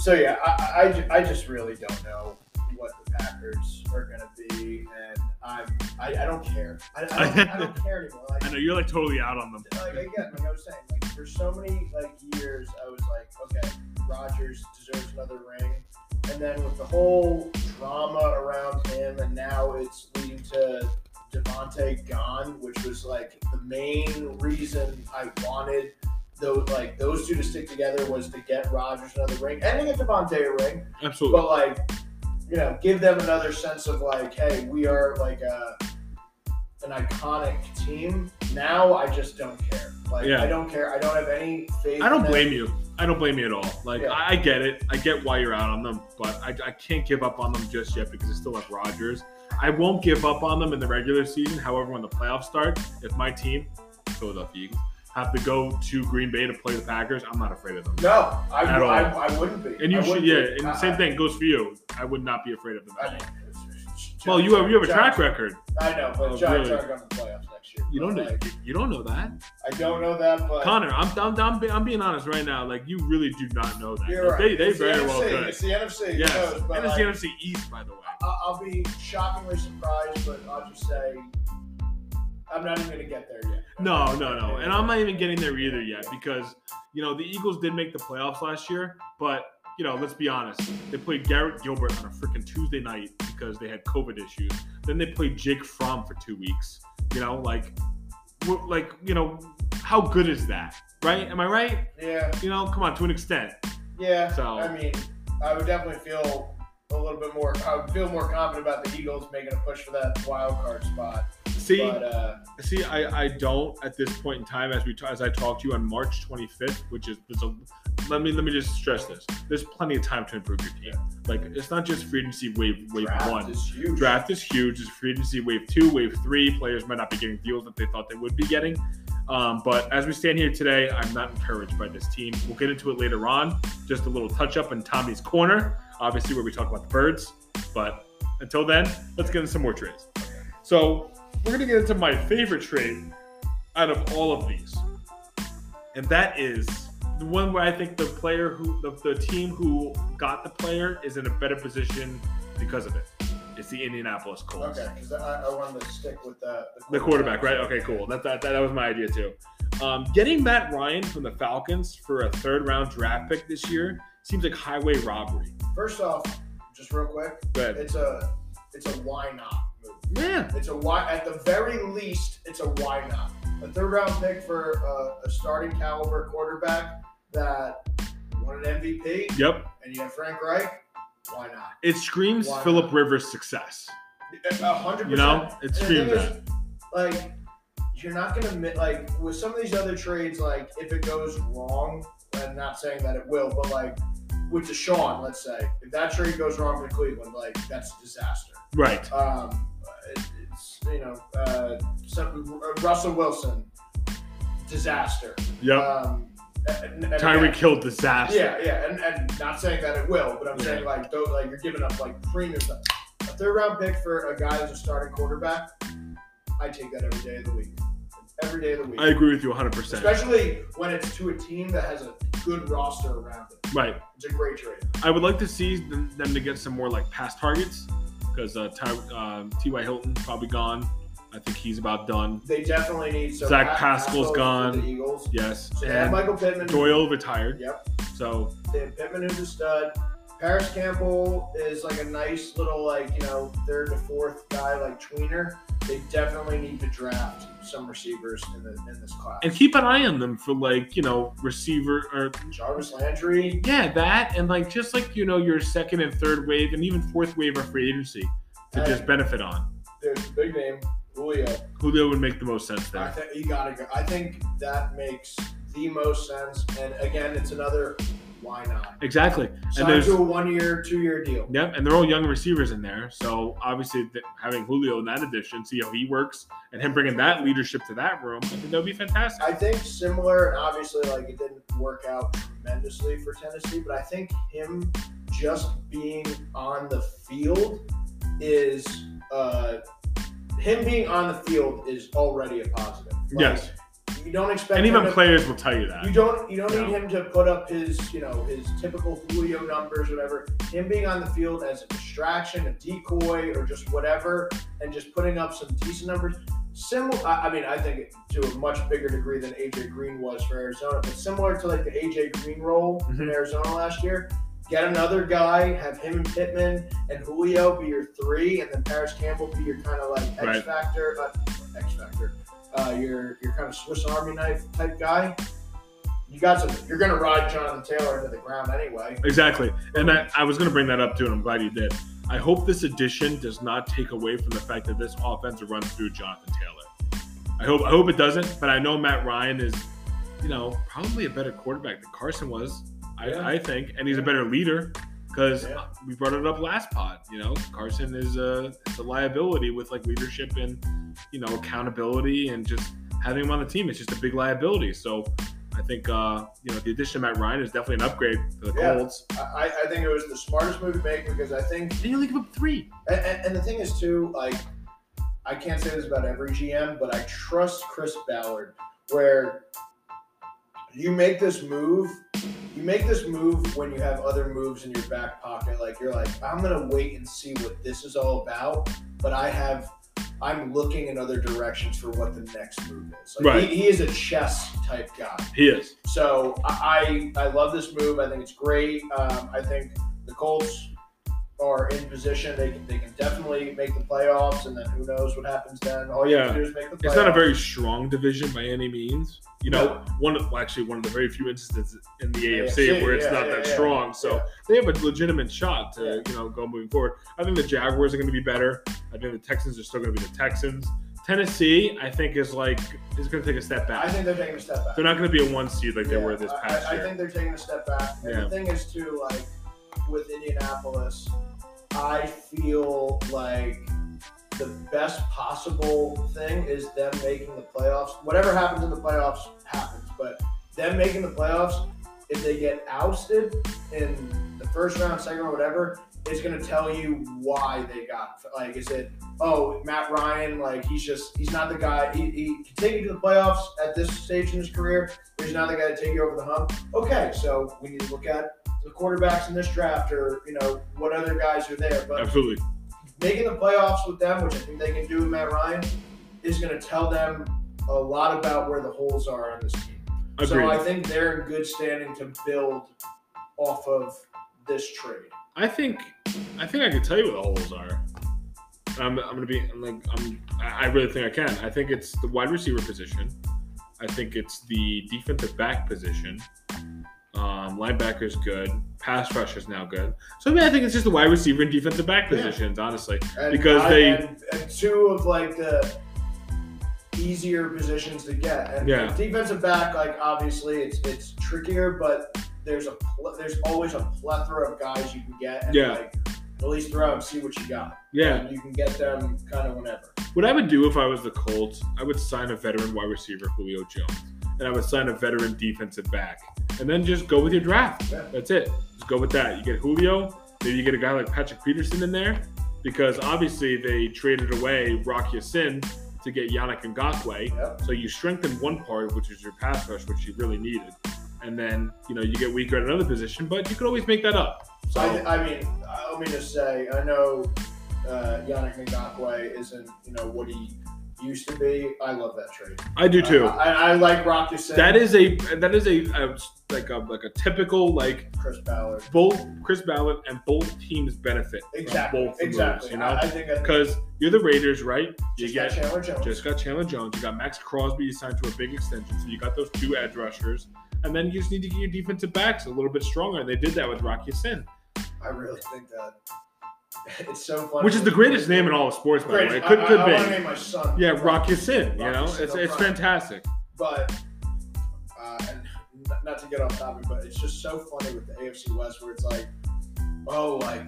So yeah, I, I, ju- I just really don't know what the Packers are gonna be, and I'm I, I don't care. I, I, don't, I don't care anymore. Like, I know you're like totally out on them. like again, like I was saying, like for so many like years, I was like, okay, Rodgers deserves another ring, and then with the whole drama around him, and now it's leading to Devonte gone, which was like the main reason I wanted those like those two to stick together was to get Rodgers another ring and to get Devonte a ring. Absolutely. but like you know give them another sense of like hey we are like a, an iconic team now i just don't care like Yeah. i don't care i don't have any faith I don't in them. blame you. I don't blame you at all. Like Yeah. I I get it. I get why you're out on them, but I, I can't give up on them just yet because I still have Rodgers. I won't give up on them in the regular season. However, when the playoffs start, if my team, Philadelphia Eagles, have to go to Green Bay to play the Packers, I'm not afraid of them. no I, At all. I, I wouldn't be And you I should, wouldn't yeah. be. And I- same thing goes for you. I would not be afraid of them. I- I- Well, you have you have a Giants- track record. I know, but Oh, Giants really? aren't going to the playoffs next year. You But, don't know. like, You don't know that, I don't know that, but Connor. I'm I'm, I'm, be- I'm being honest right now. Like you really do not know that. you're right. They they It's the very well NFC, could. It's the NFC. who Yes, knows, but and it's like, the NFC East, by the way. I- I'll be shockingly surprised, but I'll just say I'm not even going to get there yet. No, no, no. And I'm not even getting there either yet because, you know, the Eagles did make the playoffs last year, but, you know, let's be honest. They played Garrett Gilbert on a freaking Tuesday night because they had COVID issues. Then they played Jake Fromm for two weeks. You know, like, we're- like you know, how good is that? Right? Am I right? Yeah, You know, come on, to an extent. yeah. So- I mean, I would definitely feel a little bit more. I would feel more confident about the Eagles making a push for that wild card spot. See, but uh, See, I, I don't at this point in time as we ta- as I talk to you on March 25th, which is there's a, let me let me just stress this. There's plenty of time to improve your team. Like it's not just free agency wave wave draft one. is huge. Draft is huge. It's free agency wave two, wave three. Players might not be getting deals that they thought they would be getting. Um, but as we stand here today, I'm not encouraged by this team. We'll get into it later on. Just a little touch up in Tommy's corner, obviously where we talk about the birds. But until then, let's get into some more trades. So we're gonna get into my favorite trade out of all of these, and that is the one where I think the player who the, the team who got the player is in a better position because of it. It's the Indianapolis Colts. Okay, because I, I wanted to stick with the The quarterback, right? Okay, cool. That, that, that was my idea too. Um, getting Matt Ryan from the Falcons for a third round draft pick this year seems like highway robbery. First off, just real quick, But it's a it's a why not move. yeah, It's a why. At the very least, it's a why not. A third round pick for uh, a starting caliber quarterback that won an MVP, yep. and you have Frank Reich. Why not? It screams Why Philip not? Rivers' success. A hundred You percent. know, it And the thing screams is, that. Like, you're not gonna mi- like with some of these other trades. Like, if it goes wrong, I'm not saying that it will, but like with Deshaun, let's say if that trade goes wrong for Cleveland, like that's a disaster. Right. um, it- it's you know uh, some, Russell Wilson disaster. Yep. Um, and- and- Tyreek Hill disaster. Yeah, yeah, and, and not saying that it will, but I'm Yeah. saying like do like you're giving up like premium stuff. A third round pick for a guy that's a starting quarterback, I take that every day of the week. Every day of the week. I agree with you 100%. Especially when it's to a team that has a good roster around it. right. It's a great trade. I would like to see them, them to get some more like pass targets because uh, Ty, uh, T.Y. Hilton's probably gone. I think he's about done. They definitely need some Zach Pat- Pascal's Pascal for gone. The Eagles. Yes. So they have And Michael Pittman. Doyle retired. Yep. So, They have Pittman who's a stud. Paris Campbell is like a nice little like you know third to fourth guy like tweener. They definitely need to draft some receivers in the in this class. and keep an eye on them for like, you know, receiver or Jarvis Landry, yeah, that and like just like, you know, your second and third wave and even fourth wave of free agency to Hey. just benefit on. there's a big name Julio. Julio would make the most sense I there. think you gotta go. I think that makes the most sense. And again, it's another why not? Exactly. And Sign there's to a one year, two year deal. Yep, and they're all young receivers in there. So obviously, th- having Julio in that addition, see how he works, and him bringing that leadership to that room, I think that would be fantastic. I think similar, and obviously, like it didn't work out tremendously for Tennessee, but I think him just being on the field is uh, him being on the field is already a positive. Like, yes, you don't expect And him even to- players will tell you that. You don't you don't No. need him to put up his you know his typical Julio numbers, whatever. Him being on the field as a distraction, a decoy, or just whatever, and just putting up some decent numbers. Similar, I I mean, I think to a much bigger degree than AJ Green was for Arizona, but similar to like the AJ Green role in Mhm. Arizona last year. Get another guy, have him and Pittman and Julio be your three, and then Paris Campbell be your kind of like X Right. factor, uh, X factor, uh, your your kind of Swiss Army knife type guy you got some. You're gonna ride Jonathan Taylor into the ground anyway. Exactly. And I, I was going to bring that up too, and I'm glad you did. I hope this addition does not take away from the fact that this offense runs through Jonathan Taylor. I hope I hope it doesn't, but I know Matt Ryan is, you know, probably a better quarterback than Carson was. I, Yeah. I think, and he's a better leader because Yeah. we brought it up last pod. You know, Carson is a it's a liability with like leadership and you know accountability and just having him on the team. It's just a big liability. So I think uh, you know the addition of Matt Ryan is definitely an upgrade to the Yeah. Colts. I, I I think it was the smartest move to make because I think, And you only give up three. and, and, and the thing is too, like, I can't say this about every GM, but I trust Chris Ballard. Where you make this move, you make this move when you have other moves in your back pocket. Like you're like, I'm gonna wait and see what this is all about, but I have. I'm looking in other directions for what the next move is. Like Right. he, he is a chess type guy. He is. So I I I love this move. I think it's great. Um, I think the Colts are in position. They can they can definitely make the playoffs, and then who knows what happens then. All you have to do is make the playoffs. It's not a very strong division by any means. You know, one of, well, actually one of the very few instances in the AFC, AFC, where it's yeah, not yeah, that yeah. strong. So Yeah. they have a legitimate shot to Yeah. you know go moving forward. I think the Jaguars are going to be better. I think the Texans are still going to be the Texans. Tennessee, I think, is like is going to take a step I back. think they're taking a step back. They're not going to be a one seed like they Yeah, were this I- past I, year. I think they're taking a step back. And Yeah. the thing is too, like with Indianapolis, I feel like the best possible thing is them making the playoffs. Whatever happens in the playoffs happens, but them making the playoffs, if they get ousted in the first round, second round, whatever, is going to tell you why they got. Like, is it oh Matt Ryan? Like he's just he's not the guy. He, he can take you to the playoffs at this stage in his career. He's not the guy to take you over the hump. Okay, so we need to look at the quarterbacks in this draft, or you know what other guys are there. But Absolutely. making the playoffs with them, which I think they can do with Matt Ryan, is going to tell them a lot about where the holes are on this team. Agreed. So I think they're in good standing to build off of this trade. I think I think I can tell you what the holes are. And I'm, I'm gonna be I'm like I'm I I really think I can. I think it's the wide receiver position. I think it's the defensive back position. Um, linebacker's good. Pass rusher's now good. So I mean, I think it's just the wide receiver and defensive back Yeah. positions. Honestly, And Because I- they- and, and two of like the easier positions to get. And Yeah. defensive back, like obviously it's it's trickier, but there's a pl- there's always a plethora of guys you can get. And Yeah. Like, at least throw and see what you got. yeah. And you can get them kind of whenever. What I would do if I was the Colts, I would sign a veteran wide receiver, Julio Jones, and I would sign a veteran defensive back, and then just go with your draft. Yeah. That's it. Just go with that. You get Julio, maybe you get a guy like Patrick Peterson in there, because obviously they traded away Rocky Sin to get Yannick Ngakwe. Yep. So you strengthen one part, which is your pass rush, which you really needed, and then you know you get weaker at another position, but you could always make that up. So I, I mean, I- let me just say, I know uh, Yannick Ngakwe isn't, you know, what he used to be. I love that trade. I do too. I, I, I like Rocky Sin, that is a that is a, a like a like a typical like Chris Ballard. both Chris Ballard and both teams benefit Exactly. from both exactly. moves, you I, know? I think I Because you're the Raiders, right? You just got get Chandler Jones. just got Chandler Jones, you got Max Crosby you signed to a big extension, so you got those two edge rushers, and then you just need to get your defensive backs a little bit stronger. And they did that with Rocky Sin, I really think that it's so funny. which is the greatest name in all of sports, by the way. Great. It could I, could I, I want to be. name my son. Yeah, Rocky Sin, you Rocky know? Sin, It's no it's problem. fantastic. But uh, and n- not to get off topic, but it's just so funny with the AFC West where it's like, oh, like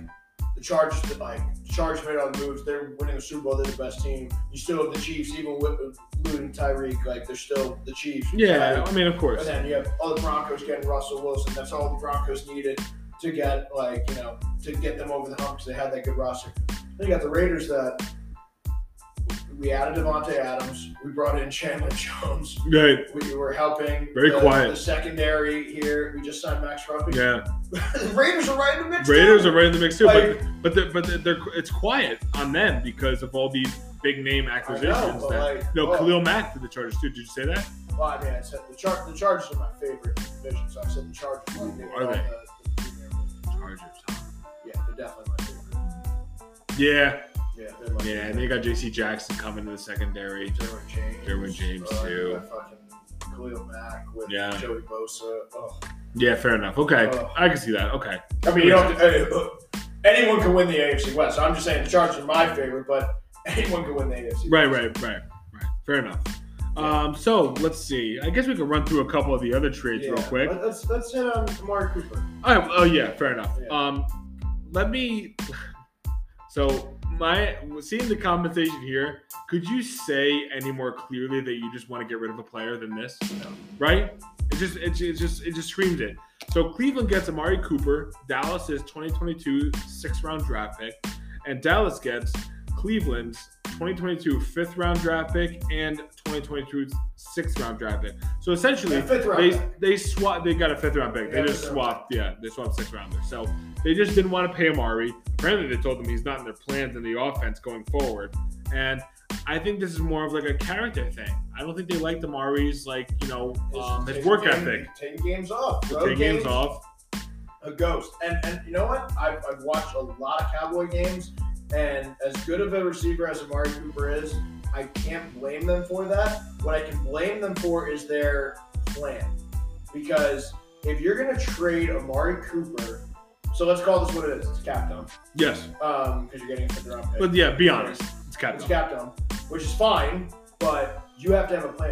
the Chargers, did, like the Chargers made all the moves. They're winning the Super Bowl. They're the best team. You still have the Chiefs, even with losing Tyreek. Like they're still the Chiefs. Yeah, I mean of And course. then you have all the Broncos getting Russell Wilson. That's all the Broncos needed to get like you know to get them over the hump because they had that good roster. Then you got the Raiders that we added Devonte Adams. We brought in Chandler Jones. Right. We were helping Very the, quiet. the secondary here. We just signed Max Ruffy. Yeah. the Raiders are right in the mix. Raiders too. are right in the mix too, Like- but but they're, but they're, they're it's quiet on them because of all these big name acquisitions. I know, but that, like, no, well- Khalil Mack to the Chargers too. Did you say that? Well, I mean, I said the char- the Chargers are my favorite division, so I said the Chargers. Like, they Ooh, were are all they? the- the premier league. Chargers. yeah, they're definitely my favorite. Yeah, Yeah, they're my yeah, favorite. and they got J.C. Jackson coming to the secondary. Derwin James. Derwin James, uh, too. you got Fucking Khalil Mack with Yeah. Joey Bosa. Oh. Yeah, fair enough. Okay, Oh. I can see that. Okay, I mean, you don't, uh, anyone can win the AFC West. I'm just saying the Chargers are my favorite, but anyone can win the AFC. right, West. right, right, right. Fair enough. Um, so let's see. I guess we can run through a couple of the other trades real Yeah. quick. Let- Let's let's hit on Amari Cooper. All right, oh yeah, fair enough. Yeah. Um, let me. So my seeing the compensation here, could you say any more clearly that you just want to get rid of a player than this? No. Right? It just it, ju- it just it just screams it. So Cleveland gets Amari Cooper, Dallas is 2022 sixth round draft pick, and Dallas gets Cleveland's 2022 fifth round draft pick and 2022 sixth round draft pick. So essentially, Yeah, fifth round. they they swap. They got a fifth round pick. They Yeah, just fifth round. swapped. Yeah, they swapped six rounder. So they just didn't want to pay Amari. Apparently, they told him he's not in their plans in the offense going forward. And I think this is more of like a character thing. I don't think they liked Amari's like you know um, his work Taking- ethic. Taking games off. Road Take games off. a ghost. And and you know what? I've, I've watched a lot of Cowboy games, and as good of a receiver as Amari Cooper is, I can't blame them for that. What I can blame them for is their plan, because if you're going to trade Amari Cooper, so let's call this what it is. It's cap dump Yes, because you're getting a fifth round pick. but yeah, be honest. It's It's Captain. cap dump, which is fine, but you have to have a plan.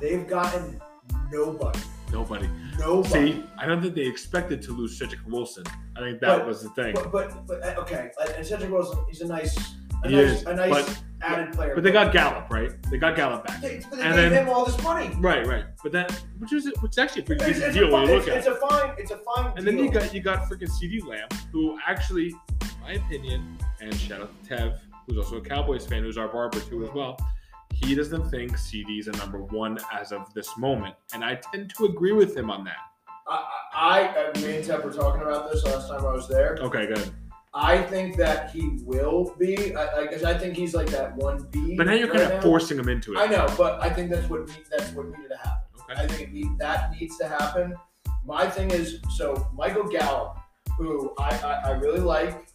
They've gotten nobody. Nobody. Nobody. See, I don't think they expected to lose Cedric Wilson. I think that But- was the thing. But, but, but uh, okay, uh, and Cedric Wilson, he's a nice, a He nice, is, a nice but- added player. But they got Gallup right. They got Gallup back. They, but they and gave then- him all this money. Right, right. But that which is which is actually a pretty It's, decent it's, deal a, when fine, you it's, look at. it. it's a fine, it's a fine And then deal. you got you got freaking CD Lamb, who actually, in my opinion, and shout out to Tev, who's also a Cowboys fan, who's our barber too as well. He doesn't think CD's a number one as of this moment, and I tend to agree with him on that. I, I, I, me and Tep were talking about this last time I was there. Okay, good. I think that he will be. I, I guess I think he's like that one B. But now you're right kind of forcing him into it. I know, but I think that's what need, that's what needed to happen. Okay. I think it need, that needs to happen. My thing is so Michael Gallup, who I, I, I really like,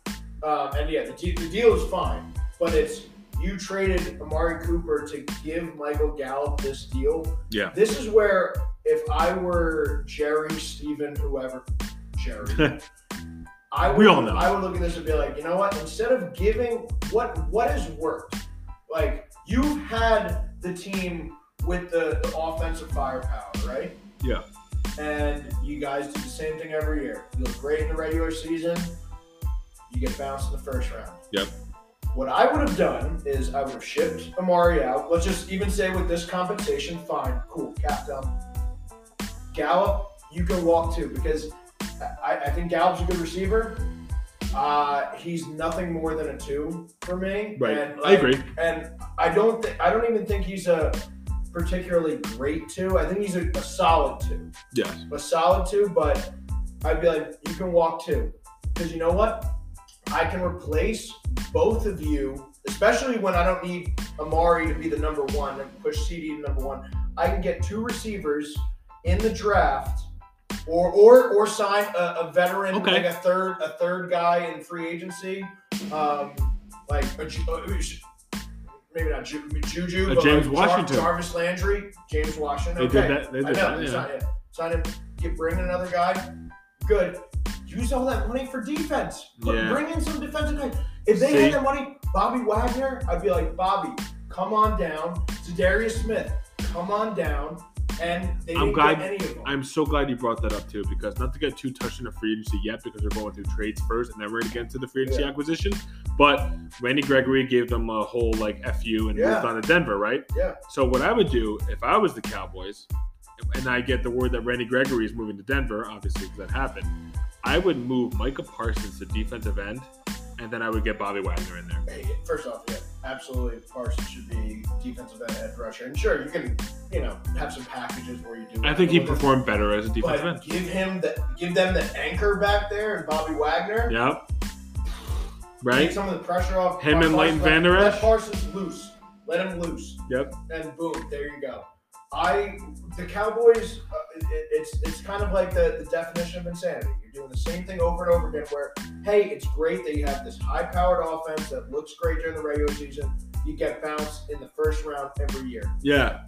um, and yeah, the, de- the deal is fine, but it's you traded Amari Cooper to give Michael Gallup this deal. Yeah. This is where if I were Jerry, Steven, whoever, Jerry. I would, We all know. I would look at this and be like, you know what? Instead of giving what what has worked, like you've had the team with the, the offensive firepower, right? Yeah. And you guys do the same thing every year. You look great in the regular season. You get bounced in the first round. Yep. What I would have done is I would have shipped Amari out. Let's just even say with this compensation, fine, cool, cap dump. Gallup, you can walk too because I, I think Gallup's a good receiver. Uh, he's nothing more than a two for me. Right. And, I like, agree. And I don't think I don't even think he's a particularly great two. I think he's a, a solid two, Yes. a solid two. But I'd be like, you can walk two because you know what? I can replace both of you, especially when I don't need Amari to be the number one and push CD to number one. I can get two receivers in the draft, or or or sign a, a veteran, Okay. like a third a third guy in free agency, um, like a, Ju- uh, maybe not Ju- Juju, A but James like Jar- Washington. Jarvis Landry, James Washington. They okay. did that. They did I know. that. Yeah. Sign, yeah. sign him. Get bring in another guy. Good. Use all that money for defense. Put- Yeah. Bring in some defensive guys. If they See? had that money, Bobby Wagner, I'd be like, Bobby, come on down. To Darius Smith, come on down. And they I'm didn't glad- get any of them. I'm so glad you brought that up too, because not to get too touched into free agency yet, because we're going through trades first, and then we're gonna get into the free agency Yeah. acquisition. But Randy Gregory gave them a whole like "fu" and Yeah. moved on to Denver, right? Yeah. So what I would do if I was the Cowboys, and I get the word that Randy Gregory is moving to Denver, obviously because that happened, I would move Micah Parsons to defensive end, and then I would get Bobby Wagner in there. Hey, first off, yeah. absolutely Parsons should be defensive end edge rusher. And sure, you can, you know, have some packages where you do. I think he with him, performed better as a defensive But end. give him the give them the anchor back there and Bobby Wagner. Yep. Take Right? some of the pressure off. Him off and Leighton Parsons. Let- Van Der Esch? Let Parsons loose. Let him loose. Yep. And boom, there you go. I the Cowboys. Uh, it, it's it's kind of like the, the definition of insanity. You're doing the same thing over and over again. Where hey, it's great that you have this high-powered offense that looks great during the regular season. You get bounced in the first round every year Yeah.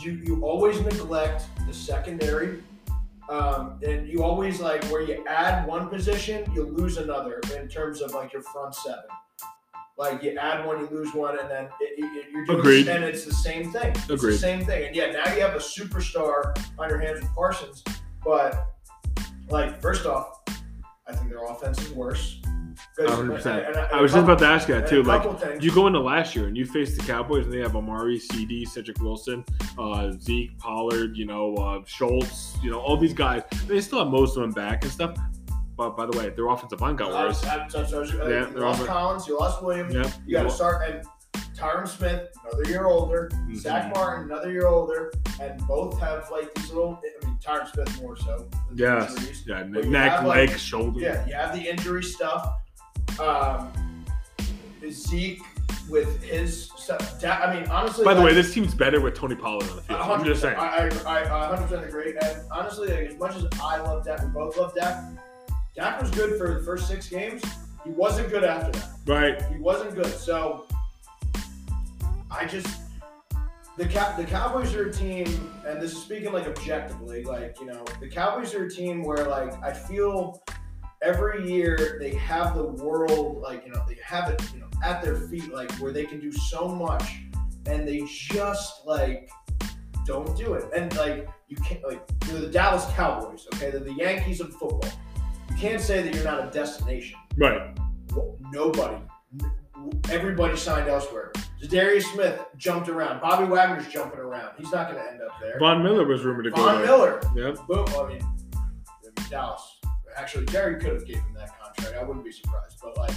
you you always neglect the secondary, um, and you always like where you add one position, you lose another in terms of like your front seven. Like you add one, you lose one, and then it, it- it- you're doing Agreed. and it's the same thing. It's Agreed. the same thing. And yeah, now you have a superstar on your hands with Parsons, but like first off, I think their offense is worse. 'Cause- 100%. and- and- I was just about to ask you that too. and a Like, couple things. you go into last year and you face the Cowboys and they have Amari, CD, Cedric Wilson, uh, Zeke, Pollard, you know, uh, Schultz, you know, all these guys. They still have most of them back and stuff. But by the way, their offensive line got Uh, worse. I'm- I'm- I'm- I'm- Yeah, you they're lost over- Collins, you lost Williams, Yep. You got to start and Tyron Smith, another year older, Mhm. Zach Martin, another year older, and both have like these little. I mean, Tyron Smith more so. than the Yes. injuries. Yeah. But you Neck, have, like- leg, shoulder. Yeah, you have the injury stuff. Um, Zeke with his stuff. Da- I mean, honestly. By the like, way, this team's better with Tony Pollard on the field. I'm just 100%. saying. I, I, I, I 100 percent agree. And honestly, like, as much as I love Dak, we both love Dak. Dak was good for the first six games. He wasn't good after that. Right. He wasn't good. So I just the Cow- the Cowboys are a team, and this is speaking like objectively, like you know, the Cowboys are a team where like I feel every year they have the world like you know they have it you know at their feet like where they can do so much, and they just like don't do it, and like you can't like you're the Dallas Cowboys, okay? They're the Yankees of football. You can't say that you're not a destination. Right. Well, Nobody. Everybody signed elsewhere. Darius Smith jumped around. Bobby Wagner's jumping around. He's not going to end up there. Von Miller was rumored to Von go Miller. there. Yep. Boom. I mean, I mean, Dallas. Actually, Jerry could have gave him that contract. I wouldn't be surprised. But like,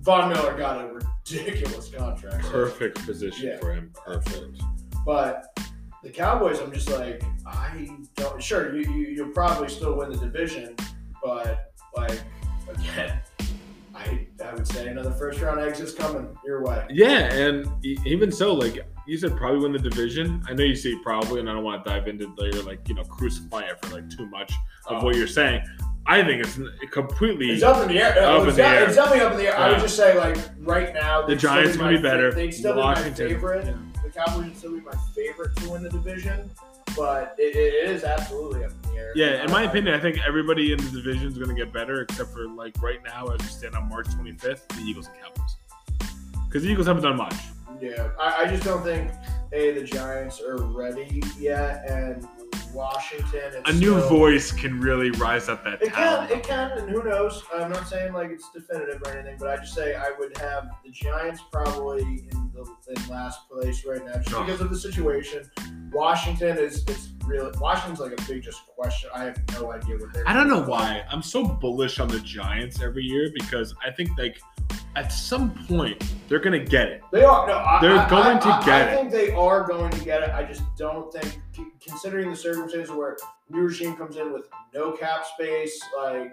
Von Miller got a ridiculous contract. So- Perfect position Yeah. for him. Perfect. But the Cowboys, I'm just like, I don't. Sure, you, you you'll probably still win the division, but like again, I I would say another first round exit's coming your way. Yeah, and e- even so, like you said, probably win the division. I know you say probably, and I don't want to dive into later, like you know, crucify it for like too much of Oh. what you're saying. I think it's n- completely It's up in the air. Up in it's, the de- air. it's definitely up in the air. I would Yeah. just say like right now, the they'd still Giants gonna my be better. fa- They'd still Washington, be my favorite. yeah. The Cowboys would still be my favorite to win the division, but it, it is absolutely up in the air. Yeah, in my opinion, I think everybody in the division is going to get better, except for like right now, as we stand on March 25th, the Eagles and Cowboys. Because the Eagles haven't done much. Yeah, I, I just don't think a the Giants are ready yet, and Washington. It's A new still- voice can really rise up that It can, talent. it can, and who knows? I'm not saying like it's definitive or anything, but I just say I would have the Giants probably in the in last place right now just Ugh. because of the situation. Washington is it's real. Washington's like a big just question. I have no idea what they're. I don't know why I'm so bullish on the Giants every year because I think like at some point they're gonna get it. They are no. I, They're I- going I- to I- get I it. think they are going to get it. I just don't think, c- considering the circumstances where new regime comes in with no cap space, like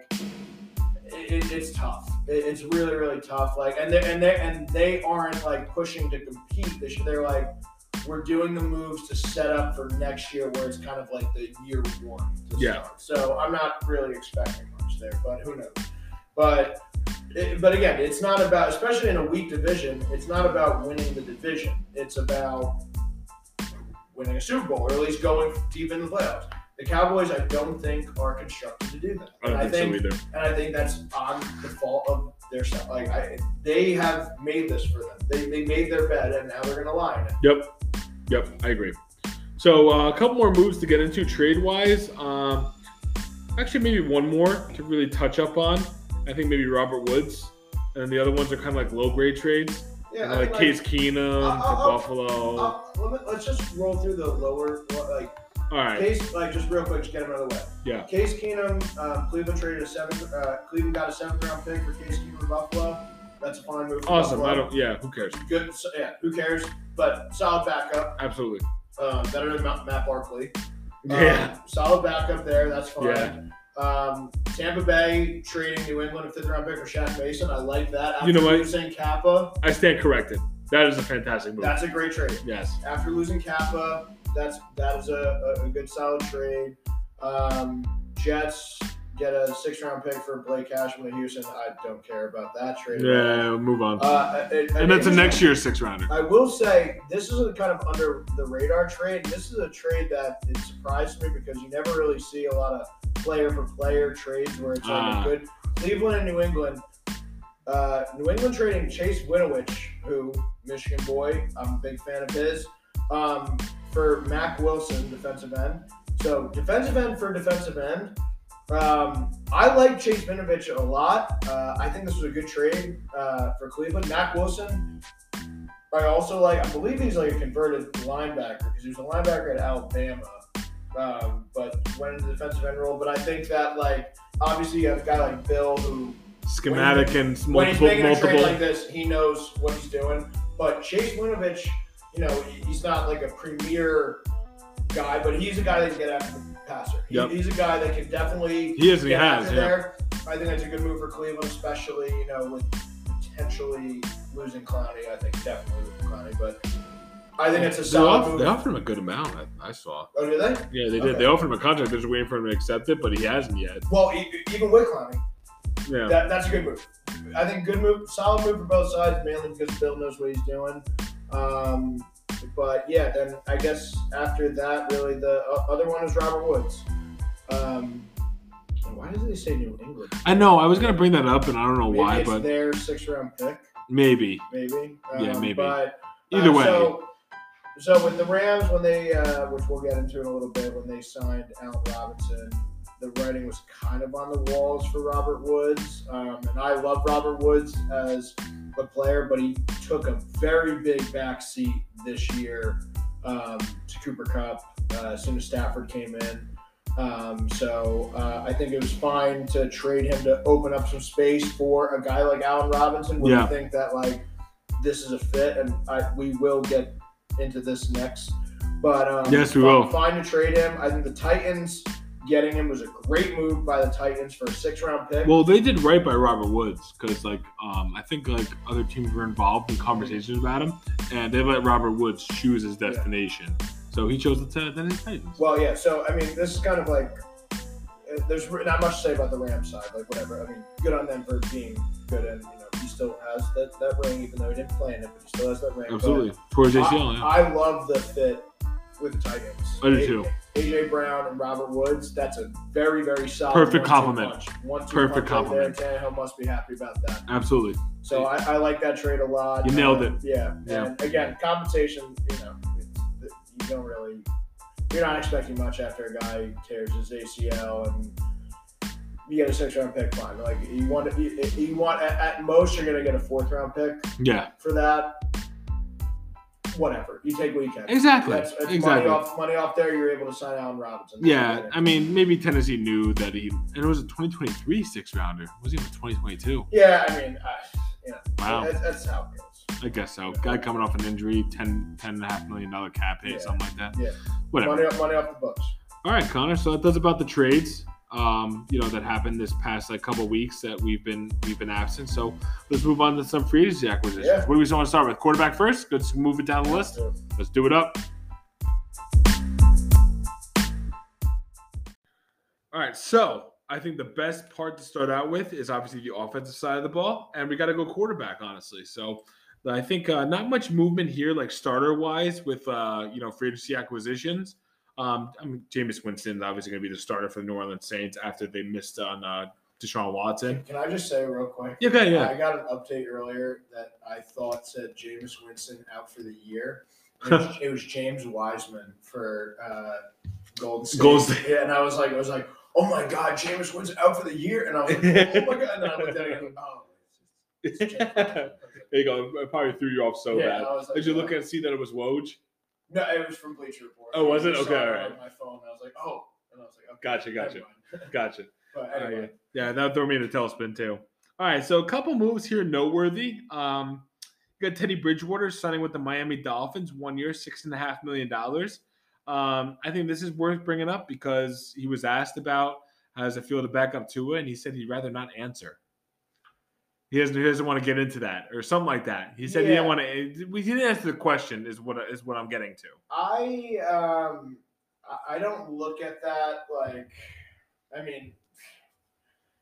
it, it, it's tough. It, it's really really tough. Like and they and they and they aren't like pushing to compete this year. They're like we're doing the moves to set up for next year, where it's kind of like the year one. To Yeah. Start. So I'm not really expecting much there, but who knows? But it- but again, it's not about, especially in a weak division, it's not about winning the division. It's about winning a Super Bowl, or at least going deep in the playoffs. The Cowboys, I don't think, are constructed to do that. I don't And I think, think, so either. and I think that's on the fault of their se- like I, they have made this for them. They, they made their bed, and now they're gonna lie in it. Yep, yep, I agree. So uh, a couple more moves to get into trade wise. Um, actually, maybe one more to really touch up on. I think maybe Robert Woods, and then the other ones are kind of like low grade trades, Yeah, You I know, like, mean, Case Keenum I'll- to I'll- Buffalo. uh, let me- let's just roll through the lower like All right, Case, like just real quick, just get him out of the way. Yeah. Case Keenum, um, Cleveland traded a seventh. Uh, Cleveland got a seventh round pick for Case Keenum in Buffalo. That's a fine move. for Awesome. Buffalo. I don't. Yeah. Who cares? Good. So, yeah. Who cares? But solid backup. Absolutely. Um, better than Matt, Matt Barkley. Um, Yeah. Solid backup there. That's fine. Yeah. Um, Tampa Bay trading New England a fifth round pick for Shaq Mason. I like that. After You know what? Losing Kappa, I stand corrected. That is a fantastic move. that's a great trade. yes. After losing Kappa, that's that is a, a, a good solid trade. Um, Jets get a six round pick for Blake Cashman to Houston. I don't care about that trade. at all. Yeah. Move on. Uh, it- and that's a it- next year's six rounder. I will say this is a kind of under the radar trade. This is a trade that it surprised me because you never really see a lot of player for player trades where it's like Ah. a good Cleveland and New England. Uh, New England trading Chase Winovich, who Michigan boy, I'm a big fan of his, um, for Mac Wilson, defensive end. So defensive end for defensive end. Um, I like Chase Vinovich a lot. Uh, I think this was a good trade uh, for Cleveland. Mac Wilson, I also like. I believe he's like a converted linebacker because he was a linebacker at Alabama, um, but went into the defensive end role. But I think that like obviously you have a guy like Bill who Schematic and when he's multiple, making a multiple. trade like this, he knows what he's doing. But Chase Winovich, you know, he- he's not like a premier guy, but he's a guy that can get after the passer. He- Yep. He's a guy that can definitely he is. and He get has. after Yeah. there. I think that's a good move for Cleveland, especially you know with potentially losing Clowney. I think definitely losing Clowney, but I think it's a They solid off- move. they offered him a good amount. I, I saw. Oh, do they? Yeah, they did. Okay. They offered him a contract. They're just waiting for him to accept it, but he hasn't yet. Well, e- e- even with Clowney, Yeah. That, that's a good move. I think good move, solid move for both sides, mainly because Bill knows what he's doing. Um, but yeah, then I guess after that, really the o- other one is Robert Woods. Um, and why does they say New England? I know. I was gonna bring that up, and I don't know Maybe why, it's but their sixth round pick, maybe. maybe. Yeah, maybe. But, uh, Either way, So, so with the Rams, when they, uh, which we'll get into in a little bit, when they signed Allen Robinson, the writing was kind of on the walls for Robert Woods. Um, and I love Robert Woods as a player, but he took a very big backseat this year um, to Cooper Cup uh, as soon as Stafford came in. Um, so uh, I think it was fine to trade him to open up some space for a guy like Allen Robinson. Where Yeah. you think that like this is a fit, and I, we will get into this next. But um, Yes, we fine- will. Fine to trade him. I think the Titans getting him was a great move by the Titans for a six-round pick. well, they did right by Robert Woods because, like, um, I think like other teams were involved in conversations about him, and they let Robert Woods choose his Yeah. destination. So he chose the Ti- the Titans. Well, yeah. So I mean, this is kind of like uh, there's re- not much to say about the Rams side. Like whatever. I mean, good on them for being good, and you know he still has that, that ring, even though he didn't play in it, but he still has that ring. But Absolutely. Towards ACL. yeah. uh, I, I love the fit with the Titans. I do too. A- AJ Brown and Robert Woods. That's a very very solid Perfect one-two compliment. punch. One-two Perfect punch right there. compliment. Tannehill must be happy about that. Absolutely. So I, I like that trade a lot. You nailed it. Um, yeah. Yeah. And again, compensation, you know, it's, you don't really, you're not expecting much after a guy tears his ACL and you get a six round pick. Fine. Like you want to, you, you want at, at most you're going to get a fourth round pick Yeah. for that. Whatever. You take what you can. Exactly. That's, that's money exactly. off money off there. You're able to sign Allen Robinson. Yeah, I mean, maybe Tennessee knew that he, and it was a 2023 six rounder. It wasn't even 2022. Yeah. I mean, I, Wow. that's, that's how it goes. I guess so. Guy coming off an injury, 10, 10 and a half million dollar cap hit, Yeah. something like that. Yeah. Whatever. Money, money off the books. All right, Connor. So that's about the trades. Um, you know that happened this past like couple weeks that we've been we've been absent. So let's move on to some free agency acquisitions. Yeah. What do we want to start with? Quarterback first. Let's move it down the list. So- Let's do it up. All right, so I think the best part to start out with is obviously the offensive side of the ball, and we got to go quarterback, honestly. So I think uh, not much movement here, like starter wise, with uh, you know free agency acquisitions. Um, I mean, Jameis Winston's obviously going to be the starter for the New Orleans Saints after they missed on uh, Deshaun Watson. Can I just say real quick? Yeah, okay, yeah. I got an update earlier that I thought said James Winston out for the year. It was, it was James Wiseman for uh, Golden State. Golden State. Yeah, and I was like, I was like, oh my god, James Winston out for the year, and I was like, oh my god, and then I looked at it and I was like, oh. it's James Winston. there you go. It probably threw you off so yeah, bad. I was like, Did you look oh. and see that it was Woj? No, it was from Bleacher Report. Oh, was I it? saw Okay, all on right. My phone. I was like, oh, and I was like, okay, Gotcha, never gotcha, mind. gotcha. But Oh, anyway, yeah. yeah, that threw me in a tailspin too. All right, so a couple moves here noteworthy. Um, you got Teddy Bridgewater signing with the Miami Dolphins, one year, six and a half million dollars. Um, I think this is worth bringing up because he was asked about how does it feel to back up Tua, and he said he'd rather not answer. He doesn't, he doesn't want to get into that or something like that. He said he Yeah. didn't want to. We didn't answer the question. Is what is what I'm getting to. I um I- I don't look at that like I mean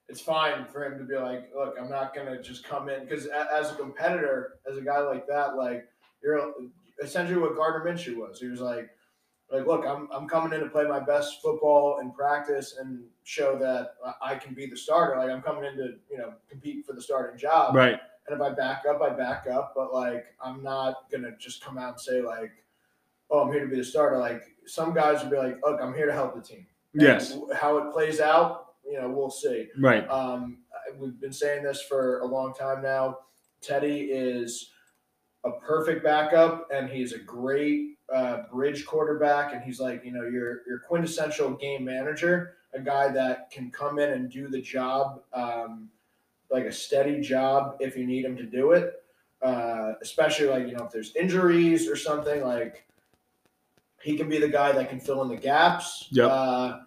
it's fine for him to be like, look, I'm not gonna just come in because as a competitor, as a guy like that, like you're essentially what Gardner Minshew was. He was like, like, look, I'm I'm coming in to play my best football and practice and show that I- I can be the starter. Like I'm coming in to you know compete for the starting job. Right. And if I back up, I back up. But like, I'm not gonna just come out and say like, "Oh, I'm here to be the starter." Like, some guys would be like, "Look, I'm here to help the team." And Yes. How it plays out, you know, we'll see. Right. Um, we've been saying this for a long time now. Teddy is a perfect backup, and he's a great uh, bridge quarterback. And he's like, you know, your your quintessential game manager, a guy that can come in and do the job, um, like a steady job if you need him to do it. Uh, especially like you know if there's injuries or something like he can be the guy that can fill in the gaps. Yep. Uh,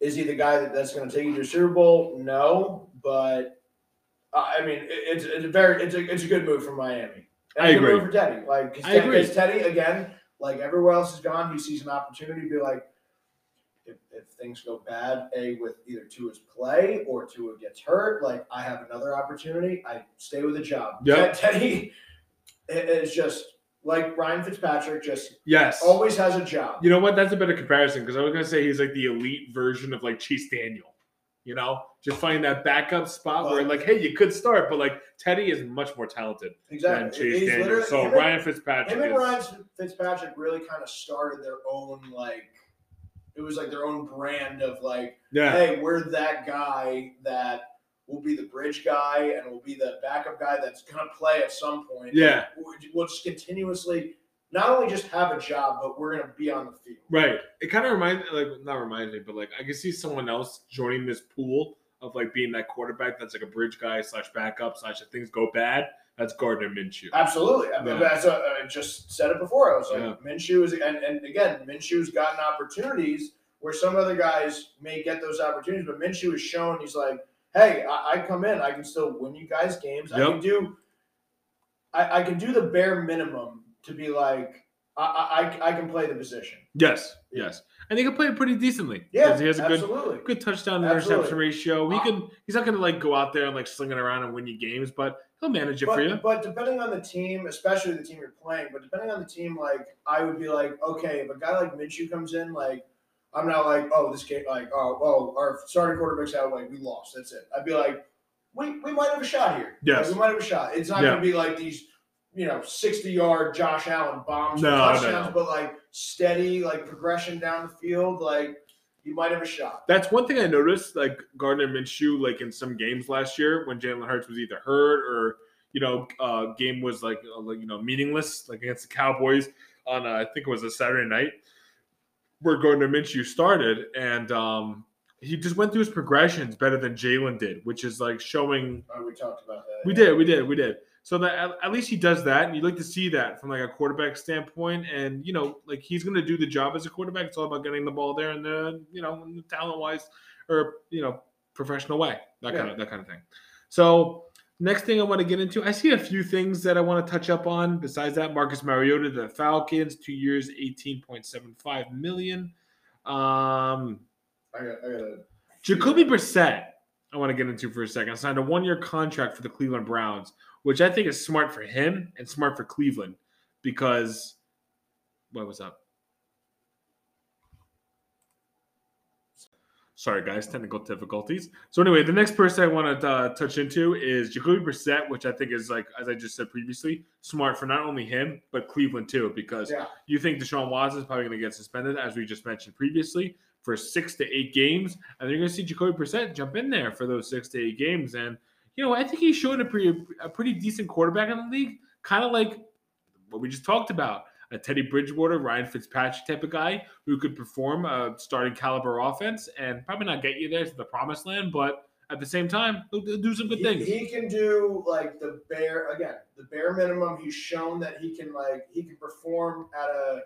is he the guy that, that's going to take you to the Super Bowl? No, but uh, I mean, it, it's, it's a very it's a it's a good move from Miami. And I a good agree. move for Teddy. Like 'cause I Teddy, agree. 'cause Teddy again, like everywhere else is gone, he sees an opportunity to be like. If, if things go bad, a with either Tua's play or Tua gets hurt, like I have another opportunity, I stay with a job. Yep. Ted- Teddy i- is just like Ryan Fitzpatrick, just Yes. always has a job. You know what? That's a better comparison because I was gonna say he's like the elite version of like Chase Daniel. You know, just finding that backup spot where like, hey, you could start, but like Teddy is much more talented than Exactly. Chase He's Daniel. literally- So him and- Ryan Fitzpatrick Him and is Ryan Fitzpatrick really kind of started their own like it was like their own brand of like, yeah, hey, we're that guy that will be the bridge guy and will be the backup guy that's gonna play at some point. Yeah. We'll- We'll just continuously not only just have a job, but we're gonna be on the field. right. It kind of reminds like not reminds me, but like I can see someone else joining this pool of like being that quarterback that's like a bridge guy slash backup slash if things go bad. That's Gardner Minshew. Absolutely. I mean, Yeah. that's what I just said it before. I was like, Yeah. Minshew is, and, and again, Minshew's gotten opportunities where some other guys may get those opportunities, but Minshew has shown he's like, hey, I, I come in, I can still win you guys games. I Yep. can do, I, I can do the bare minimum to be like, I, I, I- I can play the position. Yes, yes, and he can play pretty decently. Yeah, 'cause he has a good absolutely. good touchdown Absolutely. to Uh, interception ratio. He can he's not gonna like go out there and like sling it around and win you games, but he'll manage it but, for you. but depending on the team, especially the team you're playing, but depending on the team, like I would be like, okay, if a guy like Minshew comes in, like I'm not like, oh, this game, like, oh, oh, our starting quarterback's out, like we lost, that's it. I'd be like, we we might have a shot here. Yes. Like, we might have a shot. It's not Yeah. gonna be like these, you know, 60 yard Josh Allen bombs, No, for no, touchdowns, no. but like steady, like progression down the field, like you might have a shot. That's one thing I noticed, like Gardner Minshew, like in some games last year when Jalen Hurts was either hurt or you know, uh, game was like, uh, like, you know meaningless, like against the Cowboys on uh, I think it was a Saturday night where Gardner Minshew started, and um, he just went through his progressions better than Jalen did, which is like showing Uh, we talked about that. We did, we did, we did. So that at, at least he does that, and you like to see that from like a quarterback standpoint. And you know, like he's going to do the job as a quarterback. It's all about getting the ball there, and then you know, in the talent wise, or you know, professional way, that kind Yeah. of that kind of thing. So next thing I want to get into, I see a few things that I want to touch up on. Besides that, Marcus Mariota, to the Falcons, two years, eighteen point seven five million. Um, I got, I got a Jacoby Brissett, I want to get into for a second, signed a one year contract for the Cleveland Browns, which I think is smart for him and smart for Cleveland because what was up? Sorry, guys, technical difficulties. So anyway, the next person I want to uh, touch into is Jacoby Brissett, which I think is like, as I just said previously, smart for not only him but Cleveland too, because Yeah. you think Deshaun Watson is probably going to get suspended, as we just mentioned previously, for six to eight games, and you're going to see Jacoby Brissett jump in there for those six to eight games. And you know, I think he's shown a pretty a pretty decent quarterback in the league, kind of like what we just talked about. A Teddy Bridgewater, Ryan Fitzpatrick type of guy who could perform a starting caliber offense and probably not get you there to the promised land, but At the same time, he'll, he'll do some good he, things. he can do like the bare again, the bare minimum. He's shown that he can like he can perform at a.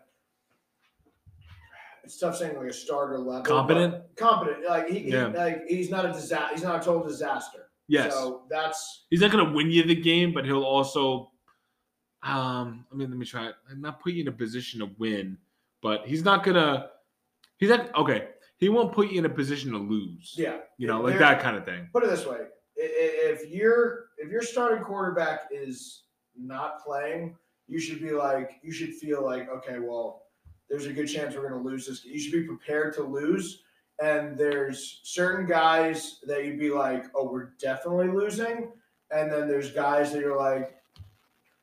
It's tough saying like a starter level. but Competent? competent. Like he, he- Yeah. like he's not a disaster. He's not a total disaster. Yes. So that's He's not going to win you the game, but he'll also, um, I mean, let me try it. Not put you in a position to win, but he's not going to, he's not, okay. He won't put you in a position to lose, yeah. you know, like There- that kind of thing. Put it this way: i- i- if your if your starting quarterback is not playing, you should be like you should feel like okay, well, there's a good chance we're going to lose this. You should be prepared to lose. And there's certain guys that you'd be like, oh, we're definitely losing. And then there's guys that you're like,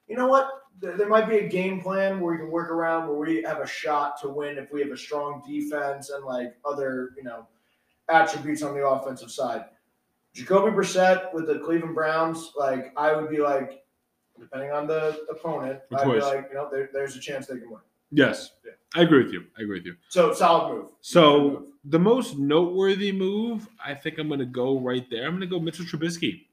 you know what? There there might be a game plan where we can work around where we have a shot to win if we have a strong defense and like other, you know, attributes on the offensive side. Jacoby Brissett with the Cleveland Browns, like I would be like, depending on the opponent, Of I'd be course. like, you know, there, there's a chance they can win. Yes. Yeah. I agree with you. I agree with you. So solid move. So- The most noteworthy move, I think I'm going to go right there. I'm going to go Mitchell Trubisky,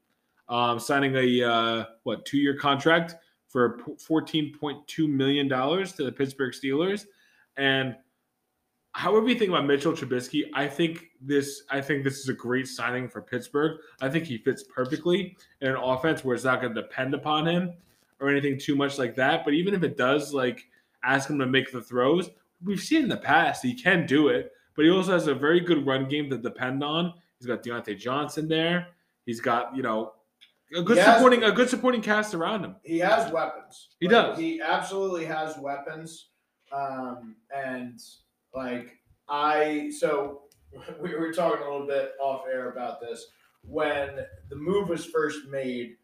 um, signing a uh, what two year contract for 14.2 million dollars to the Pittsburgh Steelers, and however you think about Mitchell Trubisky, I think this I think this is a great signing for Pittsburgh. I think he fits perfectly in an offense where it's not going to depend upon him or anything too much like that. But even if it does, like ask him to make the throws, we've seen in the past he can do it but he also has a very good run game to depend on. He's got Deontay Johnson there. He's got you know a good He has- supporting a good supporting cast around him. he has weapons. He Like, does. He absolutely has weapons. Um, and like I, so we were talking a little bit off air about this when the move was first made.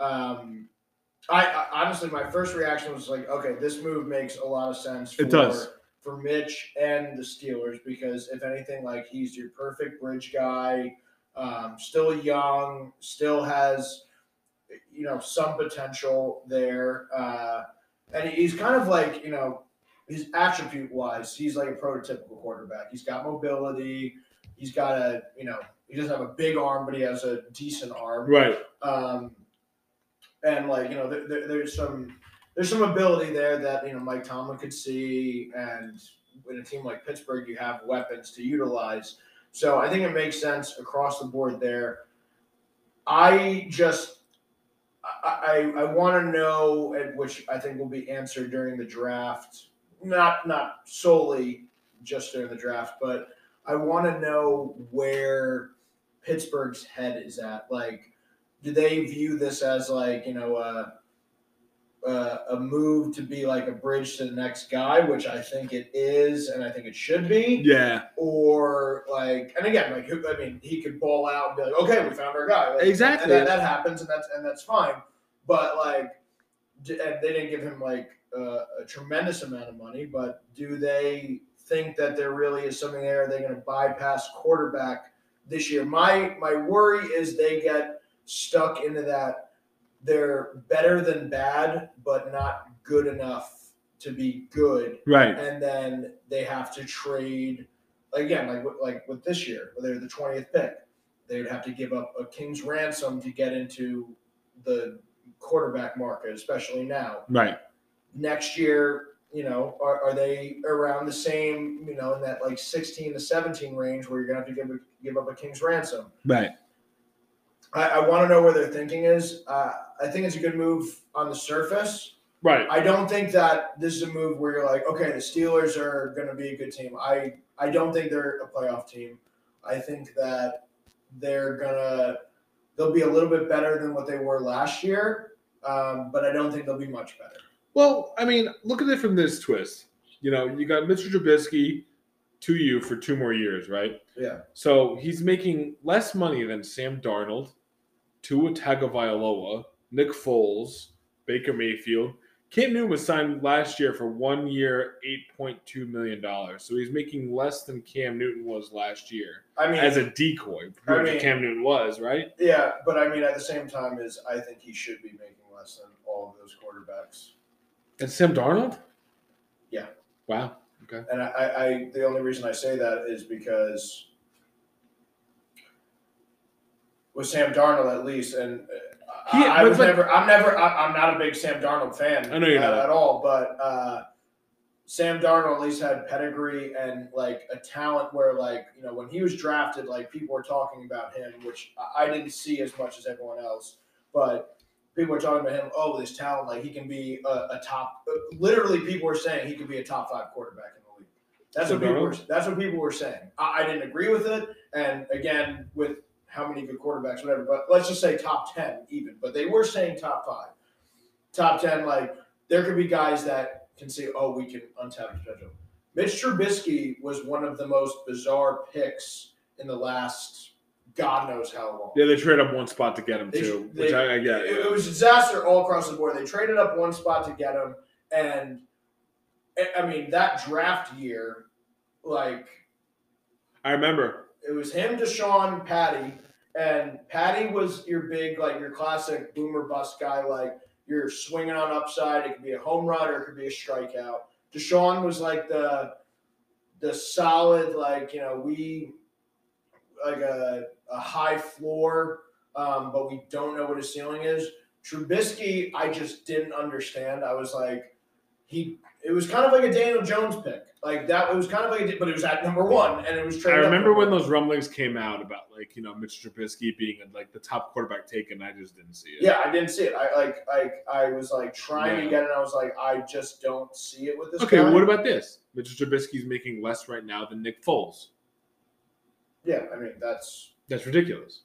Um, I, I honestly, my first reaction was like, okay, this move makes a lot of sense. For, It does. for Mitch and the Steelers because if anything, like he's your perfect bridge guy. Um, still young, still has you know some potential there, uh, and he's kind of like you know his attribute wise, he's like a prototypical quarterback. He's got mobility. He's got a you know he doesn't have a big arm, but he has a decent arm Right. um, and like you know, there, there, there's some there's some ability there that you know Mike Tomlin could see, and in a team like Pittsburgh, you have weapons to utilize. So I think it makes sense across the board there. I just I I, I want to know, and which I think will be answered during the draft, not not solely just during the draft, but I want to know where Pittsburgh's head is at. Like, do they view this as like you know a, a, a move to be like a bridge to the next guy which i think it is and i think it should be Yeah. or like and again like who- i mean he could ball out and be like okay we found our guy Like, Exactly. and that, that happens and that's and that's fine but like d- and they didn't give him like uh, a tremendous amount of money but do they think that there really is something there are they going to bypass quarterback this year my my worry is they get stuck into that they're better than bad but not good enough to be good Right. and then they have to trade again, like with- like with this year, where they're the twentieth pick. They would have to give up a king's ransom to get into the quarterback market, especially now. Right. Next year, you know, are, are they around the same, you know, in that like sixteen to seventeen range where you're gonna have to give a, give up a king's ransom? Right. I, I want to know where their thinking is. Uh, I think it's a good move on the surface. Right. I don't think that this is a move where you're like, okay, the Steelers are going to be a good team. I I don't think they're a playoff team. I think that they're gonna they'll be a little bit better than what they were last year, um, but I don't think they'll be much better. Well, I mean, look at it from this twist. You know, you got Mitchell Trubisky to you for two more years, right? Yeah. So he's making less money than Sam Darnold, Tua Tagovailoa, Nick Foles, Baker Mayfield. Cam Newton was signed last year for one year, eight point two million dollars. So he's making less than Cam Newton was last year I mean, as a decoy. I which mean- Cam Newton was right. yeah, but I mean, at the same time, is I think he should be making less than all of those quarterbacks. And Sam Darnold. Yeah. Wow. And I, I, I the only reason I say that is because with Sam Darnold at least, and uh, He- I, I but was like- never. I'm never. I, I'm not a big Sam Darnold fan. I know you're at, not. at all, but uh, Sam Darnold at least had pedigree and like a talent where like you know when he was drafted, like people were talking about him, which I- I didn't see as much as everyone else, but. People were talking about him. Oh, this talent! Like he can be a, a top. Literally, people were saying he could be a top five quarterback in the league. That's Sam what people Darnold? were. That's what people were saying. I, I didn't agree with it. And again, with how many good quarterbacks, whatever, but let's just say top 10 even. But they were saying top five. Top 10, like, there could be guys that can say, oh, we can untap his potential. Mitch Trubisky was one of the most bizarre picks in the last God knows how long. Yeah, they trade up one spot to get him They- too, they- which I, I get. It, yeah. it was a disaster all across the board. They traded up one spot to get him, and I- I mean that draft year, like I remember. it was him, Deshaun, Patty, and Patty was your big, like your classic boomer bust guy. Like you're swinging on upside, it could be a home run or it could be a strikeout. Deshaun was like the the solid, like you know, we like a a high floor, um, but we don't know what his ceiling is. Trubisky, I just didn't understand. I was like, he. It was kind of like a Daniel Jones pick, like that. It was kind of like, a, but it was at number one, and it was. I traded up remember number when one. those rumblings came out about like you know Mitch Trubisky being like the top quarterback taken. I just didn't see it. Yeah, I didn't see it. I like, like I was like trying Yeah. to get it. And I was like, I just don't see it with this. Okay, guy. what about this? Mitch Trubisky's making less right now than Nick Foles. yeah, I mean that's That's ridiculous.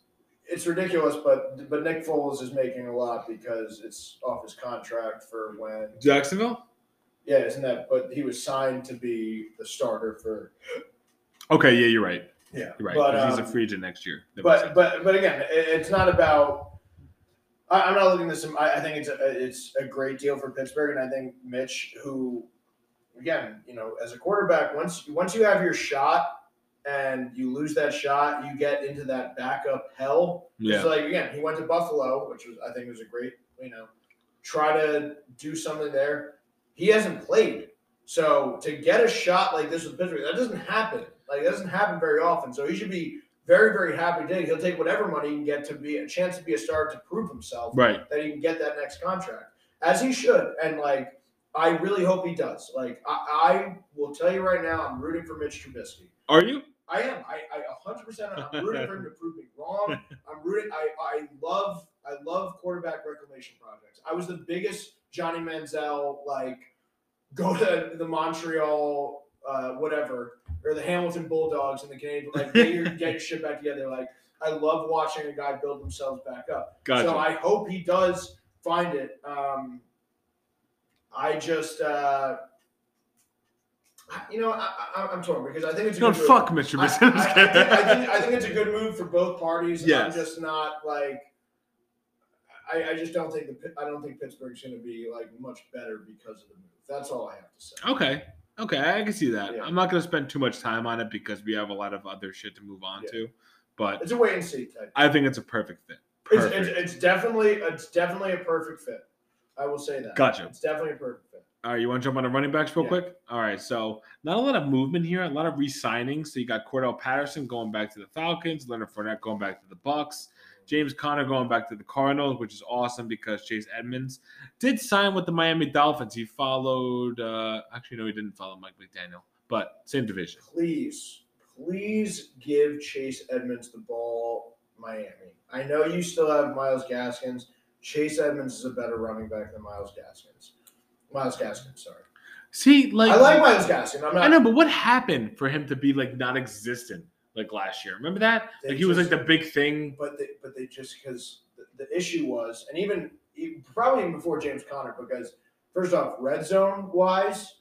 it's ridiculous, but but Nick Foles is making a lot because it's off his contract for when. Jacksonville. Yeah, isn't that? But he was signed to be the starter for. Okay, yeah, you're right. Yeah, You're right. But, 'cause he's um, a free agent next year. That makes but sense. but but again, it, it's not about. I, I'm not looking at this. I, I think it's a it's a great deal for Pittsburgh, and I think Mitch, who, again, you know, as a quarterback, once once you have your shot and you lose that shot, you get into that backup hell. yeah, So like again, he went to Buffalo, which was I think was a great, you know, try to do something there. He hasn't played. So to get a shot like this with Pittsburgh, that doesn't happen. Like it doesn't happen very often. So he should be very, very happy today. He'll take whatever money he can get to be a chance to be a star to prove himself right. that he can get that next contract. As he should. And like I really hope he does. Like I, I will tell you right now, I'm rooting for Mitch Trubisky. Are you? I am. I, I 100%. I'm rooting for him to prove me wrong. I'm rooting. I, I love. I love quarterback reclamation projects. I was the biggest Johnny Manziel like go to the Montreal uh, whatever or the Hamilton Bulldogs and the Canadian like get your, get your shit back together. Like I love watching a guy build themselves back up. Gotcha. So I hope he does find it. Um, I just, uh, I- you know, I, I, I'm torn because I think it's a no, good move. fuck Mitch I, I, I, Trubisky. think, I, think, I think it's a good move for both parties. Yes. I'm just not like. I, I just don't think the Pit- I don't think Pittsburgh's going to be like much better because of the move. That's all I have to say. Okay. Okay, I can see that. Yeah. I'm not going to spend too much time on it because we have a lot of other shit to move on Yeah. to. But It's a wait and see type. I think it's a perfect fit. It's, Perfect. it's, it's definitely it's definitely a perfect fit. I will say that. gotcha. It's definitely a perfect fit. All right, you want to jump on the running backs real Yeah. quick? All right, so not a lot of movement here, a lot of re-signings. So you got Cordell Patterson going back to the Falcons, Leonard Fournette going back to the Bucks, James Conner going back to the Cardinals, which is awesome because Chase Edmonds did sign with the Miami Dolphins. He followed, uh, actually no, he didn't follow Mike McDaniel, but same division. please, please give Chase Edmonds the ball, Miami. I know you still have Miles Gaskins. Chase Edmonds is a better running back than Miles Gaskins. Miles Gaskins, sorry. See, like I like Miles Gaskins. I'm not. I know, but what happened for him to be like non-existent like last year? Remember that? they Like he was like just- the big thing. But they, but they just because the, the issue was, and even e, probably even before James Conner, because first off, red zone wise,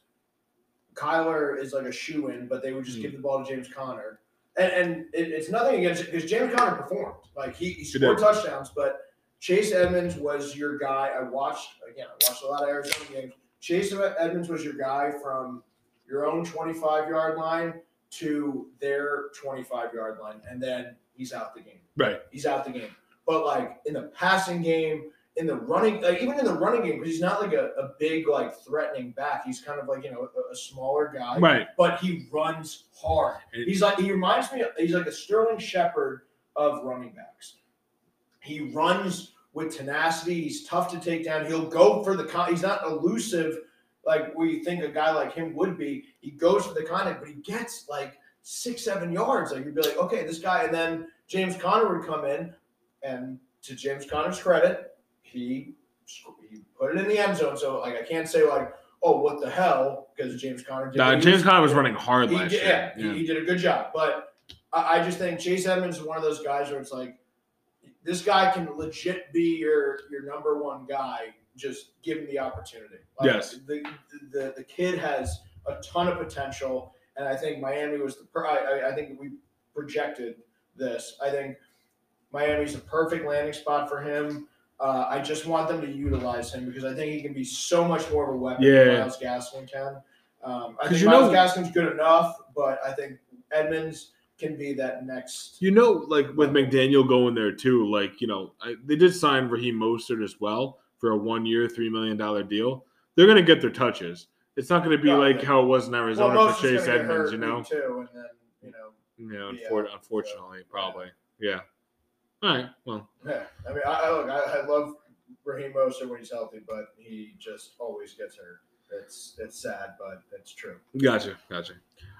Kyler is like a shoe in, but they would just Hmm. give the ball to James Conner, and and it, it's nothing against because James Conner performed like he, he scored did. touchdowns, but Chase Edmonds was your guy. I watched again. I watched a lot of Arizona games. Chase Edmonds was your guy from your own 25 yard line to their 25 yard line, and then he's out the game Right. he's out the game. But like in the passing game, in the running, like even in the running game, because he's not like a, a big like threatening back. He's kind of like you know a, a smaller guy, Right. but he runs hard. And- He's like he reminds me. Of, he's like a Sterling Shepherd of running backs. He runs with tenacity. He's tough to take down. He'll go for the con. He's not elusive like we think a guy like him would be. He goes for the contact, but he gets like six, seven yards. Like you'd be like, okay, this guy. And then James Conner would come in, and to James Conner's credit, he he put it in the end zone. So like I can't say like, oh, what the hell, because James Conner. did Nah, it. He James was- Conner was running hard he last did- year. Yeah, He, he did a good job. But I, I just think Chase Edmonds is one of those guys where it's like this guy can legit be your your number one guy. Just give him the opportunity. Like, Yes. The, the the kid has a ton of potential, and I think Miami was the. Per- I, I- I think we projected this. I think Miami's a perfect landing spot for him. Uh, I just want them to utilize him because I think he can be so much more of a weapon Yeah. than Miles Gaskin can. Um, I 'Cause think you Miles know- Gaskin's good enough, but I think Edmonds can be that next. You know, like with McDaniel going there too, like, you know, I, they did sign Raheem Mostert as well for a one year, $3 million deal. They're going to get their touches. It's not going to be Yeah, like yeah. how it was in Arizona Well, Mostert's for Chase gonna get Edmonds, hurt you know? week Two, and then you know, You know, Yeah. unfor- unfortunately, probably. Yeah. All right. Well, yeah. I mean, I, I look, I, I love Raheem Mostert when he's healthy, but he just always gets hurt. It's it's sad, but it's true. gotcha. Gotcha.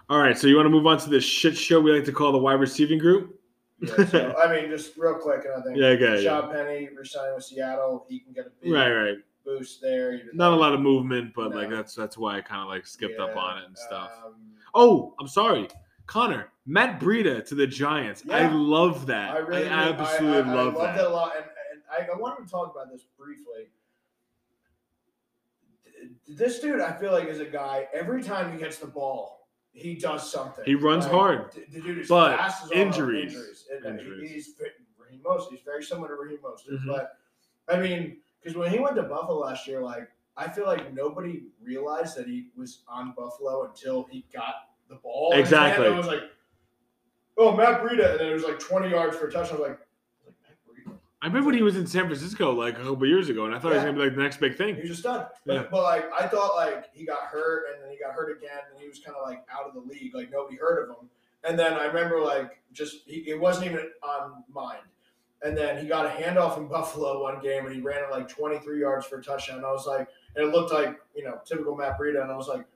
All right. So you want to move on to this shit show we like to call the wide receiving group? Yeah, so, I mean, just real quick, and I think Yeah, okay. Yeah. Sean Penny resigning with Seattle. He can get a big Right, right. boost there. even Not a though- lot of movement, but like No. that's that's why I kind of like skipped up Yeah, on it and stuff. um, Oh, I'm sorry, Connor. Matt Breida to the Giants. I Yeah. love that. I, I really, I- absolutely I, I love, that. a lot, and, and I, I wanted to talk about this briefly. This dude, I feel like, is a guy. Every time he gets the ball, he does something. He runs Like, hard. The, the dude is But fast as all hell. injuries. Injuries. And, uh, he- Injuries. he's fit- Raheem Mostert. He's very similar to Raheem Mostert, Mhm. but I mean, because when he went to Buffalo last year, like I feel like nobody realized that he was on Buffalo until he got the ball. in his hand, Exactly. and I was like, oh, Matt Breida, and then it was like 20 yards for a touchdown. I was like, I was like Matt I remember when he was in San Francisco like a couple years ago, and I thought he was Yeah. gonna be like the next big Breida. He thing. was just done. But, Yeah. but like I thought like he got hurt and then he got hurt again and he was kind of like out of the league. Like nobody heard of him. And then I remember like just he, it wasn't even on mind. And then he got a handoff in Buffalo one game and he ran it like 23 yards for a touchdown. And I was like, and it looked like you know typical Matt Breida. And I was like, I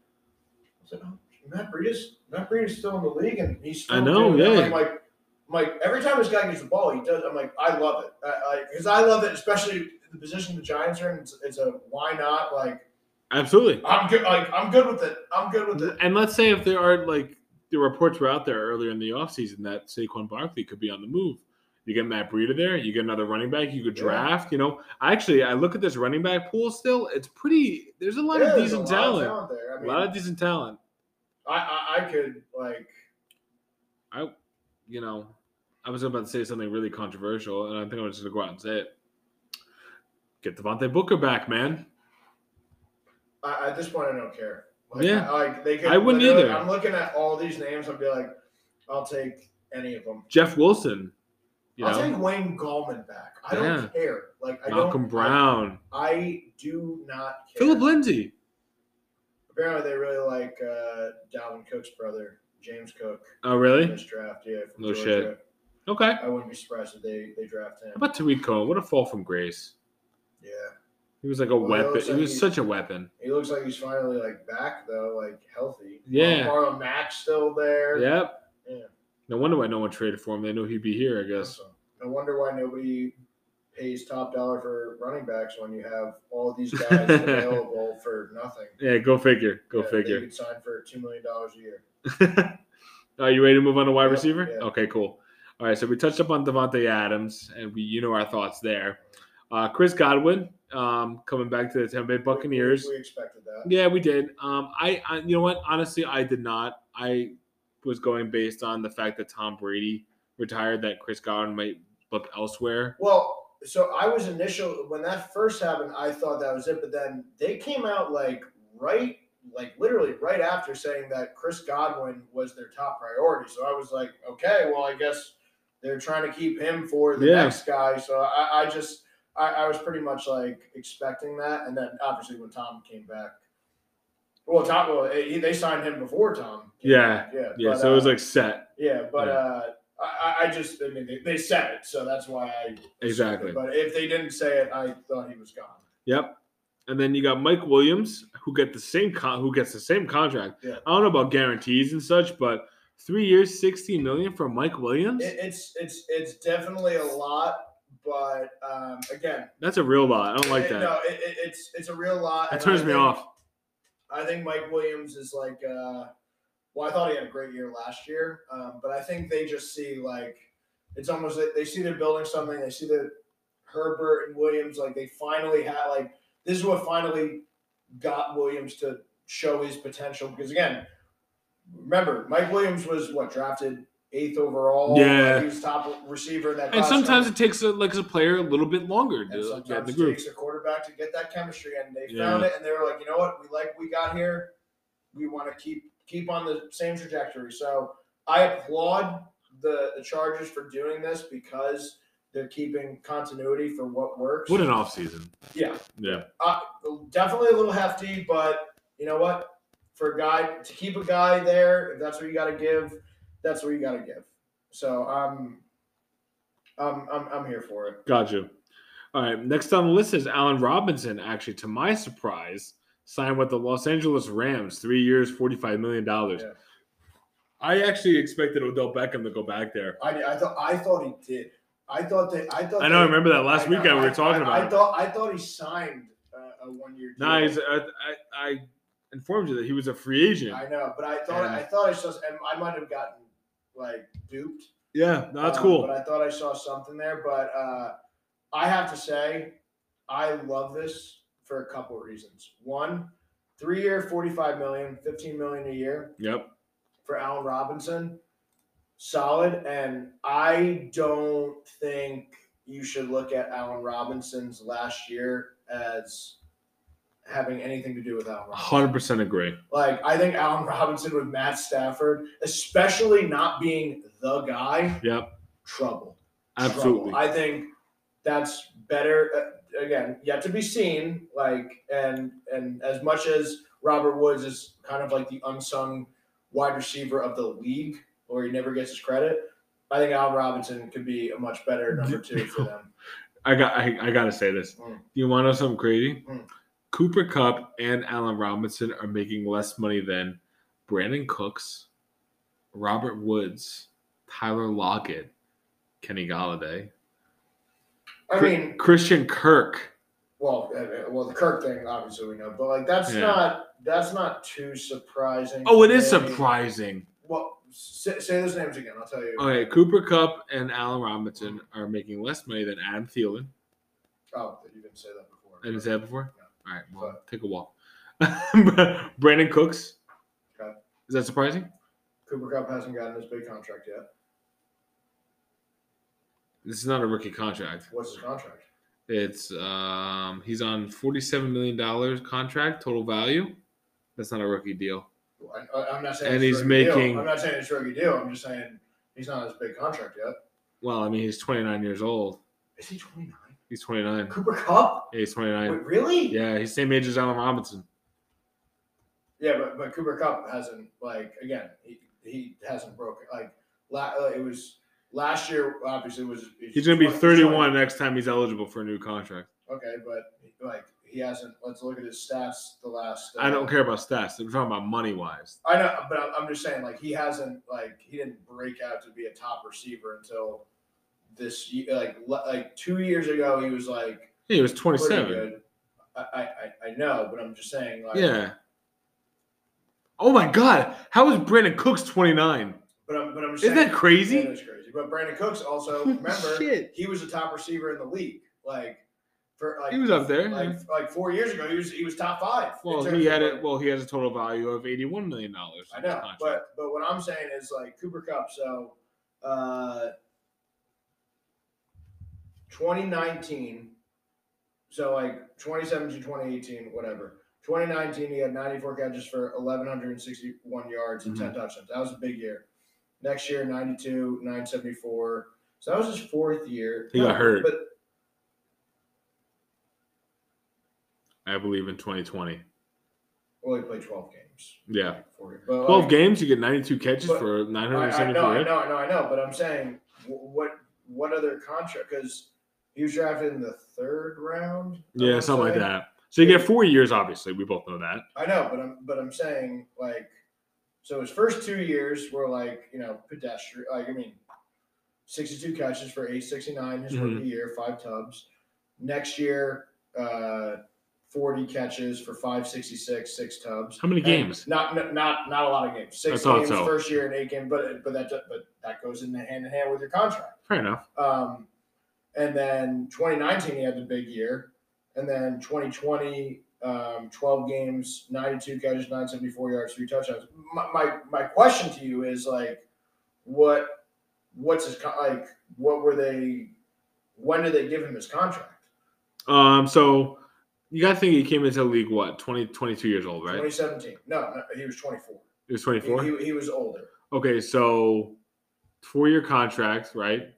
was like, oh, Matt Breida's Matt Breida's still in the league and he's still I know, doing it. yeah. I'm like, I'm like every time this guy gets the ball, he does. I'm like, I love it. I because I, love it, especially the position the Giants are in. It's, it's a why not like. Absolutely. I'm good. Like I'm good with it. I'm good with it. And let's say if there are like the reports were out there earlier in the offseason that Saquon Barkley could be on the move. You get Matt Breida there, you get another running back, you could Yeah. draft, you know. Actually, I look at this running back pool still, it's pretty there's a lot Yeah, of there's a lot of decent talent. there. I a lot mean, of decent talent. I, I, I could like. I you know, I was about to say something really controversial, and I think I'm just gonna go out and say it. Get Devontae Booker back, man. I, at this point, I don't care. Like, Yeah. I, like they could. I wouldn't literally- either. I'm looking at all these names. I'd be like, I'll take any of them. Jeff Wilson, you I'll know, take Wayne Gallman back. I Yeah. don't care. Like I Malcolm don't, Brown, I, do not care. Philip Lindsay. Apparently, they really like uh, Dalvin Cook's brother, James Cook, Oh in really? this draft. Yeah, from No Georgia. Okay. How I wouldn't be surprised if they they draft him. about Tariq Cohen? What a fall from grace. Yeah. He was like a Well, it weapon. looks He like was he- such a weapon. He looks like he's finally like back though, like healthy. Yeah. Marlon Mack's still there. Yep. Yeah. No wonder why no one traded for him. They knew he'd be here, I guess. So, I wonder why nobody pays top dollar for running backs when you have all these guys available for nothing. Yeah, go figure. Go That figure. They could sign for two million dollars a year. Are you ready to move on to wide Yep, receiver? yeah. Okay, cool. All right, so we touched up on Devontae Adams, and we you know our thoughts there. Uh, Chris Godwin um, coming back to the Tampa Bay We- Buccaneers. We, we expected that. Yeah, we did. Um, I, I, you know what? Honestly, I did not. I was going based on the fact that Tom Brady retired, that Chris Godwin might look elsewhere. Well, so I was initial when that first happened, I thought that was it, but then they came out like right like literally right after saying that Chris Godwin was their top priority. So I was like, okay, well I guess they're trying to keep him for the Yeah. next guy. So I, I just I, I was pretty much like expecting that. And then obviously when Tom came back. Well, Tom well, he, they signed him before Tom. came Yeah. back, Yeah. Yeah, but, so it was uh, like set. yeah, but Yeah. uh I, I- I just, I mean, they, they said it, so that's why I. Exactly. But if they didn't say it, I thought he was gone. Yep. And then you got Mike Williams, who get the same con- who gets the same contract. Yeah. I don't know about guarantees and such, but three years, sixteen million for Mike Williams. It, it's it's it's definitely a lot, but um, again, That's a real lot. I don't like it- that. No, it, it, it's it's a real lot. that and turns I me think- off. I think Mike Williams is like, uh, well, I thought he had a great year last year, um, but I think they just see like it's almost like they see they're building something. They see that Herbert and Williams like they finally had like this is what finally got Williams to show his potential because again, remember Mike Williams was what drafted eighth overall. Yeah. he was top receiver in that. And class. sometimes it takes a, like as a player a little bit longer Uh, And to get in sometimes the it group. takes a quarterback to get that chemistry, and they Yeah. found it, and they were like, you know what, we like we got here, we want to keep keep on the same trajectory. So I applaud the the Chargers for doing this because they're keeping continuity for what works. What an off season. yeah, Yeah. definitely a little hefty, but you know what, for a guy to keep a guy there, if that's what you got to give, that's what you got to give. So I'm. I'm, I'm, I'm here for it. Got you. All right. Next on the list is Allen Robinson, actually, to my surprise, signed with the Los Angeles Rams, three years, $45 million. Yeah. I actually expected Odell Beckham to go back there. I, I thought I thought he did. I thought that I thought I know. I they- remember that last I know, weekend we I- were talking I- about I it. thought I thought he signed uh, a one year. No, he's- I, I, I informed you that he was a free agent. I know, but I thought I thought I saw. and I might have gotten like duped. yeah, no, that's um, cool. But I thought I saw something there. But uh, I have to say, I love this for a couple of reasons. One, three year, forty five million, fifteen million a year. yep. for Allen Robinson, solid. And I don't think you should look at Allen Robinson's last year as having anything to do with Allen Robinson. 100% agree. Like, I think Allen Robinson with Matt Stafford, especially not being the guy, Yep. trouble. Absolutely. Trouble. I think that's better. uh, Again, yet to be seen. Like, and and as much as Robert Woods is kind of like the unsung wide receiver of the league, or he never gets his credit, I think Al Robinson could be a much better number two for them. I got I, I gotta say this. Mm. Do you want to know something crazy? Mm. Cooper Cup and Allen Robinson are making less money than Brandon Cooks, Robert Woods, Tyler Lockett, Kenny Galladay, I mean, Christian Kirk. well, uh, well, the Kirk thing obviously we know, but like that's Yeah. not that's not too surprising. Oh, it to is me. surprising. Well, say, say those names again. I'll tell you. Okay, Cooper Cup and Allen Robinson are making less money than Adam Thielen. Oh, you didn't say that before. I didn't say that before. All right, well, But- take a walk. Brandon Cooks. Okay. Is that surprising? Cooper Cup hasn't gotten his big contract yet. This is not a rookie contract. What's his contract? It's um he's on forty seven million dollars contract total value. That's not a rookie deal. I, I- I'm not saying And it's he's rookie deal. making- I'm not saying it's rookie deal. I'm just saying he's not on his big contract yet. Well, I mean he's twenty nine years old. Is he 29? He's twenty nine. Cooper Cup? Yeah, he's twenty nine. Wait, really? Yeah, he's same age as Allen Robinson. Yeah, but, but Cooper Cup hasn't like again. He, he hasn't broken like la, uh, it was last year. Obviously, was He's gonna be 20 thirty one next time he's eligible for a new contract. Okay, but like he hasn't. Let's look at his stats. The last. I don't care about stats. I'm talking about money wise. I know, but I'm, I'm just saying, like he hasn't, like he didn't break out to be a top receiver until this, ye- like le- like two years ago, he was like Yeah, he was twenty pretty seven. good. I, I I- I know, but I'm just saying, like, Yeah. Oh my god, how is Brandon Cooks twenty nine? But I'm but I'm just Isn't saying, that crazy? That is crazy. But Brandon Cooks also remember Shit. he was a top receiver in the league, like for like He was up there. like yeah. like four years ago, he was he was top five. in Well, terms he of, had like, it. Well, he has a total value of eighty-one million dollars. I know, but but what I'm saying is like Cooper Cup. So, uh, 2019. So like 2017, 2018, whatever. 2019, he had 94 catches for 1161 yards and Mm-hmm. 10 touchdowns. That was a big year. Next year, 92, 974. So that was his fourth year. He got hurt. But I believe in 2020. Well, he played 12 games. Yeah. For- but, like, 12 games, you get 92 catches But- for I, I know, I 974. know, I know, I know. But I'm saying, wh- what what other contract? Because he was drafted in the third round. I Yeah, wanna something like say. that. So you get four years, obviously. We both know that. I know, but I'm but I'm saying like, so his first two years were like you know pedestrian. Like I mean, sixty-two catches for eight sixty-nine his Mhm. rookie year, five tubs. Next year, uh, forty catches for five sixty-six, six tubs. How many games? Not not not not a lot of games. Six I thought games so. first year and eight games, but but that but that goes in hand in hand with your contract. Fair enough. Um, and then 2019, he had the big year. And then 2020, um, 12 games, 92 catches, 974 yards, three touchdowns. My, my, my question to you is like, what, what's his, con- like, what were they, when did they give him his contract? Um, so you got to think he came into the league, what, 20, 22 years old, right? 2017. No, no, he was 24. He was He, 24. he, he was older. Okay, so four year contract, right?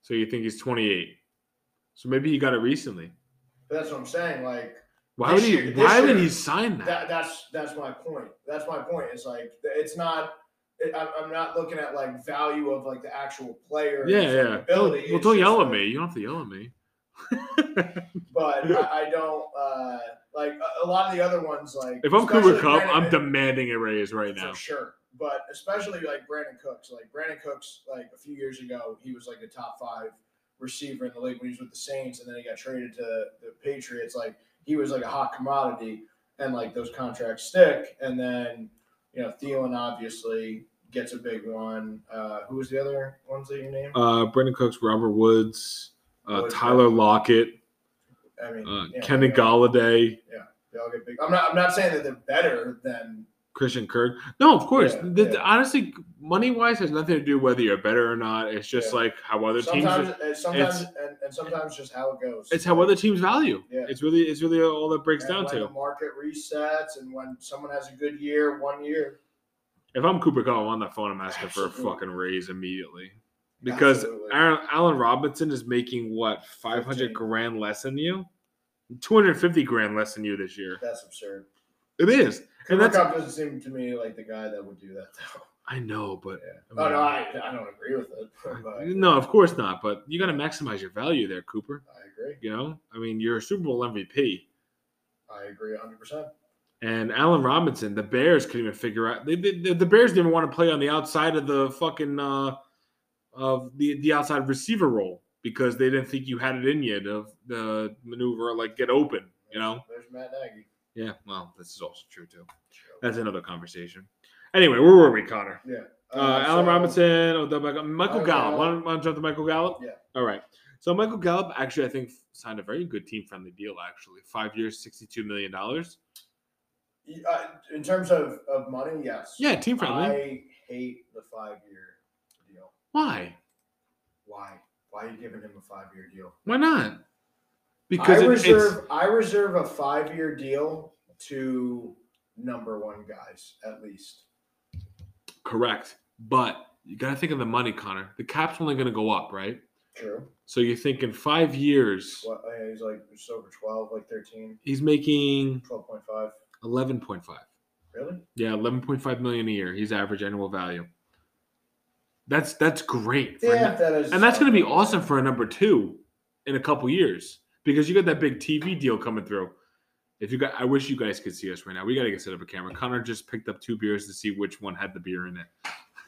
So you think he's 28. So maybe he got it recently. But that's what I'm saying. Like, Why This would he year- this why would year. he sign that? that, that's that's my point. That's my point. It's like it's not. It, I'm I'm not looking at like value of like the actual player. and yeah, his yeah. Ability. well, It's don't just yell at like- me. You don't have to yell at me. But I, I don't uh, like a, a lot of the other ones. Like If I'm Cooper especially Cup, Brandon- I'm demanding a raise right now. for sure. But especially like Brandon Cooks, like Brandon Cooks, like a few years ago, he was like a top five receiver in the league when he was with the Saints, and then he got traded to the Patriots. Like he was like a hot commodity, and like those contracts stick. And then you know Thielen obviously gets a big one. Uh, who was the other ones that you named? Uh, Brendan Cooks, Robert Woods, uh, Woods, Tyler Lockett, I mean, uh, yeah, Kenny Galladay, They all get big. I'm not. I'm not saying that they're better than. Christian Kirk. No, of course. Yeah, The- the- yeah. Honestly, money wise has nothing to do whether you're better or not. It's just Yeah. like how other teams. Sometimes, uh, sometimes, and, and sometimes just how it goes. It's how other teams value. Yeah. It's really it's really all that breaks And down when to. the market resets and when someone has a good year one year If I'm Cooper Cup, I'm on that phone. I'm asking for a Absolutely. fucking raise immediately because Absolutely. Aaron, Allen Robinson is making what 500 15. grand less than you, 250 grand less than you this year. that's absurd It is, and Cooper that's Cup doesn't seem to me like the guy that would do that though I know, but yeah. oh no I, I don't agree with it but no, of course not. But you got to maximize your value there, Cooper. I agree You know, I mean, you're a Super Bowl MVP. I agree 100% And Allen Robinson, the Bears couldn't even figure out. They, they, the Bears didn't want to play on the outside of the fucking uh, of the the outside receiver role because they didn't think you had it in you to the maneuver like get open. You know? there's Matt Nagy Yeah. Well, this is also true too. That's another conversation. Anyway, where were we, Connor? Uh, Allen so- Robinson, Odell Beckham, Michael Michael Gallup. Gallup. Want to, want to jump to Michael Gallup? Yeah. All right. So Michael Gallup actually, I think, signed a very good team-friendly deal. Actually, five years, sixty-two million dollars. Y- uh, in terms of, of money yes Yeah, team-friendly. I hate the five year deal Why? why why are you giving him a five year deal Why not? Because I it, reserve I reserve a five year deal to number one guys at least. it's correct, but you got to think of the money, Connor. The cap's only going to go up, right? True. So you think in five years Well, yeah, uh, he's like just over 12, like 13, he's making 12.5. eleven point five. Really? Yeah, eleven point five million a year. He's average annual value. That's that's great, for a Yeah, nu- that is. and that's going to be awesome for a number two in a couple years because you got that big TV deal coming through. If you got, I wish you guys could see us right now. We got to get set up a camera. Connor just picked up two beers to see which one had the beer in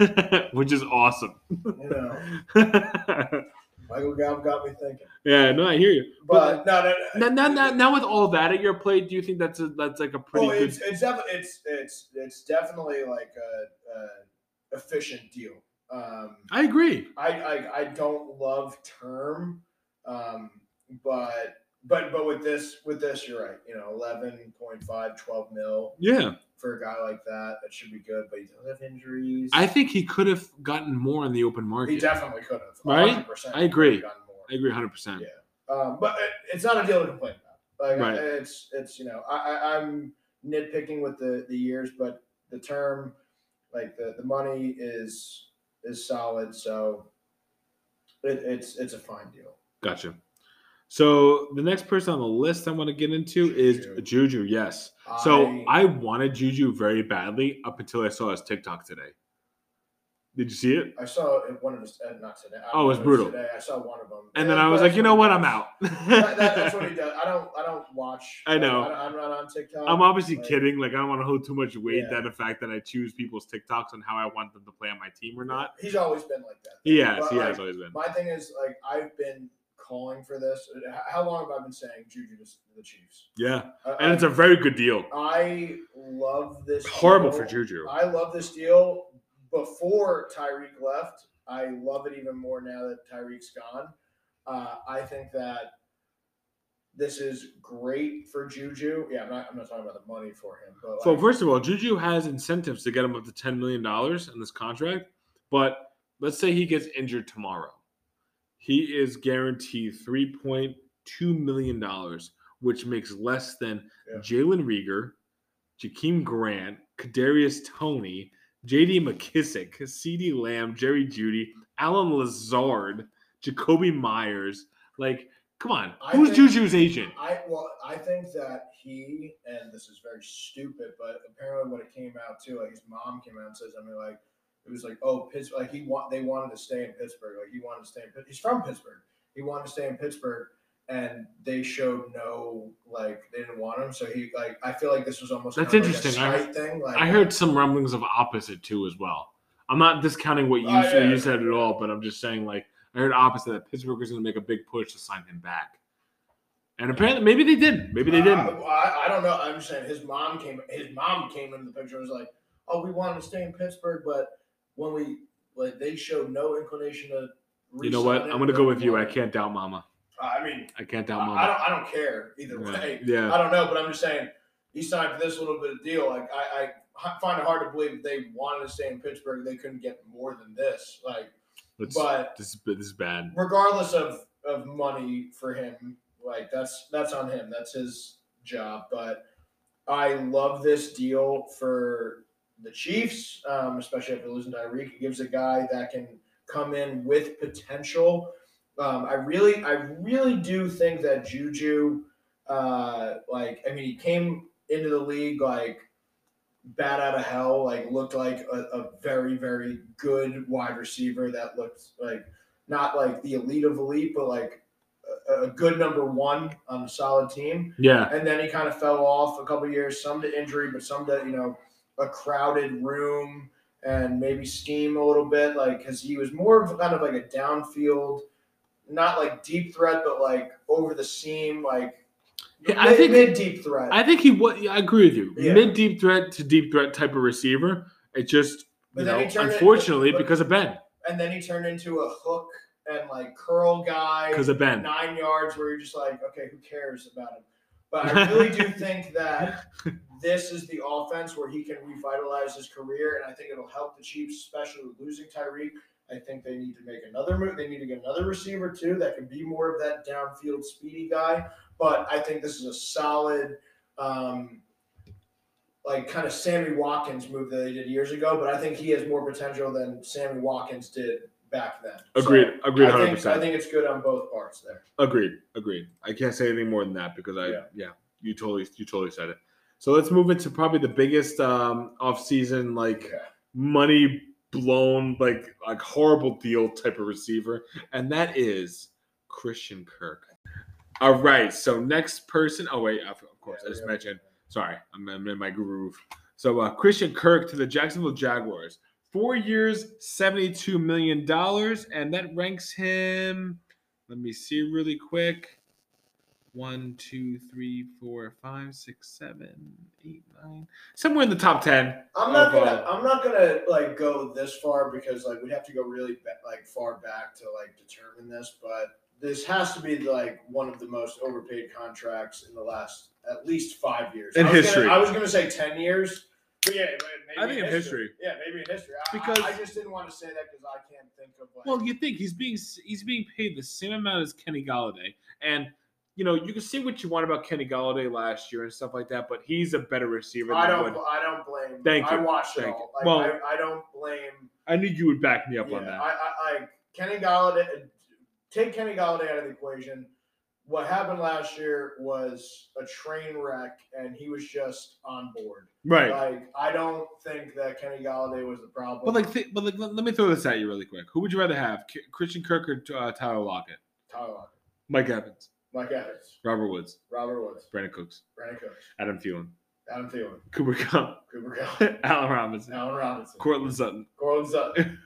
it, which is awesome. You know, yeah, Michael Gallup got me thinking. no, I hear you. But no, no, no. Now, now, now, now with all that at your plate, do you think that's a, that's like a pretty Well, good? it's it's, defi- it's it's it's definitely like a, a efficient deal. Um, I agree. I, I I don't love term, um, but but but with this with this you're right. You know, 11.5, 12 mil Yeah, for a guy like that that should be good. But he does have injuries. I think he could have gotten more on the open market. he definitely could have. Right? 100% I agree. gotten more. I agree, hundred percent. Yeah. Um, but it, it's not a deal to complain about. Like Right. it's it's you know I, I I'm nitpicking with the the years, but the term like the the money is is solid, so it, it's it's a fine deal. Gotcha. So the next person on the list I want to get into Juju. is Juju. Yes. So I wanted Juju very badly up until I saw his TikTok today. Did you see it? I saw it- one of his, uh, not today. I Oh, it was don't know if brutal. Today. I saw one of them. And then I was like, you know what? I'm out. That, that, that's what he does. I don't. I don't watch. I know. I, am not on TikTok. I'm obviously like, kidding. Like I don't want to hold too much weight Yeah. that the fact that I choose people's TikToks and how I want them to play on my team or not. He's always been like that. Yes, But, he like, has always been. My thing is like I've been calling for this. H- How long have I been saying Juju to s- the Chiefs? Yeah, I- and it's a very good deal. um, I love this. Horrible deal. for Juju. I love this deal. Before Tyreek left, I love it even more now that Tyreek's gone. Uh, I think that this is great for Juju. Yeah, I'm not. I'm not talking about the money for him, but So like, first of all, Juju has incentives to get him up to ten million dollars in this contract. But let's say he gets injured tomorrow, he is guaranteed three point two million dollars, which makes less than Yeah. Jalen Rieger, Jakeem Grant, Kadarius Tony, J.D. McKissick, C.D. Lamb, Jerry Judy, Alan Lazard, Jacoby Myers. Like, come on, I who's think- Juju's agent? I well, I think that he and this is very stupid, but apparently what it came out too, like his mom came out and says, I mean, like it was like, oh, Pittsburgh, like he want they wanted to stay in Pittsburgh, like he wanted to stay in. Pitt- He's from Pittsburgh. He wanted to stay in Pittsburgh, and they showed no, like they didn't want him. So he like I feel like this was almost That's kind of interesting. Like I- a spite thing. Like I heard some rumblings of opposite too as well. I'm not discounting what you Oh, said, yeah. you said at all, but I'm just saying like I heard opposite that Pittsburgh was going to make a big push to sign him back, and apparently maybe they did, maybe they I, didn't. I, I don't know. I'm just saying his mom came. His mom came into the picture. and was like, "Oh, we want him to stay in Pittsburgh, but when we like, they showed no inclination to." You know what? re-sign I'm him, going to go with you. I want him." can't doubt Mama. I mean, I can't I doubt I Mama. don't. I don't care either way. Uh, Yeah. I don't know, but I'm just saying he signed for this little bit of deal. Like I, I h- find it hard to believe if they wanted to stay in Pittsburgh, they couldn't get more than this. Like, Let's- but this is this is bad. regardless of of money for him, like that's that's on him. That's his job. But I love this deal for the Chiefs, um, especially after losing Tyreek. It gives a guy that can come in with potential. Um, I really, I really do think that Juju, uh, like, I mean, he came into the league like bat out of hell, like looked like a, a very, very good wide receiver that looked like not like the elite of elite, but like a, a good number one on a solid team. Yeah, And then he kind of fell off a couple of years, some to injury, but some to you know a crowded room and maybe scheme a little bit, like because he was more of kind of like a downfield, not like deep threat, but like over the seam, like Yeah, I mid, think- deep threat. I think he was. I agree with you. Yeah. Mid deep threat to deep threat type of receiver. It just But you then know, he turned it- unfortunately but- because of Ben, and then he turned into a hook and like curl guy. because of Ben. nine yards where you're just like, okay, who cares about him? But I really do think that this is the offense where he can revitalize his career, and I think it'll help the Chiefs, especially with losing Tyreek. I think they need to make another move. They need to get another receiver too that can be more of that downfield speedy guy. But I think this is a solid, um, like kind of Sammy Watkins move that they did years ago. But I think he has more potential than Sammy Watkins did back then. So Agreed. Agreed. I 100. think, percent I think it's good on both parts there. Agreed. Agreed. I can't say anything more than that because I yeah, Yeah. you totally you totally said it. So let's move into probably the biggest um offseason like Okay. money blown like like horrible deal type of receiver and that is Christian Kirk. All right, so next person. Oh wait, of of course I just mentioned. Sorry, I'm, I'm in my groove. So uh, Christian Kirk to the Jacksonville Jaguars, four years, seventy-two million dollars, and that ranks him. Let me see really quick. One, two, three, four, five, six, seven, eight, nine. Somewhere in the top ten. I'm not Okay. gonna. I'm not gonna like go this far because like we'd have to go really ba- like far back to like determine this. But this has to be like one of the most overpaid contracts in the last at least five years In I was history. Gonna, I was gonna say ten years. But yeah, but maybe I think in history. Yeah, maybe in history. I, Because- because I, just didn't want to say that because I can't think of like. Well, you think he's being he's being paid the same amount as Kenny Galladay, and you know you can say what you want about Kenny Galladay last year and stuff like that, but he's a better receiver. Than I don't. Wood. I don't blame. Thank I you. watched it Thank all. Like, you. Well- I, I don't blame. I knew you would back me up on Yeah, that. uh, I, I, I Kenny Galladay. Take Kenny Galladay out of the equation. what happened last year was a train wreck, and he was just on board. Right. Like I don't think that Kenny Galladay was the problem. But like, th- but like, let let me throw this at you really quick. Who would you rather have, K- Christian Kirk or uh, Tyler Lockett? Tyler Lockett, Mike Evans, Mike Evans, Robert Woods, Robert Woods, Brandon Cooks, Brandon Cooks, Adam Thielen, Adam Thielen, Cooper Cup, Cooper Cup, Allen Robinson, Allen Robinson, Cortland Sutton. Cortland Sutton.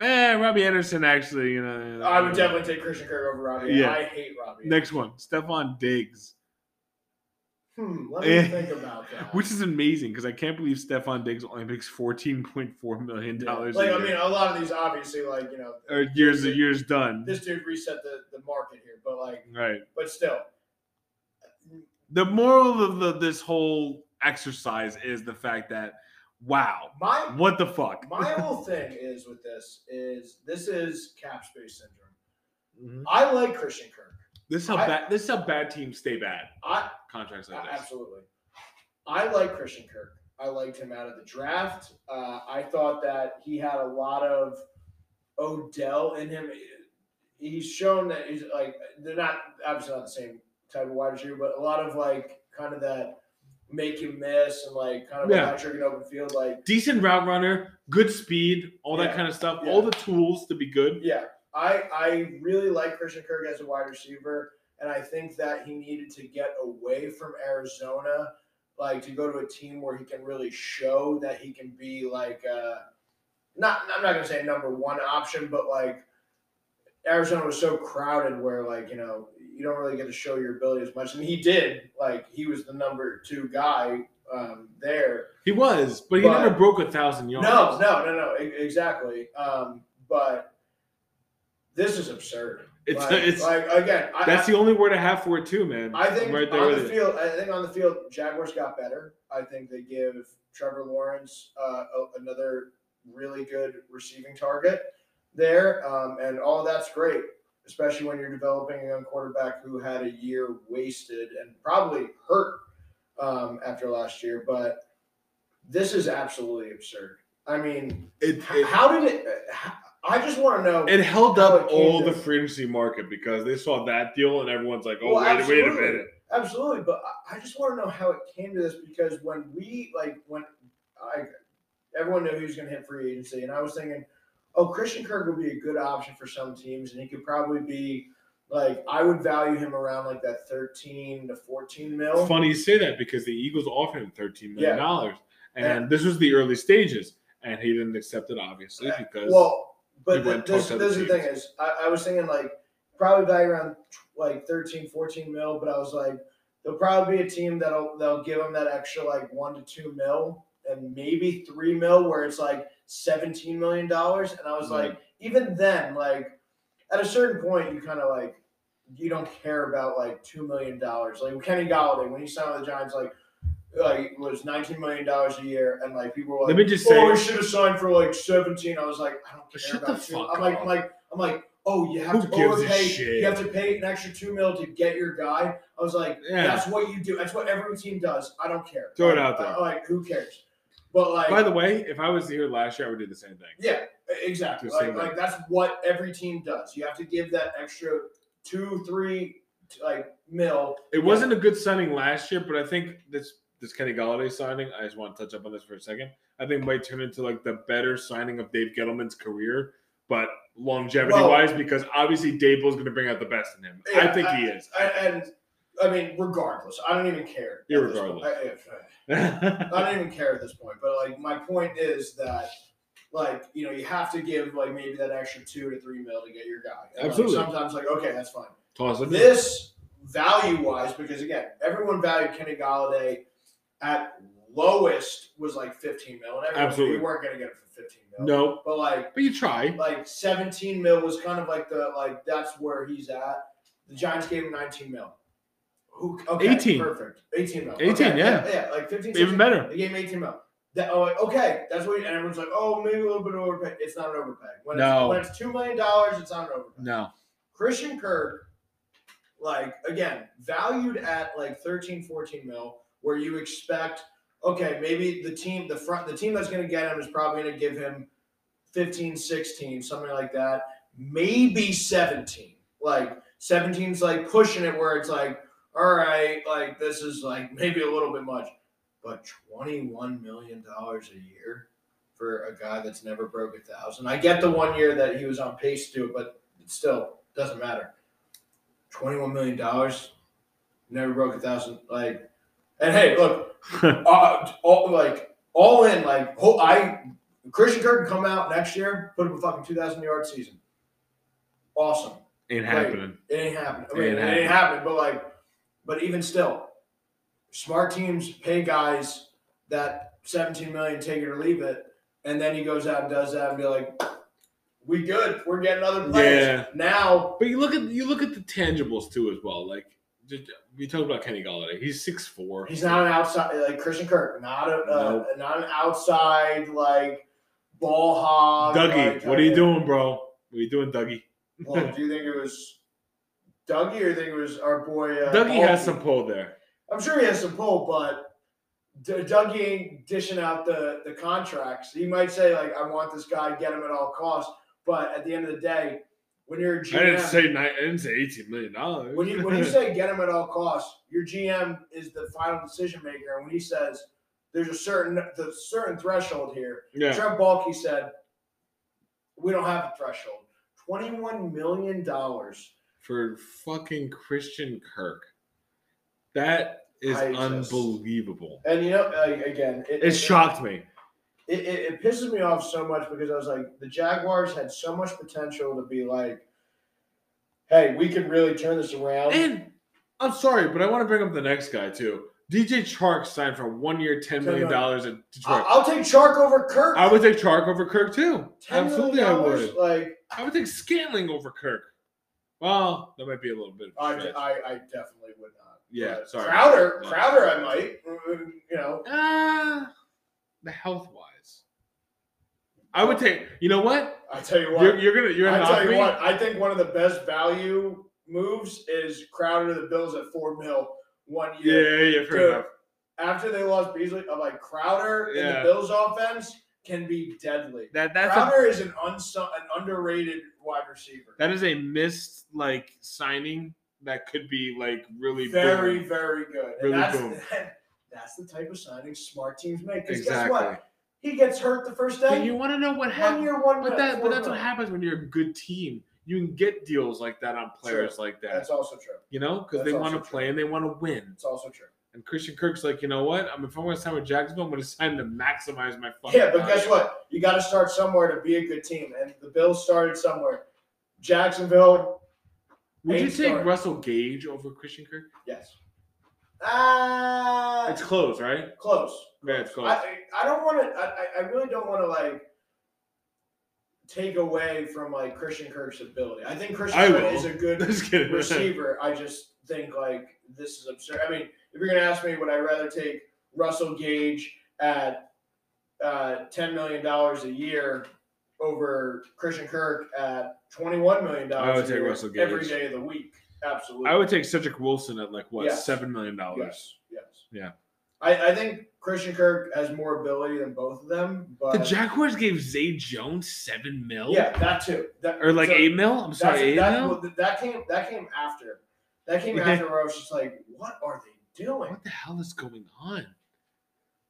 Eh, Robbie Anderson actually. You know, I would definitely take Christian Kirk over Robbie. Yeah. I hate Robbie. Next one, Stephon Diggs, Hmm, let me Eh. think about that. which is amazing because I can't believe Stephon Diggs only makes fourteen point four million Yeah. dollars. Like I mean, a lot of these obviously, like you know, or years, years done. this dude reset the, the market here, but like, right. but still, The moral of the, this whole exercise is the fact that, wow, my what the fuck. my whole thing is with this is this is cap space syndrome. I like Christian Kirk. This is how Mm-hmm. I- bad. This is how bad teams stay bad. I Contracts like a- this. absolutely. I like Christian Kirk. I liked him out of the draft. Uh, I thought that he had a lot of Odell in him. He's shown that he's like they're not obviously not the same type of wide receiver, but a lot of like kind of that make him miss and like kind of Yeah. electric in open field. Like Decent route runner, good speed, all that Yeah. kind of stuff. Yeah. All the tools to be good. yeah, I I really like Christian Kirk as a wide receiver, and I think that he needed to get away from Arizona, like to go to a team where he can really show that he can be like uh not I'm not gonna say number one option, but like Arizona was so crowded where like, you know, you don't really get to show your ability as much. And he did, like he was the number two guy um there. He was, but he But- never broke a thousand yards. No, no, no, no, e- exactly. Um, but this is absurd. It's- like, it's- like, again. I, That's I, the only word I have for it too, man. I think I'm right there on with the it. field. I think on the field, Jaguars got better. I think they give Trevor Lawrence uh, a- another really good receiving target there, um, and all that's great. Especially when you're developing a young quarterback who had a year wasted and probably hurt um, after last year, but this is absolutely absurd. I mean, It, H- it, How did it? h- I just want to know. it held How up it came all to- the free agency market because they saw that deal and everyone's like, oh, Well, wait, wait a absolutely. minute. Absolutely, but I- I just want to know how it came to this because when we like when I everyone knew he was going to hit free agency, and I was thinking, oh, Christian Kirk would be a good option for some teams, and he could probably be like I would value him around like that thirteen to fourteen mil. It's funny you say that because the Eagles offered him $13 million. And Yeah. this was the early stages. And he didn't accept it, obviously, Yeah. because Well, but People the, have this, talked about this is the the thing is, I, I was thinking like probably value around tw- like 13, 14 mil, but I was like, there'll probably be a team that'll they'll give them that extra like one to two mil and maybe three mil where it's like seventeen million dollars, and I was Mhm. like, even then, like at a certain point, you kind of like. You don't care about like two million dollars. Like Kenny Galladay, when he signed with the Giants, like like was nineteen million dollars a year, and like people were like, let me just say, Oh, we should have signed for like seventeen. I was like, I don't care Shut the about you. fuck I'm like, up. I'm like, I'm like, oh, you have Who to gives a overpay. shit? You have to pay an extra two mil to get your guy. I was like, Yeah. that's what you do. That's what every team does. I don't care. Throw it Like, out there. I- like, who cares? But like, by the way, if I was here last year, I would do the same thing. yeah, e, exactly. Do the same Like, thing. like that's what every team does. You have to give that extra two, three, t- like mil. It wasn't a good signing last year, but I think this this Kenny Galladay signing. I just want to touch up on this for a second. I think might turn into like the better signing of Dave Gettleman's career, but longevity wise, because obviously Dave is going to bring out the best in him. I Yeah, think he is. I, and I mean, regardless, I don't even care. at this point. Irregardless. I- if- I don't even care at this point, but like my point is that like you know you have to give like maybe that extra two to three mil to get your guy. And, like, Absolutely. sometimes like okay, that's fine. Toss it. in. This value wise, because again, everyone valued Kenny Galladay at lowest was like fifteen mil, and everyone knew Absolutely. you weren't going to get it for fifteen mil. No, But like but you try. like seventeen mil was kind of like the like that's where he's at. The Giants gave him nineteen mil. Who? Okay, 18. Perfect. Eighteen mil. 18, Okay, yeah. yeah. like fifteen. 16, Even better. they gave him 18 mil. That, oh, like, okay, that's what. And everyone's like, oh, maybe a little bit of overpay. It's not an overpay. When it's, No. when it's two million dollars, it's not an overpay. No, Christian Kirk, like again, valued at like 13, 14 mil, where you expect, okay, maybe the team, the front, the team that's going to get him is probably going to give him 15, 16, something like that, maybe 17. Like 17's like pushing it where it's like, all right, like this is like maybe a little bit much, but $21 million a year for a guy that's never broke a thousand. I get the one year that he was on pace to, but it still doesn't matter. $21 million, never broke a thousand. Like, and hey, look, uh, all, like all in, like whole, I Christian Kirk can come out next year, put up a fucking 2,000 yard season. Awesome. Ain't Like, happening. It ain't happening. I mean, Ain't it ain't happening, but like, but even still, smart teams pay guys that 17 million, take it or leave it. And then he goes out and does that and be like, we good. We're getting other players. Yeah. Now, But you look at you look at the tangibles too as well. Like just, we talked about Kenny Galladay. He's six four. he's not an outside, like Christian Kirk, not a, Nope. uh, not an outside, like, ball hog. Dougie, like, what are you uh, doing, bro? What are you doing, Dougie? Well, do you think it was Dougie or think it was our boy? Uh, Dougie has Balky? some pull there. I'm sure he has some pull, but D- Dougie ain't dishing out the the contracts. He might say like, "I want this guy, get him at all costs." But at the end of the day, when you're a GM, I didn't say ni- I didn't say eighteen million dollars. when you when you say get him at all costs, your GM is the final decision maker, and when he says there's a certain the certain threshold here, yeah, Trent Baalke said, "We don't have a threshold." Twenty-one million dollars. for fucking Christian Kirk, that is I just- unbelievable. And you know, like, again, it, It it- shocked me. It, it, it pisses me off so much because I was like, the Jaguars had so much potential to be like, hey, we could really turn this around. And I'm sorry, but I want to bring up the next guy too. DJ Chark signed for one year, ten million dollars at I, Detroit. I'll take Chark over Kirk. I would take Chark over Kirk too. $10 million Absolutely, I would. Like, I would take Scantling over Kirk. Well, that might be a little bit. I, Of a stretch. I, I definitely would not. Yeah, But sorry. Crowder, Yeah. Crowder, I might. You know, Uh, the health wise, I would take. You know what? I tell you what. You're, you're gonna. You're I gonna. tell knock you me. what. I think one of the best value moves is Crowder to the Bills at four mil one year. Yeah, yeah, fair Dude, enough. after they lost Beasley, I'm like Crowder in Yeah. the Bills offense can be deadly. That that's a, Crowder is an unsung, an underrated wide receiver. that is a missed like signing that could be like really big. very, very good. And Really that's, boom. that's the type of signing smart teams make. Because guess exactly. what? He gets hurt the first And day. you want to know what one happened? year, one But mil, that four but that's what mil. happens when you're a good team. You can get deals like that on players like that. That's also true. you know, because that's they also want to true. play and they want to win. It's also true. And Christian Kirk's like, you know what? I'm if I'm going to sign with Jacksonville, I'm going to sign to maximize my fucking. Yeah, but value. guess what? You got to start somewhere to be a good team, and the Bills started somewhere. Jacksonville, Would you Ain't take starting. Russell Gage over Christian Kirk? yes. Ah, It's close, right? close. Yeah, it's close. I, I don't want to. I, I- I really don't want to like take away from like Christian Kirk's ability. I think Christian I Kirk will. is a good Just kidding. receiver. I just think like this is absurd. I mean, if you're gonna ask me, would I rather take Russell Gage at uh, ten million dollars a year over Christian Kirk at twenty-one million dollars? I would take Russell Gage. every day of the week. Absolutely. I would take Cedric Wilson at like what Yes. seven million dollars. Yes. Yes. Yeah. I, I think Christian Kirk has more ability than both of them, but The Jaguars gave Zay Jones seven mil, yeah, that too. That, or like so eight mil. I'm that's- sorry, eight that, mil. well, th- that came that came after. That came after where I was just like, what are they doing? What the hell is going on?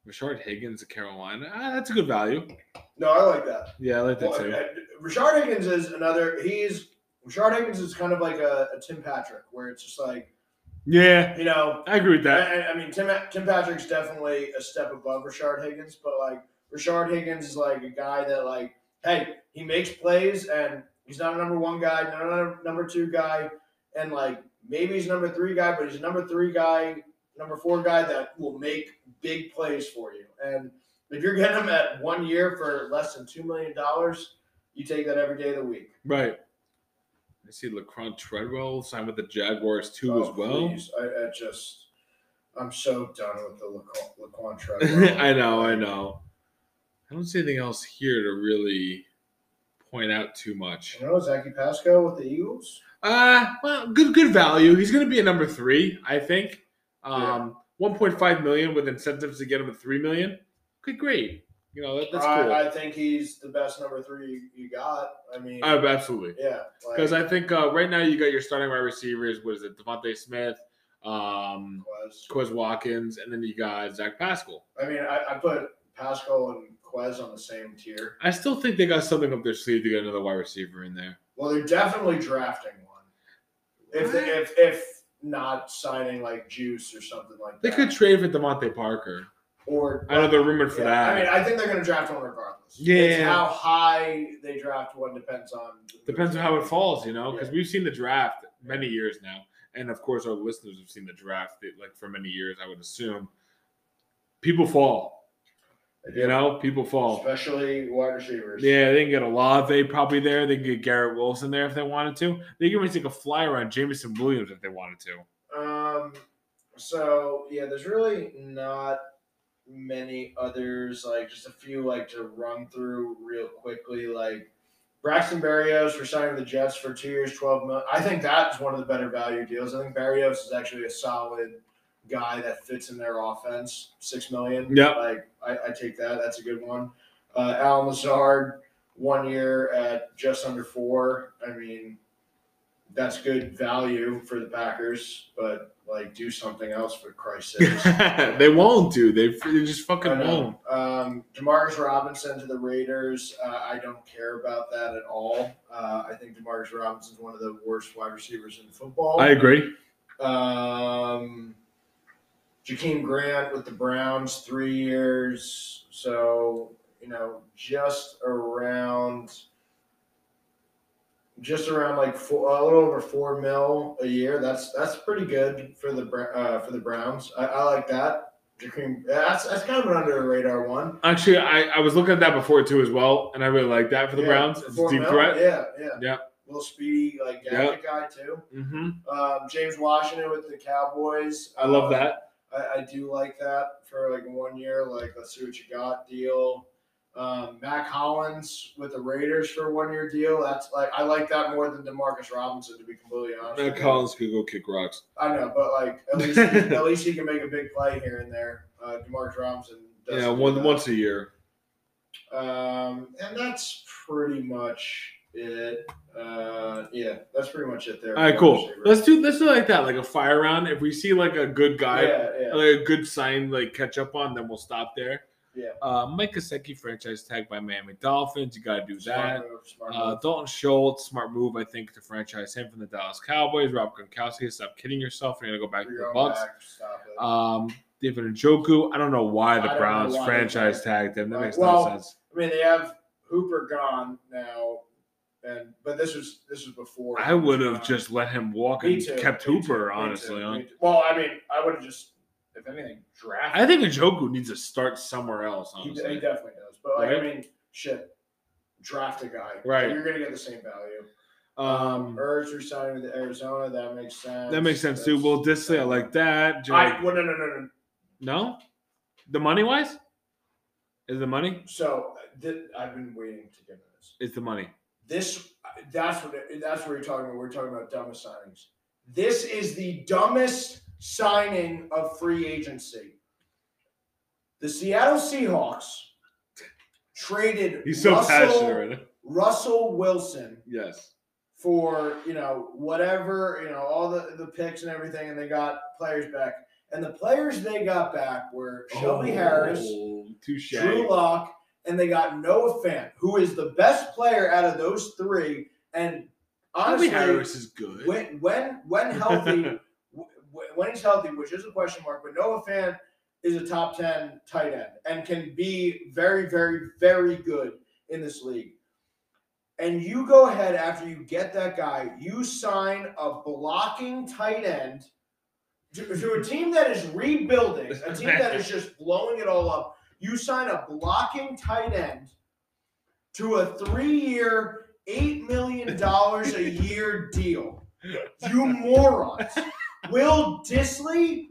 Rashard Higgins of Carolina. Ah, that's a good value. No, I like that. Yeah, I like that Well, too. uh, Rashard Higgins is another. He's Rashard Higgins is kind of like a, a Tim Patrick, where it's just like Yeah, you know. I agree with I, that. I- I mean, Tim Tim Patrick's definitely a step above Rashard Higgins, but like Rashard Higgins is like a guy that like, hey, he makes plays and he's not a number one guy, not a number two guy, and like maybe he's number three guy, but he's a number three guy, number four guy that will make big plays for you. And if you're getting him at one year for less than two million dollars, you take that every day of the week. Right. I see LaCron Treadwell signed with the Jaguars too Oh, as well. please. I, I just, I'm so done with the Laquan, Laquan Treadwell. I know, I know. I don't see anything else here to really point out too much. You know, Zachy Pasco with the Eagles. Uh well, good good value. He's gonna be a number three, I think. Um 1.5 million with incentives to get him at 3 million. Good grade. You know, that, that's I, cool. I think he's the best number three you got. I mean, Oh, absolutely. yeah, like, Because I think uh, right now you got your starting wide receivers. Was it Devontae Smith, um, Quez. Quiz Watkins, and then you got Zach Pascal. I mean, I, I put Pascal and Quez on the same tier. I still think they got something up their sleeve to get another wide receiver in there. Well, they're definitely drafting one. If they, if if not signing like Juice or something like They that, could trade for Devontae Parker. or I know they're rumored for Yeah, that. I mean, I think they're going to draft one regardless. Yeah. It's how high they draft one depends on. Depends on how it falls, you know, because Yeah. we've seen the draft many years now, and of course our listeners have seen the draft that, like for many years. I would assume people fall, you know, people fall. Especially wide receivers. Yeah, they can get Olave probably there. They can get Garrett Wilson there if they wanted to. They can even take a flyer on Jamison Williams if they wanted to. Um. So yeah, there's really not many others. Like just a few like to run through real quickly. Like Braxton Berrios for signing with the Jets for two years, twelve million. I think that's one of the better value deals. I think Berrios is actually a solid guy that fits in their offense. Six million. Yep. Like I, I take that. That's a good one. Uh, Alan Lazard, one year at just under four. I mean, that's good value for the Packers, but like do something else for Christ's sake. they won't do. They, they just fucking I won't. know. Um, Demarcus Robinson to the Raiders. Uh, I don't care about that at all. Uh, I think Demarcus Robinson's one of the worst wide receivers in football. I agree. Um, Jakeem Grant with the Browns, three years. So, you know, just around, just around like four, a little over four mil a year. That's that's pretty good for the Br- uh, for the Browns. I, I like that. Jakeem, that's that's kind of an under the radar one. Actually, I, I was looking at that before too as well, and I really like that for the Yeah, Browns. It's a four deep mil? threat. Yeah, yeah, Yeah. Little speedy like gadget guy too. hmm Um, James Washington with the Cowboys. I love Um, that. I, I do like that for like one year, like let's see what you got deal. Um, Mac Hollins with the Raiders for a one year deal. That's like I like that more than Demarcus Robinson to be completely honest. Matt with you. Collins could go kick rocks. I know, but like at least he, at least he can make a big play here and there. Uh, Demarcus Robinson. doesn't yeah, do one that. once a year. Um, and that's pretty much it. Uh, yeah, that's pretty much it there. All right, cool. Let's do let's do like that, like a fire round. If we see like a good guy, Yeah, yeah. like a good sign, like catch up on, then we'll stop there. Yeah. Uh, Mike Gesicki franchise tag by Miami Dolphins. You got to do that. Smart move, smart Uh, move. Dalton Schultz, smart move, I think, to franchise him from the Dallas Cowboys. Rob Gronkowski, stop kidding yourself. You're gonna go back to You're the going Bucks. back. Stop it. Um, David Njoku. I don't know why I the don't know Browns why they franchise did tagged him. That Right. makes Well, no sense. I mean, they have Hooper gone now, and but this was this was before. Uh, I would have just let him walk Me and too, kept me too, Hooper, me too, honestly. me huh? too. Well, I mean, I would have just, if anything, I drafted. think Njoku needs to start somewhere else, he, he honestly. definitely does, but like, Right? I mean, shit, draft a guy. Right. you're gonna get the same value. um, Ertz resigning with Arizona. That makes sense. that makes sense too. That's- Will Disley, I like that. Jared- I well, no no no no. No, the money wise is the money. So th- I've been waiting to get to this. It's the money. This that's what it, that's what you're talking about. We're talking about dumbest signings. This is the dumbest signing of free agency. The Seattle Seahawks traded He's so passionate right now. Russell Wilson Yes. for you know whatever you know all the the picks and everything, and they got players back. And the players they got back were Oh. Shelby Harris, Touche. Drew Lock, and they got Noah Fant, who is the best player out of those three. And honestly, Shelby Harris is good. when when when healthy, w- w- when he's healthy, which is a question mark, but Noah Fant is a top ten tight end and can be very, very, very good in this league. And you go ahead after you get that guy, you sign a blocking tight end to, to a team that is rebuilding, a team that is just blowing it all up. You sign a blocking tight end to a three-year, eight million dollars a year deal. You morons! Will Disley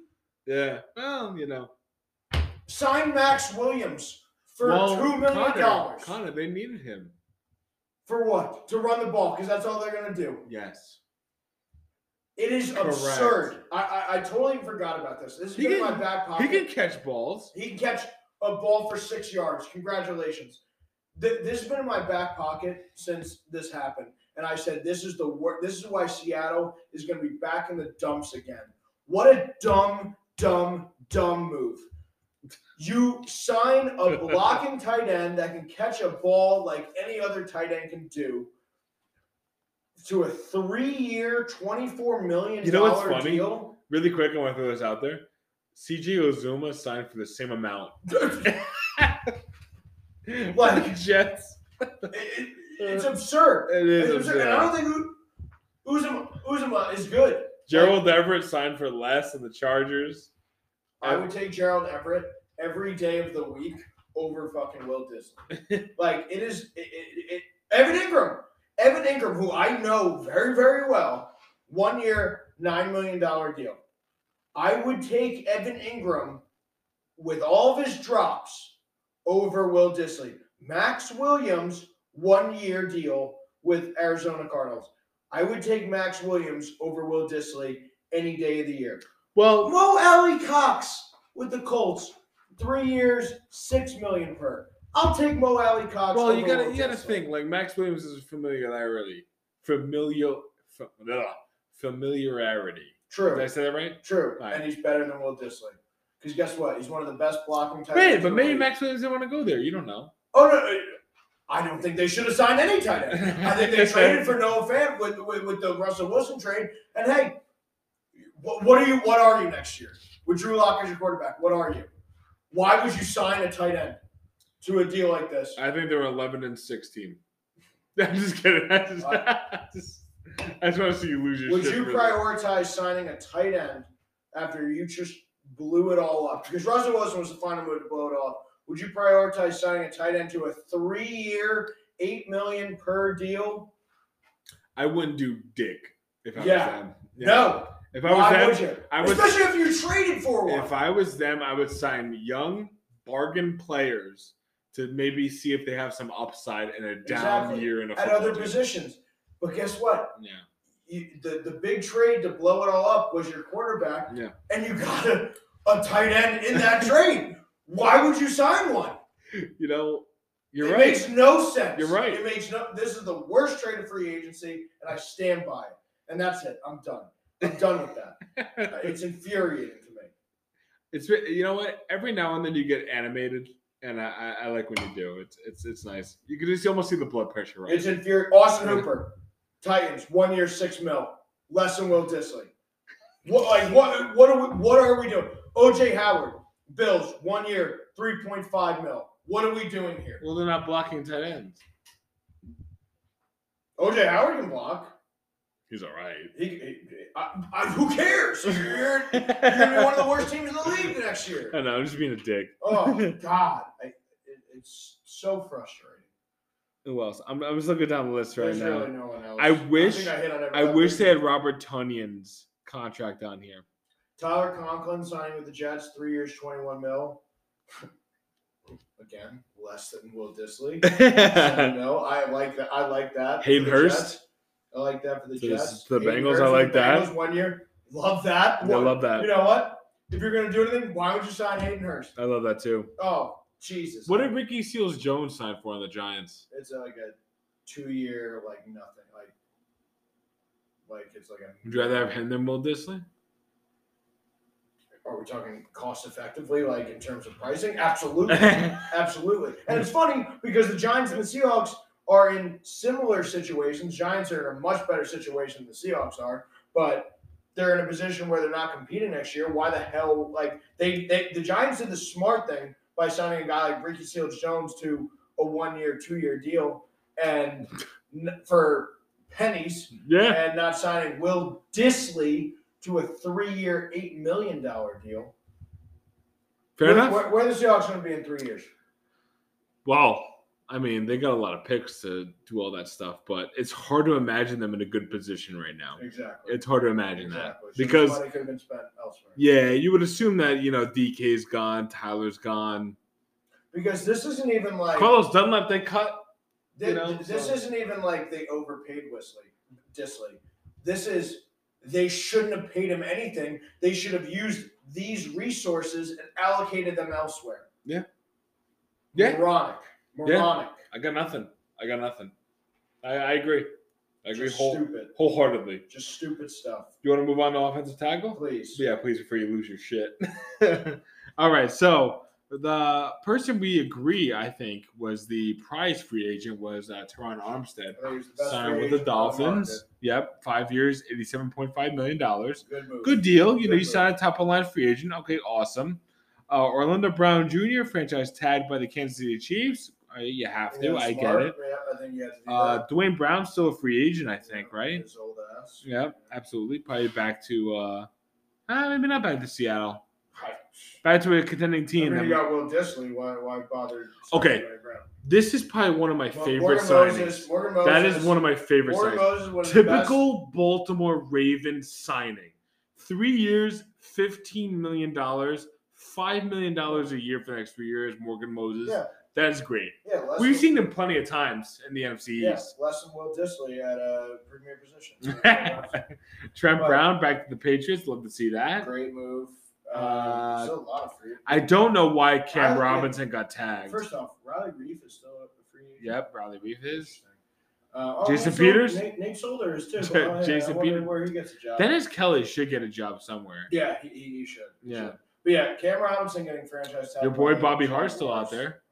yeah. Well, you know. sign Max Williams for Well, two million Connor- dollars Connor, they needed him. for what? To run the ball because that's all they're gonna do. Yes. It is Correct. absurd. I, I I totally forgot about this. This has He been in can- my back He pocket. can catch balls. He can catch a ball for six yards. Congratulations. Th- this has been in my back pocket since this happened, and I said this is the wor- This is why Seattle is going to be back in the dumps again. What a dumb, dumb, dumb move. You sign a blocking tight end that can catch a ball like any other tight end can do to a three-year, twenty-four million You know what's dollar funny? deal. Really quick, I want to throw this out there. CG Ozuma signed for the same amount. Like- Jets. It- it- it's absurd. It It's is absurd. And I absurd. don't think U- Uzuma, Uzuma is good. Gerald Everett signed for less than the Chargers. I would take Gerald Everett every day of the week over fucking Will Disley. like it is it, it, it, Evan Ingram, Evan Ingram, who I know very very well, one year nine million dollar deal. I would take Evan Ingram with all of his drops over Will Disley. Max Williams one year deal with Arizona Cardinals. I would take Max Williams over Will Disley any day of the year. Well, Mo Alley Cox with the Colts, three years, six million per. I'll take Mo Alley Cox. well, you over gotta Will you gotta Disley. think like Max Williams is a familiarity, familial, fa- blah, familiarity. Did True, I say that right? true, All right. and he's better than Will Disley. Because guess what? He's one of the best blocking tight Wait, ends but in maybe the league. Max Williams didn't want to go there. You don't know. Oh no, I don't think they should have signed any tight end. I think they traded for Noah Fant with, with with the Russell Wilson trade. And hey, what, what are you? What are you next year with Drew Lock as your quarterback? What are you? Why would you sign a tight end to a deal like this? I think they were eleven and sixteen. I'm just kidding. I just, I just, I just want to see you lose your Would shit. you for that. prioritize signing a tight end after you just blew it all up? Because Russell Wilson was the final move to blow it all up. Would you prioritize signing a tight end to a three-year, eight million per deal? I wouldn't do dick if I Yeah. was them. Yeah. No. If I was Why them, would you? I would- Especially if you traded for one. If I was them, I would sign young bargain players to maybe see if they have some upside in a down Exactly. year in a at football other team. positions. But guess what? Yeah, You, the the big trade to blow it all up was your quarterback, Yeah. and you got a, a tight end in that trade. Why would you sign one? you know, you're it right. makes no sense. You're right. It makes no. This is the worst trade of free agency, and I stand by it. And that's it. I'm done. I'm done with that. Uh, It's infuriating to me. It's you know what? Every now and then you get animated, and I, I, I like when you do. It's it's it's nice. You can just almost see the blood pressure right. It's infuriating. Austin Hooper, Titans, one year, six mil, less than Will Disley. What like what what are we what are we doing? OJ Howard, Bills, one year, three point five mil. What are we doing here? well, they're not blocking tight ends. OJ Howard can block. He's all right. He, he- I, I, who cares? You're, you're gonna be one of the worst teams in the league next year. I know. I'm just being a dick. Oh God, I, it, it's so frustrating. Who else? I'm, I'm just looking down the list right There's now. really no one else. I wish- I, think I, hit on I everybody. wish they had Robert Tunyon's contract on here. Tyler Conklin signing with the Jets, three years, twenty-one mil. Again, less than Will Disley. no, I like that. I like that. for Hayden the Hurst? Jets. I like that for the For the- Jets. the Hayden Bengals, Hurst I for like the that. Bengals one year, love that. I What- love that. You know what? If you're gonna do anything, why would you sign Hayden Hurst? I love that too. Oh Jesus! What did Ricky Seals Jones sign for on the Giants? it's like a two-year, like nothing, like like it's like a. Would you rather have him than Will Disley? Are we talking cost effectively, like in terms of pricing? Absolutely. yeah, Absolutely. And it's funny because the Giants and the Seahawks are in similar situations. Giants are in a much better situation than the Seahawks are, but they're in a position where they're not competing next year. Why the hell like they, they the Giants did the smart thing by signing a guy like Ricky Seals Jones to a one year, two year deal and n- for pennies and not signing Will Disley to a three year, eight million dollar deal. fair where, enough. Where, where are the Seahawks going to be in three years? Well, I mean, they got a lot of picks to do all that stuff, but it's hard to imagine them in a good position right now. Exactly. It's hard to imagine Exactly. that So because money could have been spent elsewhere. yeah, you would assume that you know DK's gone, Tyler's gone, Because this isn't even like Carlos Dunlap they cut. thi- you know, this so- isn't even like they overpaid Wesley Disley. This is they shouldn't have paid him anything. They should have used these resources and allocated them elsewhere. Yeah. Yeah, Moronic. Moronic. I got nothing. I got nothing. I, I agree. I agree Just whole, stupid. wholeheartedly. Just stupid stuff. You want to move on to offensive tackle? Please. Yeah, please before you lose your shit. All right, so the person we agree, I think, was the prize free agent was uh, Teron Armstead, I think he was the best signed free with the agent on Dolphins. Yep, five years, eighty-seven point five million dollars. market. Good move. Good deal. You know, Good you move. signed a top of line free agent. Okay, awesome. Uh, Orlando Brown Jr. franchise tagged by the Kansas City Chiefs. Uh, you have to. Yeah, I get smart. it. Yeah, I think you had to do Uh, that. Dwayne Brown's still a free agent, I think, Yeah, right? His old ass. Yep, absolutely. Probably back to uh, uh maybe not back to Seattle. I Back to a contending team. mean, that- you got Will Disley. Why, why bother? Okay, this is probably one of my Well, favorite Warner signings. Moses, Warner Moses, that is one of my favorite Warner signings. Moses was the best- Typical Baltimore Ravens signing. Three years, fifteen million dollars, five million dollars a year for the next three years. Morgan Moses. Yeah. That is great. Yeah, less We've than- seen him plenty of times in the NFC yeah, East. less than Will Disley at a premier position. So, Trent But- Brown back to the Patriots. Love to see that. great move. Um, Uh, still a lot of free. I don't know why Riley Cam Reif. Robinson got tagged. First off, Riley Reef is still a free. agent. yep, Riley Reef is. Interesting. Uh, oh, Jason Nate Sol- Peters? Nate, Nate Solder is too. Ja- but, oh, yeah, Jason I wonder Peters. where he gets a job. Dennis Kelly should get a job somewhere. yeah, he, he, he should. He Yeah. should. But yeah, Cam Robinson getting franchise tag. Your boy by Bobby the Hart's still out Jaguars. there.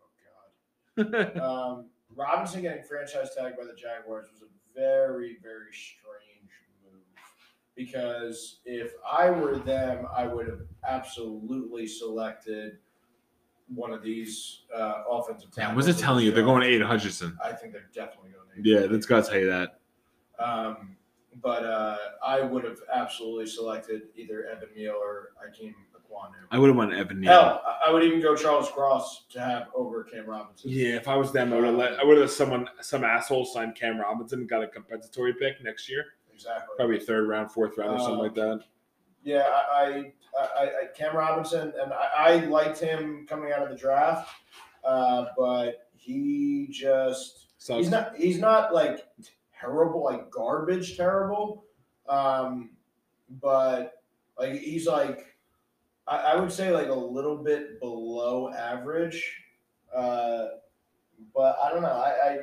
Oh, God. um, Robinson getting franchise tag by the Jaguars was a very, very strange move because if I were them, I would have absolutely selected one of these uh, offensive. Damn, tackles what's it for telling the you? They're job. going Aiden Hutchinson. I think they're definitely going. to Yeah, that's got to tell you that. Um, but uh, I would have absolutely selected either Evan Neal or Akeem Aquanu. I would have won Evan Neal. Hell, I- I would even go Charles Cross to have over Cam Robinson. Yeah, if I was them, I would have let I would have someone some asshole signed Cam Robinson and got a compensatory pick next year, exactly. probably a third round, fourth round, or something Uh, like that. Yeah, I, I, I, I Cam Robinson, and I, I liked him coming out of the draft, uh, but he just So he's not he's not like terrible, like garbage terrible, um, but like he's like I, I would say like a little bit below average, uh, but I don't know. I, I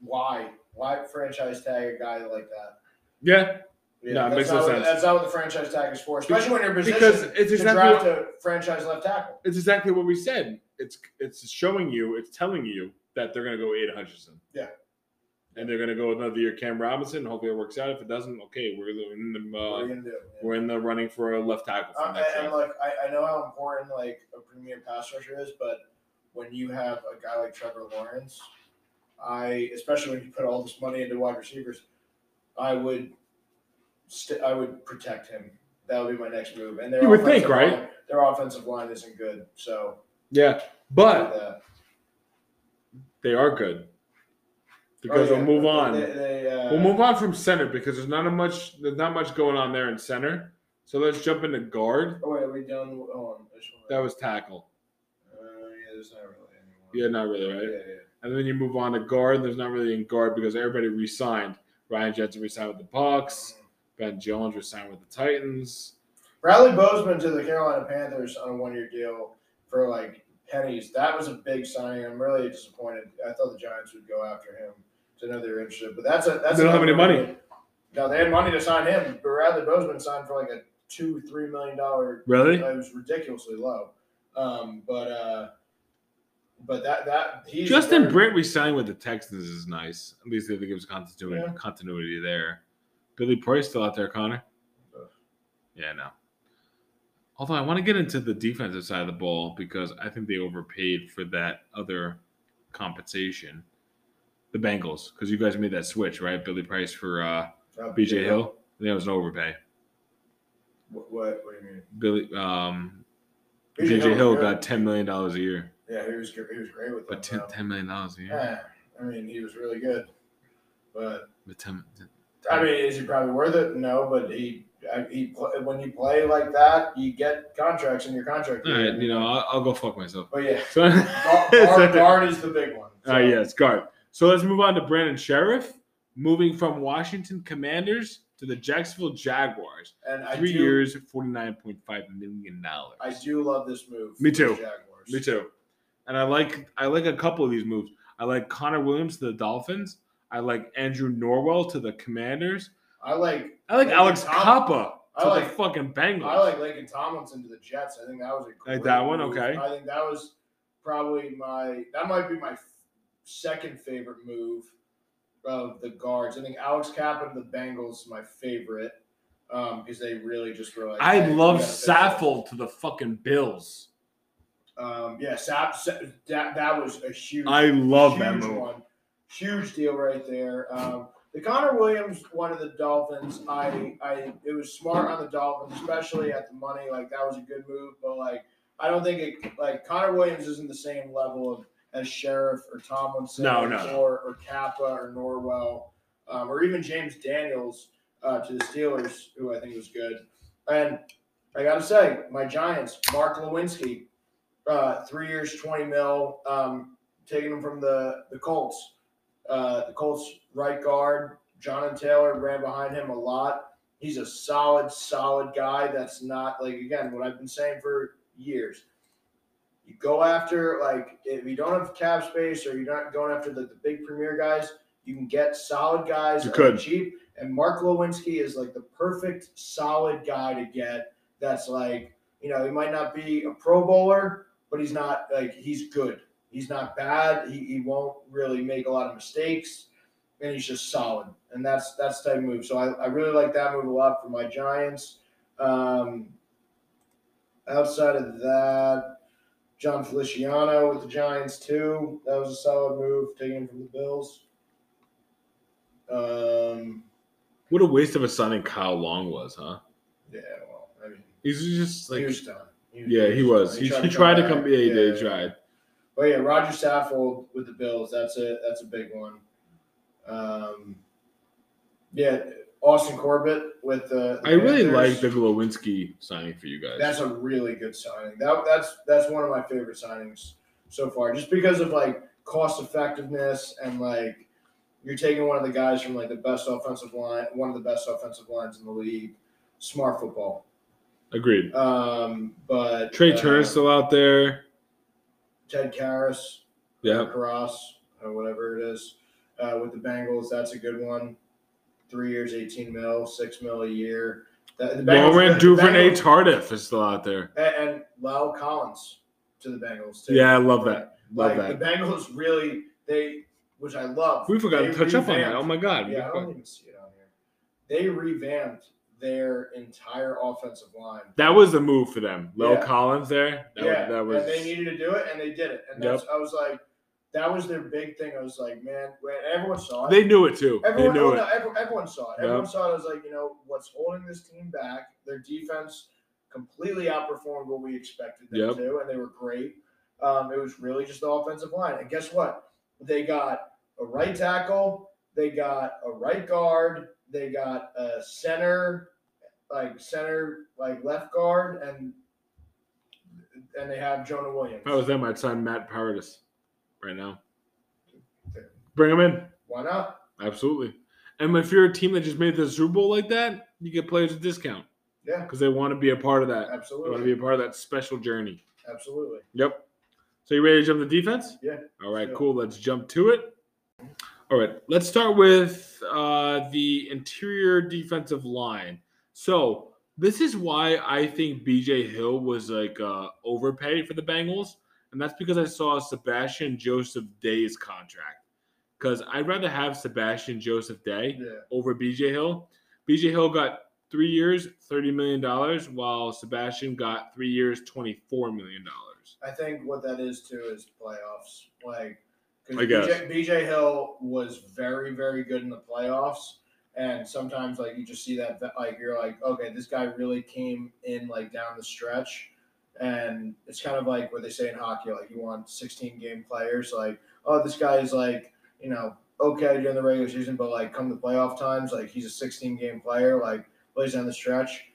why why franchise tag a guy like that? yeah, Yeah, No, it that's makes no not what, sense. That's not what the franchise tag is for, especially when you're positioned because it's to exactly draft a franchise left tackle. it's exactly what we said. It's it's showing you, it's telling you that they're gonna go Aiden Hutchinson. Yeah. And they're gonna go another year Cam Robinson. Hopefully it works out. If it doesn't, okay, we're in the what are uh, you gonna do? we're in the running for a left tackle Oh, Uh, for next and, year. and like I, I know how important like a premier pass rusher is, but when you have a guy like Trevor Lawrence, I especially when you put all this money into wide receivers, I would st- I would protect him. That would be my next move. And their You would think, offensive right? line- their offensive line isn't good, so Yeah, but uh, they are good because oh, yeah, we'll move on. They, they, uh, we'll move on from center because there's not a much there's not much going on there in center. So let's jump into guard. Oh wait, are we done? Hold on. I just wanna- That was tackle. Uh, yeah, there's not really anyone. Yeah, not really, right? Yeah, yeah. And then you move on to guard. There's not really in guard because everybody re-signed. Ryan Jensen re-signed with the Bucks. Ben Jones re-signed with the Titans. Bradley Bozeman to the Carolina Panthers on a one-year deal for like pennies. That was a big signing. I'm really disappointed. I thought the Giants would go after him. 'cause I know they were interested, but that's a that's They don't have any another- money. No, they had money to sign him. But Bradley Bozeman signed for like a two three million dollar. Really? It was ridiculously low. Um, but uh, but that that he's Justin very- Britt re-signed with the Texans is nice. At least they think it was continuity Yeah. continuity there. Billy Price still out there, Connor. Yeah, no. Although I want to get into the defensive side of the ball because I think they overpaid for that other compensation. The Bengals, because you guys made that switch, right? Billy Price for uh, Uh, BJ Hill. I think that was an overpay. What, what, what do you mean? Billy um, BJ Hill was good. got ten million dollars a year, Yeah, he was gr- he was great with them. but 10, though. 10 million dollars a year. Yeah, I mean, he was really good. But But 10, I mean, is he probably worth it? No, but he I- he pl- when you play like that, you get contracts in your contract. all right, you know, I'll, I'll go fuck myself. But yeah, So, guard, guard, guard is the big one. Uh, yes, guard. So let's move on to Brandon Sheriff, moving from Washington Commanders to the Jacksonville Jaguars. and I Three do, years, forty nine point five million dollars. I do love this move. Me for the too. Jaguars. Me too. and I like I like a couple of these moves. I like Connor Williams to the Dolphins. I like Andrew Norwell to the Commanders. I like I like Lakin Alex Tom- Kappa I to the like- fucking Bengals. I like Lakin Tomlinson to the Jets. I think that was a great Like that one? move. Okay. I think that was probably my that might be my second favorite move of the guards. I think Alex Kappa to the Bengals is my favorite um, because they really just were like. I hey, we love gotta fix this. Saffold to the fucking Bills. Um, yeah, Sap, Sa- that that was a huge. I love that huge move. one. Huge deal right there. Um, the Connor Williams one of the Dolphins. I I it was smart on the Dolphins, especially at the money. Like that was a good move, but like I don't think it like Connor Williams isn't the same level of as Sheriff or Tomlinson No, no, no. or or Kappa or Norwell um, or even James Daniels uh, to the Steelers, who I think was good. And I gotta say, my Giants, Mark Lewinsky, uh, three years, twenty mil, um, taking him from the the Colts. Uh, the Colts right guard, John and Taylor ran behind him a lot. He's a solid, solid guy. That's not like again what I've been saying for years. You go after like if you don't have cap space or you're not going after the, the big premier guys, you can get solid guys You at could. cheap. And Mark Lewinsky is like the perfect solid guy to get. That's like you know he might not be a Pro Bowler, but he's not like he's good. He's not bad. He, he won't really make a lot of mistakes, and he's just solid. And that's that's the type of move. So I, I really like that move a lot for my Giants. Um, outside of that, John Feliciano with the Giants too. That was a solid move, taking him from the Bills. Um, What a waste of a signing Kyle Long was, huh? yeah, well, I mean, He's just like he was done. He yeah, he was. He, he tried to come. back. Yeah, he Yeah. did. He tried. But yeah, Roger Saffold with the Bills. That's a that's a big one. Um, yeah, Austin Corbett with the. the I really Panthers. like the Glowinski signing for you guys. That's a really good signing. That that's that's one of my favorite signings so far, just because of like cost effectiveness and like you're taking one of the guys from like the best offensive line, one of the best offensive lines in the league. Smart football. Agreed. Um, but Trey uh, Turner's still out there. Ted Karras. Yeah. Cross, or whatever it is, uh, with the Bengals. That's a good one. Three years, 18 mil, six mil a year. The, the Bengals, Laurent the Duvernay Bengals- Tardif is still out there. and, and Lyle Collins to the Bengals. Too. Yeah, I love that. Love Like that. the Bengals really, they, which I love. We forgot to they touch up on that. revamped- Oh my god. yeah, I don't even see it on here. They revamped their entire offensive line. That was the move for them. Lil Yeah. Collins there. That yeah, was, and that they was needed to do it, and they did it. And that's, I was like, that was their big thing. I was like, man, when everyone saw it. they knew it too. Everyone, they knew oh, it. no, every- everyone saw it. Yeah. Everyone saw it. I was like, you know, what's holding this team back? Their defense completely outperformed what we expected them Yep. to, and they were great. Um, it was really just the offensive line. And guess what? They got a right tackle, they got a right guard, they got a center, like center, like left guard, and and they have Jonah Williams. If I was them, I'd sign Matt Paradis right now. Bring him in. Why not? Absolutely. And if you're a team that just made the Super Bowl like that, you get players a discount Yeah, because they want to be a part of that. They want to be absolutely, a part of that special journey. absolutely. Yep. So you ready to jump the defense? Yeah. All right, Sure. cool. Let's jump to it. All right, let's start with uh, the interior defensive line. So this is why I think BJ Hill was like uh, overpaid for the Bengals, and that's because I saw Sebastian Joseph Day's contract. Because I'd rather have Sebastian Joseph Day Yeah. over BJ Hill. BJ Hill got three years, thirty million dollars, while Sebastian got three years, twenty-four million dollars. I think what that is too is playoffs. Like, I because guess. BJ, BJ Hill was very, very good in the playoffs, and sometimes like you just see that that, like you're like, okay, this guy really came in like down the stretch, and it's kind of like what they say in hockey, like you want 16 game players, like oh, this guy is like you know okay during the regular season, but like come the playoff times, like he's a 16 game player, like plays down the stretch.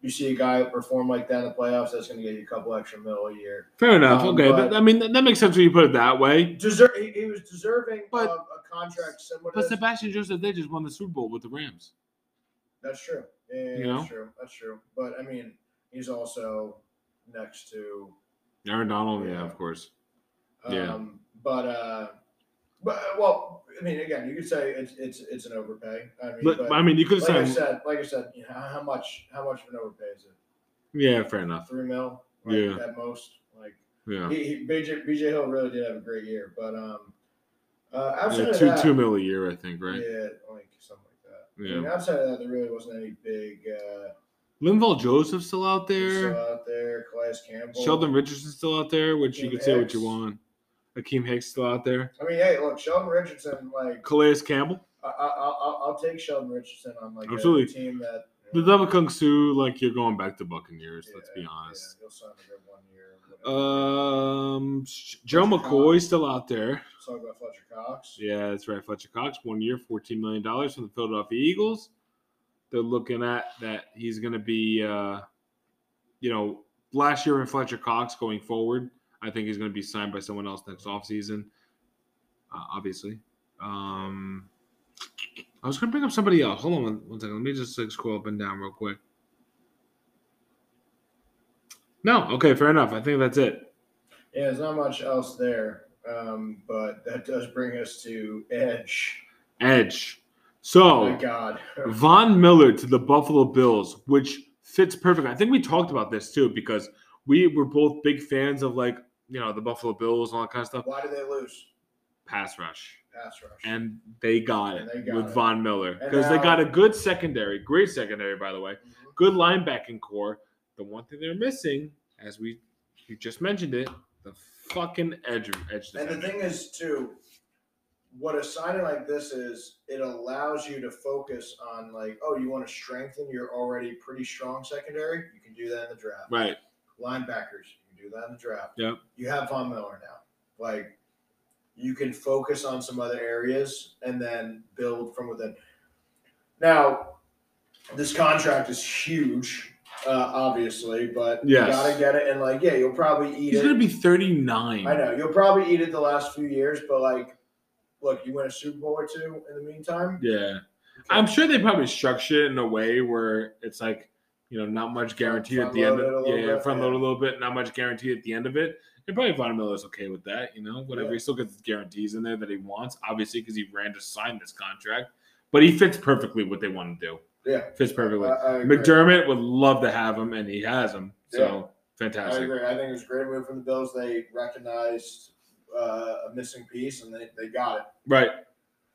You see a guy perform like that in the playoffs, that's going to get you a couple extra mil a year Fair enough. Um, okay, but- that, I mean that, that makes sense when you put it that way. deserve. He, he was deserving But- of a contract similar. But to this. Sebastian Joseph, they just won the Super Bowl with the Rams. That's true. Yeah, You know? that's true. That's true. But I mean, he's also next to. Aaron Donald, yeah, Yeah. of course. Um, Yeah. But uh, but well, I mean, again, you could say it's it's it's an overpay. I mean, But, but I mean, you could have like I signed. said, like I said, you know, how much how much of an overpay is it? Yeah, fair enough. Three mil, like, Yeah. at most. Like Yeah, he, he BJ BJ Hill really did have a great year, but um, uh, outside yeah of two that, two mil a year, I think, right? yeah, like something like that. I Yeah. mean, outside of that, there really wasn't any big uh, Linval Joseph's still out still there. out there. Calais Campbell, Sheldon Richardson's still out there, which you Akeem could say what you Hicks. want. Akeem Hicks still out there. I mean, hey, look, Sheldon Richardson. Like, Calais Campbell. I, I, I'll, I'll take Sheldon Richardson on like Absolutely. a team that you The know, double kung su, like you're going back to Buccaneers. let's be yeah, honest. Yeah, he'll sign a good one year. Uh, whatever. Um, Sh- Joe Fletcher McCoy's Cox. still out there. Let's talk about Fletcher Cox. Yeah, that's right. Fletcher Cox, one year, fourteen million dollars from the Philadelphia Eagles. They're looking at that he's going to be, uh, you know, last year in Fletcher Cox going forward. I think he's going to be signed by someone else next offseason, uh, obviously. Um, I was going to bring up somebody else. Hold on one, one second. Let me just like, scroll up and down real quick. No, okay, fair enough. I think that's it. Yeah, there's not much else there, um, but that does bring us to Edge. Edge. So. My God, Von Miller to the Buffalo Bills, which fits perfect. I think we talked about this too because we were both big fans of like you know the Buffalo Bills and all that kind of stuff. why did they lose? Pass rush, Pass rush. and they got it And they got with it. Von Miller And because they now- got a good secondary, great secondary by the way, Mhm. good linebacking core. The one thing they're missing, as we you just mentioned it, the fucking edge edge And defender. the thing is, too, what a signing like this is, it allows you to focus on like, oh, you want to strengthen your already pretty strong secondary. You can do that in the draft. right? Linebackers, you can do that in the draft. Yep. You have Von Miller now. Like, you can focus on some other areas and then build from within. Now, this contract is huge, uh, obviously, but Yes. you gotta get it. And like, yeah, you'll probably eat He's it. gonna be thirty nine. I know you'll probably eat it the last few years, but like, look, you win a Super Bowl or two in the meantime. Yeah. I'm sure they probably structure it in a way where it's like, you know, not much guaranteed at the end. Front-load it a Of, little yeah, bit, front load a yeah. little bit, not much guaranteed at the end of it. And probably Von Miller's okay with that, you know, whatever. Yeah. He still gets his guarantees in there that he wants, obviously, because he ran to sign this contract. But he fits perfectly what they want to do. Yeah. Fits perfectly. I, I agree. McDermott would love to have him, and he has him. So I fantastic. agree. I think it was a great move from the Bills. They recognized uh, a missing piece and they, they got Right.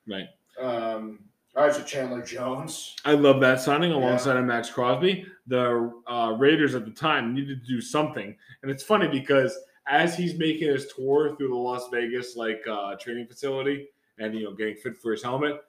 Right. it. Um, all right, so Chandler Jones. I love that signing alongside of Max Crosby. The uh, Raiders at the time needed to do something, and it's funny because as he's making his tour through the Las Vegas like uh, training facility and you know getting fit for his helmet,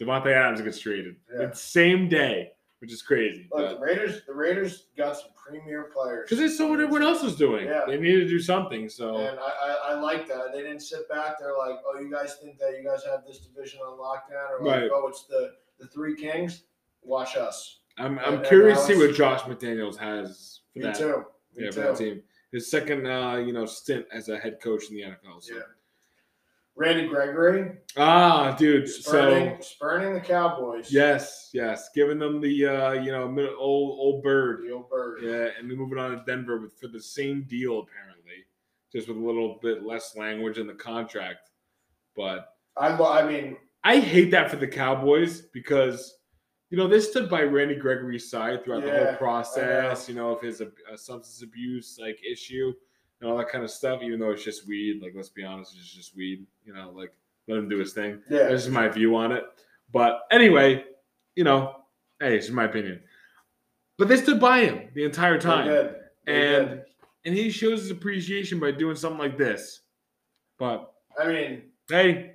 Devontae Adams gets traded Yeah. the same day, which is crazy. Look, the Raiders. The Raiders got some premier players Because they saw what everyone else was doing. Yeah. They needed to do something. So And I, I, I like that. They didn't sit back. They're like, oh, you guys think that you guys have this division on lockdown, or like, Right. oh, it's the the three kings. Watch us. I'm, And- I'm and curious to see Alex- what Josh McDaniels has for Me that, too. Me yeah, for too. that team. His second uh, you know stint as a head coach in the NFL. So. Yeah. Randy Gregory Ah, dude. So spurning, spurning the Cowboys. Yes, yes. Giving them the uh, you know middle, old old bird. The old bird. Yeah, and then moving on to Denver with, for the same deal apparently, just with a little bit less language in the contract. But I, lo- I mean, I hate that for the Cowboys because you know they stood by Randy Gregory's side throughout the Yeah, I whole know. process. You know of his ab- uh, substance abuse like issue and all that kind of stuff. Even though it's just weed, like let's be honest, it's just weed. You know, like let him do his thing. yeah. This is my view on it. But anyway, you know, hey, this is my opinion. But they stood by him the entire they time. did. They And did. and he shows his appreciation by doing something like this. But I mean, hey,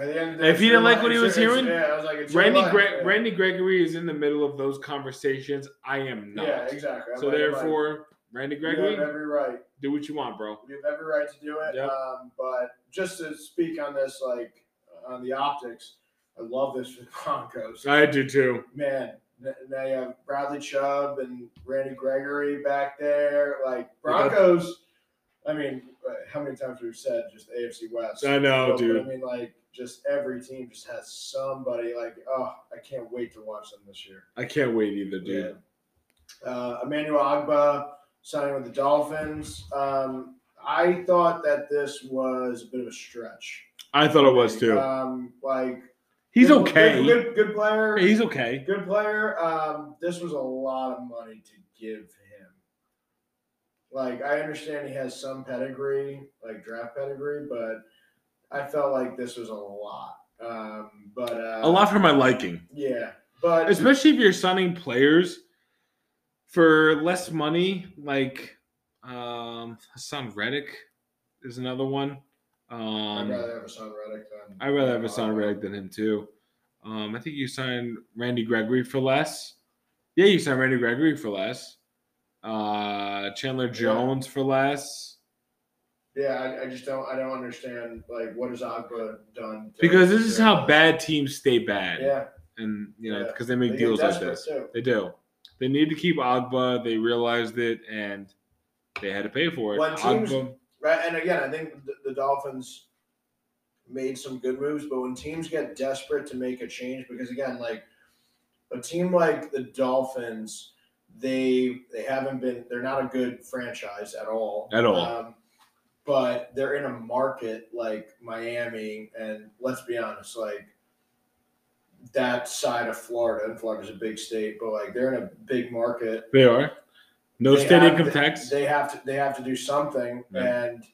at the end of the day, If he didn't it's like your what he life. was It's your- it's- hearing, yeah, I was like, it's your Randy life. Gre- Yeah. Randy Gregory is in the middle of those conversations. I am not. Yeah, exactly. I'm So like, I'm like, therefore, Randy you have Gregory, every right. do what you want, bro. You have every right to do it. Yep. Um, but just to speak on this, like on the optics, I love this for the Broncos. I do too. Man, n- now you have Bradley Chubb and Randy Gregory back there. Like Broncos, I mean, uh, how many times we've said just AFC West? I know, But dude. I mean, like just every team just has somebody. Like, oh, I can't wait to watch them this year. I can't wait either, dude. Yeah. Uh, Emmanuel Agba signing with the Dolphins. Um, I thought that this was a bit of a stretch. I thought it was too. Um, like He's good- okay. Good, good, good player. He's okay. good player. Um, this was a lot of money to give him. Like I understand he has some pedigree, like draft pedigree, but I felt like this was a lot. Um, but uh, A lot for my liking. yeah. But especially if you're signing players for less money, like um, Hassan Reddick is another one. I'd Um, rather have a son Reddick than I'd rather have Hassan Reddick than him too. Um, I think you signed Randy Gregory for less. Yeah, you signed Randy Gregory for less. Uh, Chandler Jones for less. Yeah, I, I just don't. I don't understand. Like, what has Agba done? to- Because this is how bad teams stay bad, Yeah, and you know Yeah. because they they make get deals like desperate, this. too. They do. They need to keep Agba. They realized it and they had to pay for it. When teams- Agba- Right, and again, I think the, the Dolphins made some good moves, but when teams get desperate to make a change, because again, like a team like the Dolphins, they they haven't been they're not a good franchise at all. At all. Um, but they're in a market like Miami, and let's be honest, like that side of Florida, and Florida's a big state, but like they're in a big market they are. No they state have income to- tax. They have to they have to do something, Yeah. and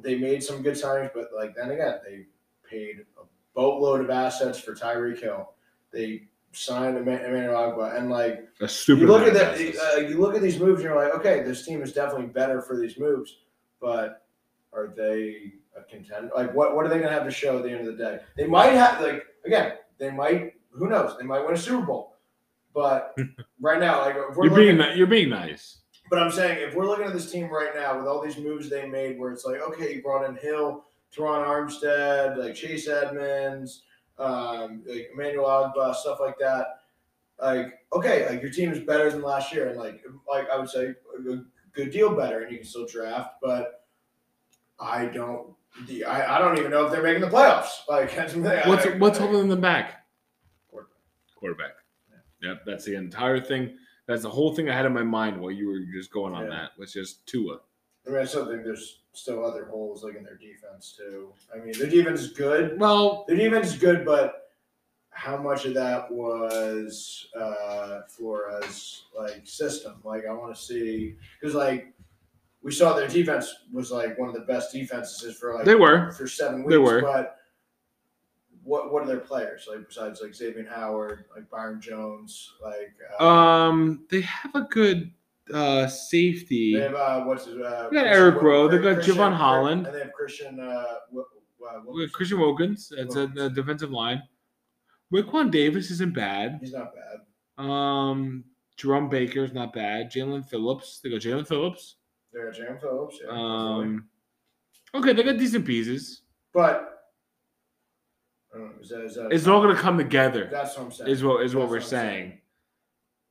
they made some good signings, but like then again, they paid a boatload of assets for Tyreek Hill. They signed Eman- Emmanuel Agba, and like a stupid you look at amount of that, assets. uh, you look at these moves, and you're like, okay, this team is definitely better for these moves, but are they a contender? Like, what what are they going to have to show at the end of the day? They might have like again, they might who knows? They might win a Super Bowl, but right now, like if we're you're being looking- ni- you're being nice. but I'm saying if we're looking at this team right now with all these moves they made, where it's like, okay, you brought in Hill, Teron Armstead, like Chase Edmonds, um, like Emmanuel Agba, stuff like that. Like, okay, like your team is better than last year, and like, like I would say, a good- good deal better, and you can still draft. But I don't, the I, I don't even know if they're making the playoffs. Like, that's the thing. I- What's I- what's holding them back? Quarterback. Quarterback. Yep, that's the entire thing. That's the whole thing I had in my mind while you were just going on Yeah. that was just Tua. I mean, I still think there's still other holes like in their defense too. I mean, their defense is good. Well, Their defense is good, but how much of that was uh, Flores like system? Like I want to see because like we saw their defense was like one of the best defenses for like they were. for seven weeks. They were. but what what are their players like besides like Xavier Howard, like Byron Jones, like uh, Um, they have a good uh safety. they have uh, what's his uh, They got Eric Wil- Rowe, they got Christian- Javon Holland. and they have Christian uh, Wi- uh, With Wilkerson. Christian Wilkins, that's a, a defensive line. Raquan Davis isn't bad. He's not bad. Um, Jerome Baker's not bad. Jalen Phillips, they got Jalen Phillips. They got Jam Phillips. Yeah, definitely. Um, okay, they got decent pieces. But I don't know, is that, is that It's all going to come together. That's what I'm saying. Is what is what That's we're I'm saying. saying.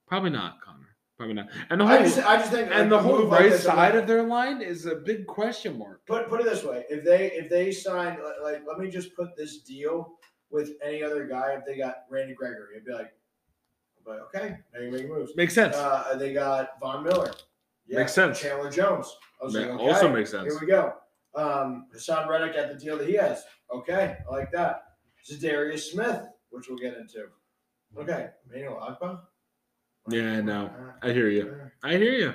Probably not, Connor. Probably not. And the I just, whole I just think, like, and the a whole move like right this, I'm side like- of their line is a big question mark. Put put it this way: if they if they sign like, like, let me just put this deal with any other guy. If they got Randy Gregory, it'd be like, but okay, now you're making moves. Makes sense. Uh, they got Von Miller. Yeah. Makes sense. Chandler Jones. I was Ma- like, okay, Also makes sense. here we go. Um, Hassan Reddick at the deal that he has. Okay, I like that. Zadarius Smith, which we'll get into. Okay, Manuel Agba. Yeah, no. I hear you. I hear you.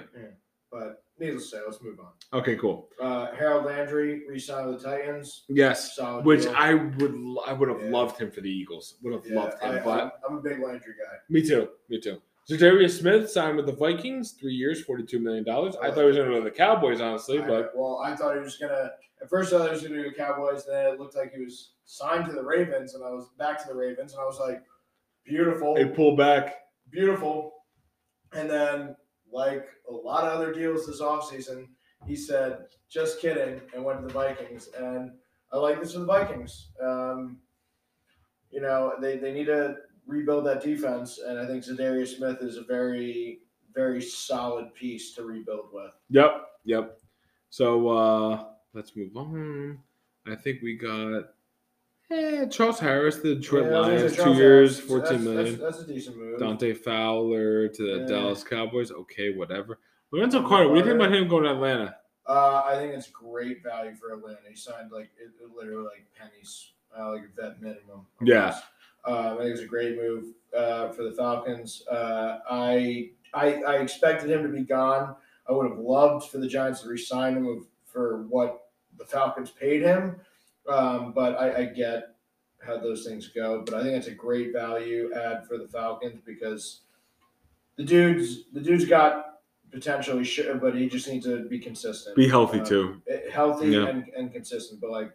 But needless to say, let's move on. Okay, cool. Uh, Harold Landry re-signed with the Titans. Yes. Solid. Which deal. I would l- I would have Yeah. loved him for the Eagles. Would have Yeah, loved him, I, but I'm- I'm a big Landry guy. Me too. Me too. Zadarius Smith signed with the Vikings, three years, forty-two million dollars. I thought he was going to go to the Cowboys, honestly, I- but well, I thought he was gonna. At first, I thought he was gonna do the Cowboys. Then it looked like he was signed to the Ravens, and I was back to the Ravens, and I was like, beautiful. they pulled back. beautiful. And then, like a lot of other deals this offseason, he said, just kidding, and went to the Vikings. And I like this for the Vikings. Um, you know, they, they need to rebuild that defense, and I think Zadarius Smith is a very, very solid piece to rebuild with. Yep, yep. So uh let's move on. I think we got eh, Charles Harris, the Detroit Yeah, I was gonna Lions, say two Charles years, Harris, fourteen that's, million. that's- That's, a decent move. Dante Fowler to the Yeah. Dallas Cowboys. Okay, whatever. Lorenzo Carter. What do you think about him going to Atlanta? Uh, I think it's great value for Atlanta. He signed like it, it literally like pennies, uh, like that minimum. Yeah. Uh, I think it's a great move uh, for the Falcons. Uh, I, I I expected him to be gone. I would have loved for the Giants to re-sign him of- for what the Falcons paid him, um, but I, I get how those things go. But I think it's a great value add for the Falcons because the dude's the dude's got potential, he should, but he just needs to be consistent. Be healthy Uh, too. healthy Yeah. and, and consistent. But like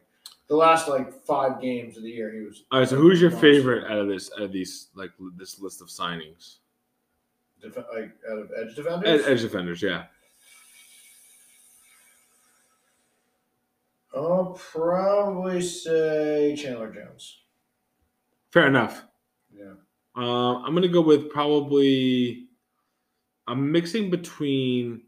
the last like five games of the year, he was All right. So who's your favorite out of this out of these like l- this list of signings? def- like out of edge Ed- defenders. Edge defenders. Yeah. I'll probably say Chandler Jones. Fair enough. Yeah, Um, I'm gonna go with probably. I'm mixing between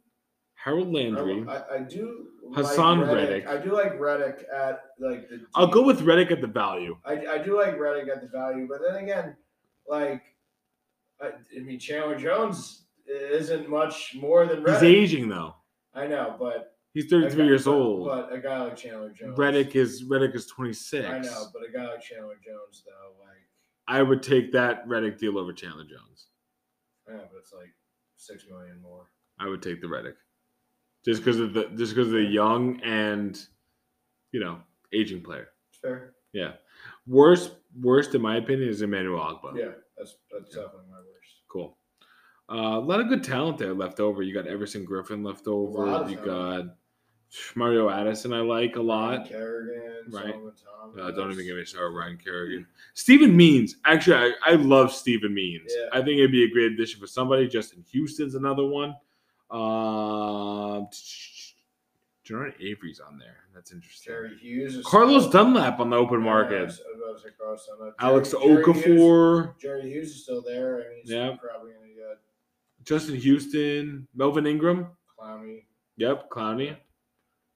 Harold Landry. I, I do. Hassan like Reddick. I do like Reddick at like the. I'll go with Reddick at the value. I, I do like Reddick at the value, but then again, like I, I mean Chandler Jones isn't much more than He's Reddick. aging though. I know, but He's a 33 guy- years but- old. But a guy like Chandler Jones, Reddick is Reddick is 26. I know, but a guy like Chandler Jones, though, like, I would take that Reddick deal over Chandler Jones. I know, but it's like six million more. I would take the Reddick, just because of the just because of the young and you know aging player. It's fair. Worst worst in my opinion is Emmanuel Ogba. Yeah, that's that's Yeah. definitely my worst. Cool. Uh, a lot of good talent there left over. You got Everson Griffin left lot over. of You got talent. Mario Addison. I like a lot. Kerrigan, Right. Solomon Thomas. Uh, don't even get me started. Ryan Kerrigan, Stephen Means. Actually, I, I love Stephen Means. Yeah. I think it'd be a great addition for somebody. Justin Houston's another one. Um, Jordan Avery's on there. That's interesting. Jerry Hughes. Is Carlos still- Dunlap on the open Yeah, I market. was- I was about to say Carlos Dunlap. Alex Jerry- Jerry Hughes- Okafor, Jerry Hughes is still there. I mean, he's Yeah. probably gonna get Justin Houston, Melvin Ingram. Clowney. Yep, Clowney.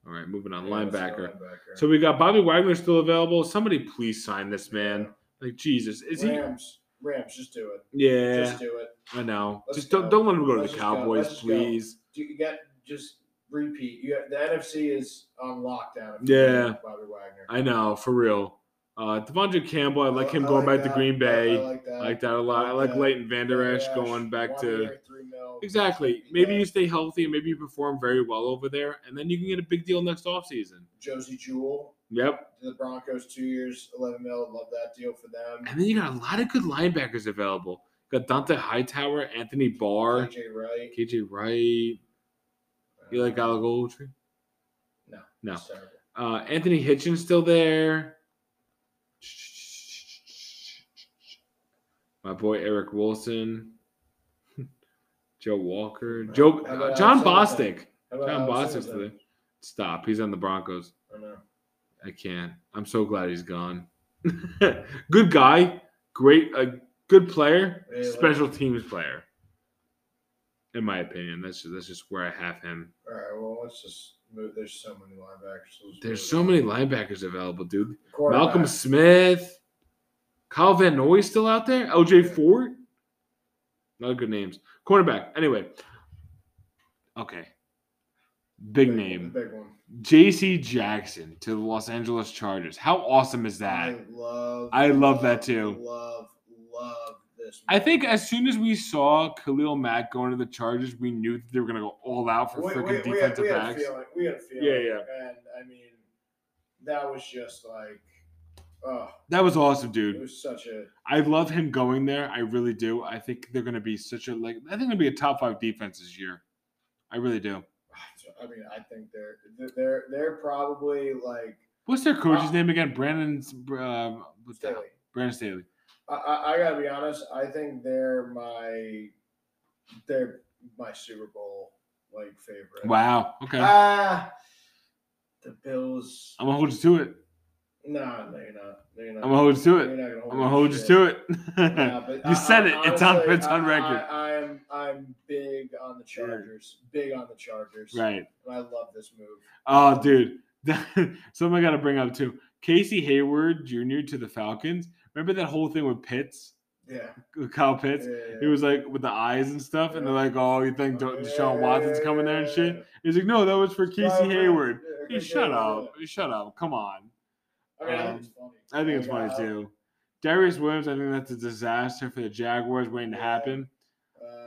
All right, moving on. Yeah, that's linebacker. the linebacker. So we got Bobby Wagner still available. Somebody please sign this man. Like Jesus, is he? Rams. Rams, just do it. Yeah. Just do it. I know. Let's just don't go. don't let him go to Let's the just go. Cowboys, Let's go. please. Do you got just repeat? You got, the NFC is on lockdown. if you Yeah. look at Bobby Wagner. I know, for real. Uh Devondre Campbell, I like him Oh, I going back that. to Green Bay. I, like that. like that a lot. I I like like that. Leighton Vander Esch going back One to year, three mil. Exactly. Maybe Yeah. you stay healthy and maybe you perform very well over there and then you can get a big deal next offseason. Josie Jewell Yep. to the Broncos, two years, eleven mil. Love that deal for them. And then you got a lot of good linebackers available. Got Dante Hightower, Anthony Barr, KJ Wright. KJ Wright. You like Alec Ogletree? No. No. It's terrible. Uh, Anthony Hitchens still there. My boy Eric Wilson, Joe Walker, Joe How about uh, John Alex Bostic. How about John Alex Bostic's still Singleton? there. Stop. He's on the Broncos. I know. I can't. I'm so glad he's gone. good guy, great, a good player, Yeah, like- special teams player. In my opinion, that's just, that's just where I have him. All right. Well, let's just move. There's so many linebackers. Let's There's so move many linebackers available, dude. on. Malcolm Quarterback. Smith, Kyle Van Noy still out there. LJ Ford, not good names. Cornerback. Anyway, okay. Big name. The big one. J.C. Jackson to the Los Angeles Chargers. How awesome is that? I love. I love that too. Love, love this. I move. think as soon as we saw Khalil Mack going to the Chargers, we knew that they were going to go all out for we, we, freaking we had, defensive we had a backs. feeling. We had a feeling. Yeah, yeah. And I mean, that was just like, oh, That was awesome, it dude. was such a. I love him going there. I really do. I think they're going to be such a like. I think they'll be a top five defense this year. I really do. I mean, I think they're they're they're probably like What's their coach's Uh, name again? Brandon. Uh, what's that? Philly. Brandon Staley. I, I, I gotta be honest. I think they're my they're my Super Bowl like favorite. Wow. Okay. Ah, the Bills. I'm gonna hold you to it. No, no, you're not. No, you're not. I'm gonna hold you to You're it. not gonna hold I'm gonna hold you shit. to it. Yeah, but You said it. It's on- honestly, it's on I- record. I, am I'm big on the Chargers. Big on the Chargers. right. And I love this move. Oh, dude. Something I gotta bring up too. Casey Hayward Jr. to the Falcons. Remember that whole thing with Pitts? Yeah. Kyle Pitts. yeah. He was like with the eyes and stuff, and they're like, "Oh, you think Oh, Do- yeah, Deshaun yeah, Watson's yeah, coming there and yeah, shit?" yeah. He's like, "No, that was for Casey Well, Hayward." yeah, Hey, okay, shut yeah, up! yeah. Shut up! Come on! I mean, I think Um, it's funny. I think it's Like, funny uh, too. Darius Williams, I think that's a disaster for the Jaguars waiting to Yeah. happen.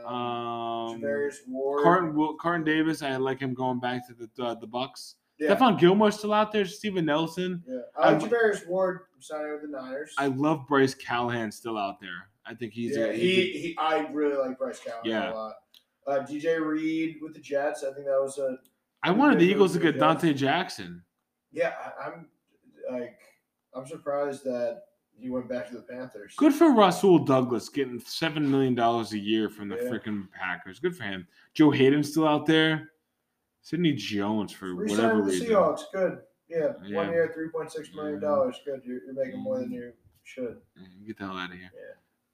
Um, Um, Javarius Ward. Carton Wil- Carton Davis, I like him going back to the uh, the Bucks. Yeah. Stephon Gilmore's still out there. Steven Nelson. yeah. I like I'm- Javarius Ward signing with the Niners. I love Bryce Callahan still out there. I think he's yeah, a, he's a- he, he, I really like Bryce Callahan Yeah. a lot. Uh, DJ Reed with the Jets. I think that was a I wanted the Yeah, Eagles to yeah. get Dante Jackson. yeah. I, I'm like I'm surprised that he went back to the Panthers. Good for Russell Douglas getting seven million dollars a year from the Yeah. freaking Packers. Good for him. Joe Hayden's still out there. Sidney Jones for Resigned whatever with the reason. Seahawks. Good. Yeah, Yeah. Mm-hmm. one year, three point six million dollars. Good. You're, you're making more than you should. Yeah, Get the hell out of here. Yeah.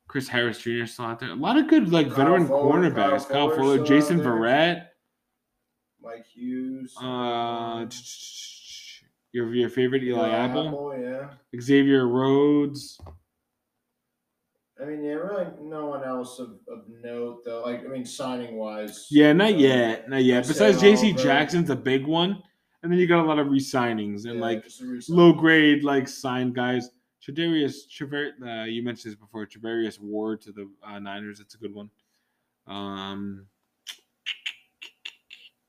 Chris Harris Jr. still out there. A lot of good like Kyle veteran Fuller, cornerbacks. Kyle Kyle Fuller's Fuller, still out Jason there. Verrett. Mike Hughes. Uh, your your favorite Eli Eli Apple, Yeah. Xavier Rhodes. I mean, yeah, really, no one else of, of note though. Like, I mean, Uh, signing wise. Yeah, not yet, not yet. Marcelo Besides J.C. Burton. Jackson's a big one, and then you got a lot of re-signings and Yeah, like just the recent- low grade like signed guys. Tredarius, Traver, uh, you mentioned this before. Tredarius Ward to the uh, Niners. That's a good one. Um,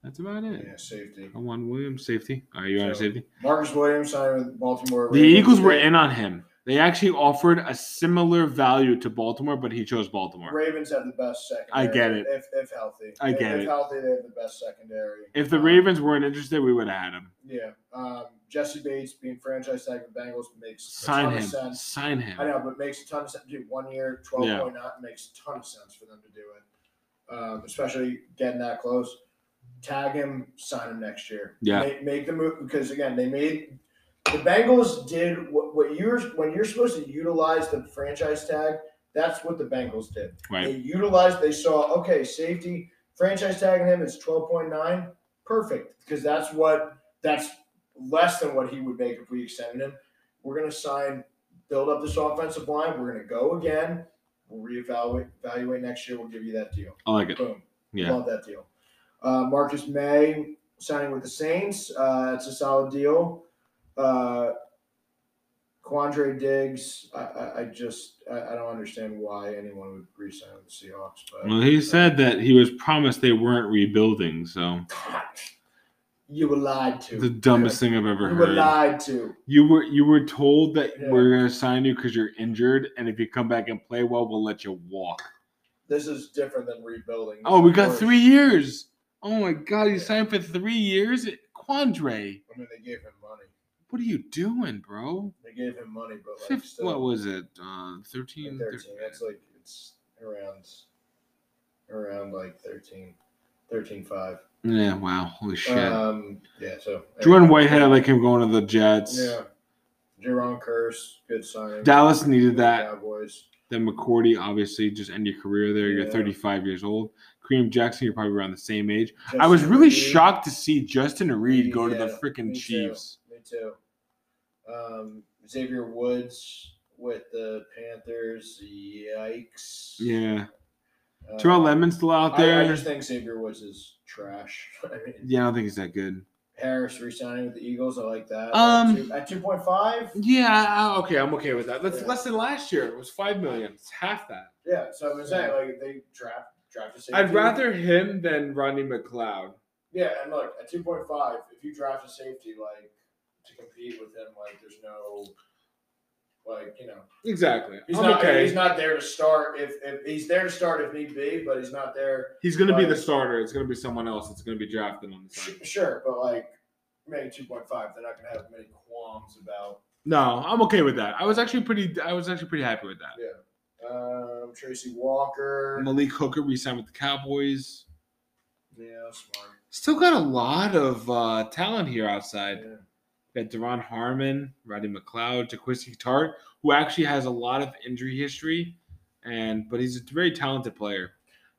that's about it. Yeah, safety. I want Williams safety. Are you on So- safety? Marcus Williams signed with Baltimore. The Ravens. Eagles were in on him. They actually offered a similar value to Baltimore, but he chose Baltimore. Ravens have the best secondary. I get it. If, if healthy. I If- get if it. healthy, they have the best secondary. If the Um, Ravens weren't interested, we would have had him. Yeah. Um, Jesse Bates being franchise tag with Bengals makes a Sign ton of him. sense. Sign I him. know, but makes a ton of sense. Dude, one year, 12.9 makes a ton of sense for them to do it, um, especially getting that close. Tag him, sign him next year. Yeah. Make, make the move because, again, they made the Bengals did what, what you're when you're supposed to utilize the franchise tag, that's what the Bengals did. They Right. utilized, they saw, okay, safety, franchise tagging him is 12.9. Perfect. Because that's what, that's less than what he would make if we extended him. We're going to sign, build up this offensive line. We're going to go again. We'll reevaluate evaluate next year. We'll give you that deal. I like it. Boom. Yeah. Love that deal. Uh, Marcus May signing with the Saints. Uh, it's a solid deal. Uh, Quandre Diggs. I, I, I just I, I don't understand why anyone would re-sign with the Seahawks. But Well, he said that he was promised they weren't rebuilding, so God, you were lied to. the dumbest thing I've ever You were heard. lied to. You were you were told that Yeah. we're gonna sign you because you're injured, and if you come back and play well, we'll let you walk. This is different than rebuilding. This Oh, is we got worse. three years. Oh my god, you Yeah. signed for three years, Quandre. I mean, they gave him money. What are you doing, bro? They gave him money, but like Fif- still, what was it? Uh, 13, thirteen. That's like it's around around like 13, 13 5. Yeah, wow. Holy shit. Um, yeah, so Jordan Whitehead, I like him going to the Jets. Yeah. Jerron Curse, good sign. Dallas needed that. Cowboys. Then McCourty, obviously, just end your career there. You're Yeah. 35 years old. Kareem Jackson, you're probably around the same age. I Justin was really Reed, shocked to see Justin Reed go to the Yeah, freaking me too. Chiefs. Me too. Um, Xavier Woods with the Panthers. Yikes. Yeah. Um, Terrell Lemon's still out I, I there. just think Xavier Woods is trash. I mean, Yeah, I don't think he's that good. Harris re-signing with the Eagles. I like that. Um, Two- at two point five. Yeah, I- I- okay, I'm okay with that. That's Yeah. less than last year. It was five million. It's half that. Yeah. So I was saying, like they draft draft a safety. I'd rather him than Rodney McLeod. Yeah, and look, at two point five, if you draft a safety like to compete with him, like there's no like, you know. Exactly. He's I'm not okay. he's not there to start if, if he's there to start if need be, but he's not there He's going to be Right. the starter. It's going to be someone else that's going to be drafted on the Sh- side. sure, but like maybe two point five, they're not gonna have many qualms about No, I'm okay with that. I was actually pretty. I was actually pretty happy with that. um Tracy Walker. Malik Hooker re-signed with the Cowboys. Yeah, smart. Still got a lot of uh, talent here outside. Yeah. Got Deron Harmon, Roddy McLeod, Jaquiski Tart, who actually has a lot of injury history, and but he's a very talented player.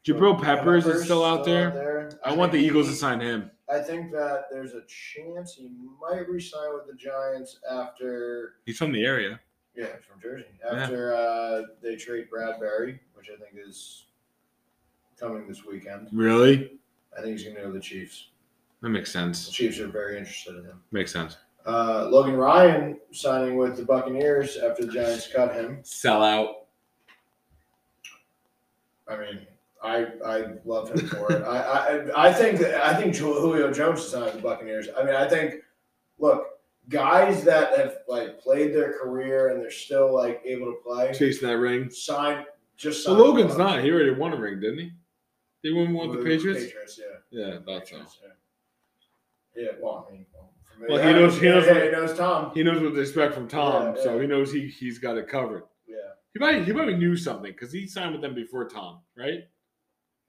Jabril But Peppers uh, is still out there. there. I want the think Eagles to he- sign him. I think that there's a chance he might resign with the Giants after He's from the area. Yeah, from Jersey. After uh, they trade Bradbury, which I think is coming this weekend, Really? I think he's going to go to the Chiefs. That makes The sense. Chiefs are very interested in him. Makes sense. Uh, Logan Ryan signing with the Buccaneers after the Giants cut him. Sell out. I mean, I I love him for it. I I, I think that, I think Jul- Julio Jones is not the Buccaneers. I mean, I think look, guys that have like played their career and they're still like able to play Chasing that ring. sign just So sign Logan's Bucs. not. He already won a ring, didn't he? Did he win one with the With Patriots? yeah. Yeah, thought so. Yeah, well, I mean, well, for me, Well, he knows- he knows yeah, what- he knows Tom. He knows what to expect from Tom, Yeah, so yeah. he knows he he's got it covered. Yeah, He might he might knew something because he signed with them before Tom, right?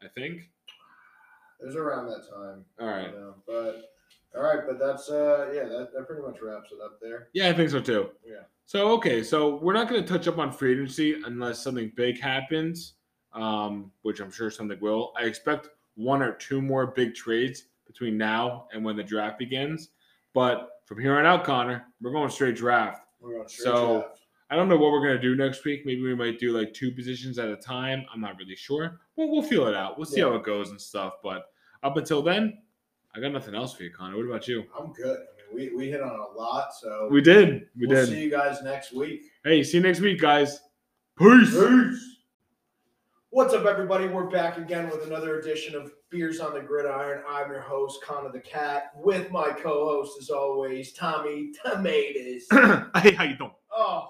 I think. it was around that time. you All right. know, but all right, but that's uh, yeah, that, that pretty much wraps it up there. Yeah, I think so too. Yeah. So okay, so we're not going to touch up on free agency unless something big happens, um, which I'm sure something will. I expect one or two more big trades between now and when the draft begins. But from here on out, Connor, we're going straight draft. We're on straight So- draft. I don't know what we're going to do next week. Maybe we might do like two positions at a time. I'm not really sure. Well, we'll feel it out. We'll see Yeah. how it goes and stuff. But up until then, I got nothing else for you, Connor. What about you? I'm good. I mean, we, we hit on a lot, so We did. We will did. see you guys next week. Hey, see you next week, guys. Peace. What's up, everybody? We're back again with another edition of Beers on the Gridiron. I'm your host, Connor the Cat, with my co-host, as always, Tommy Tomatoes. hey, how you doing? oh,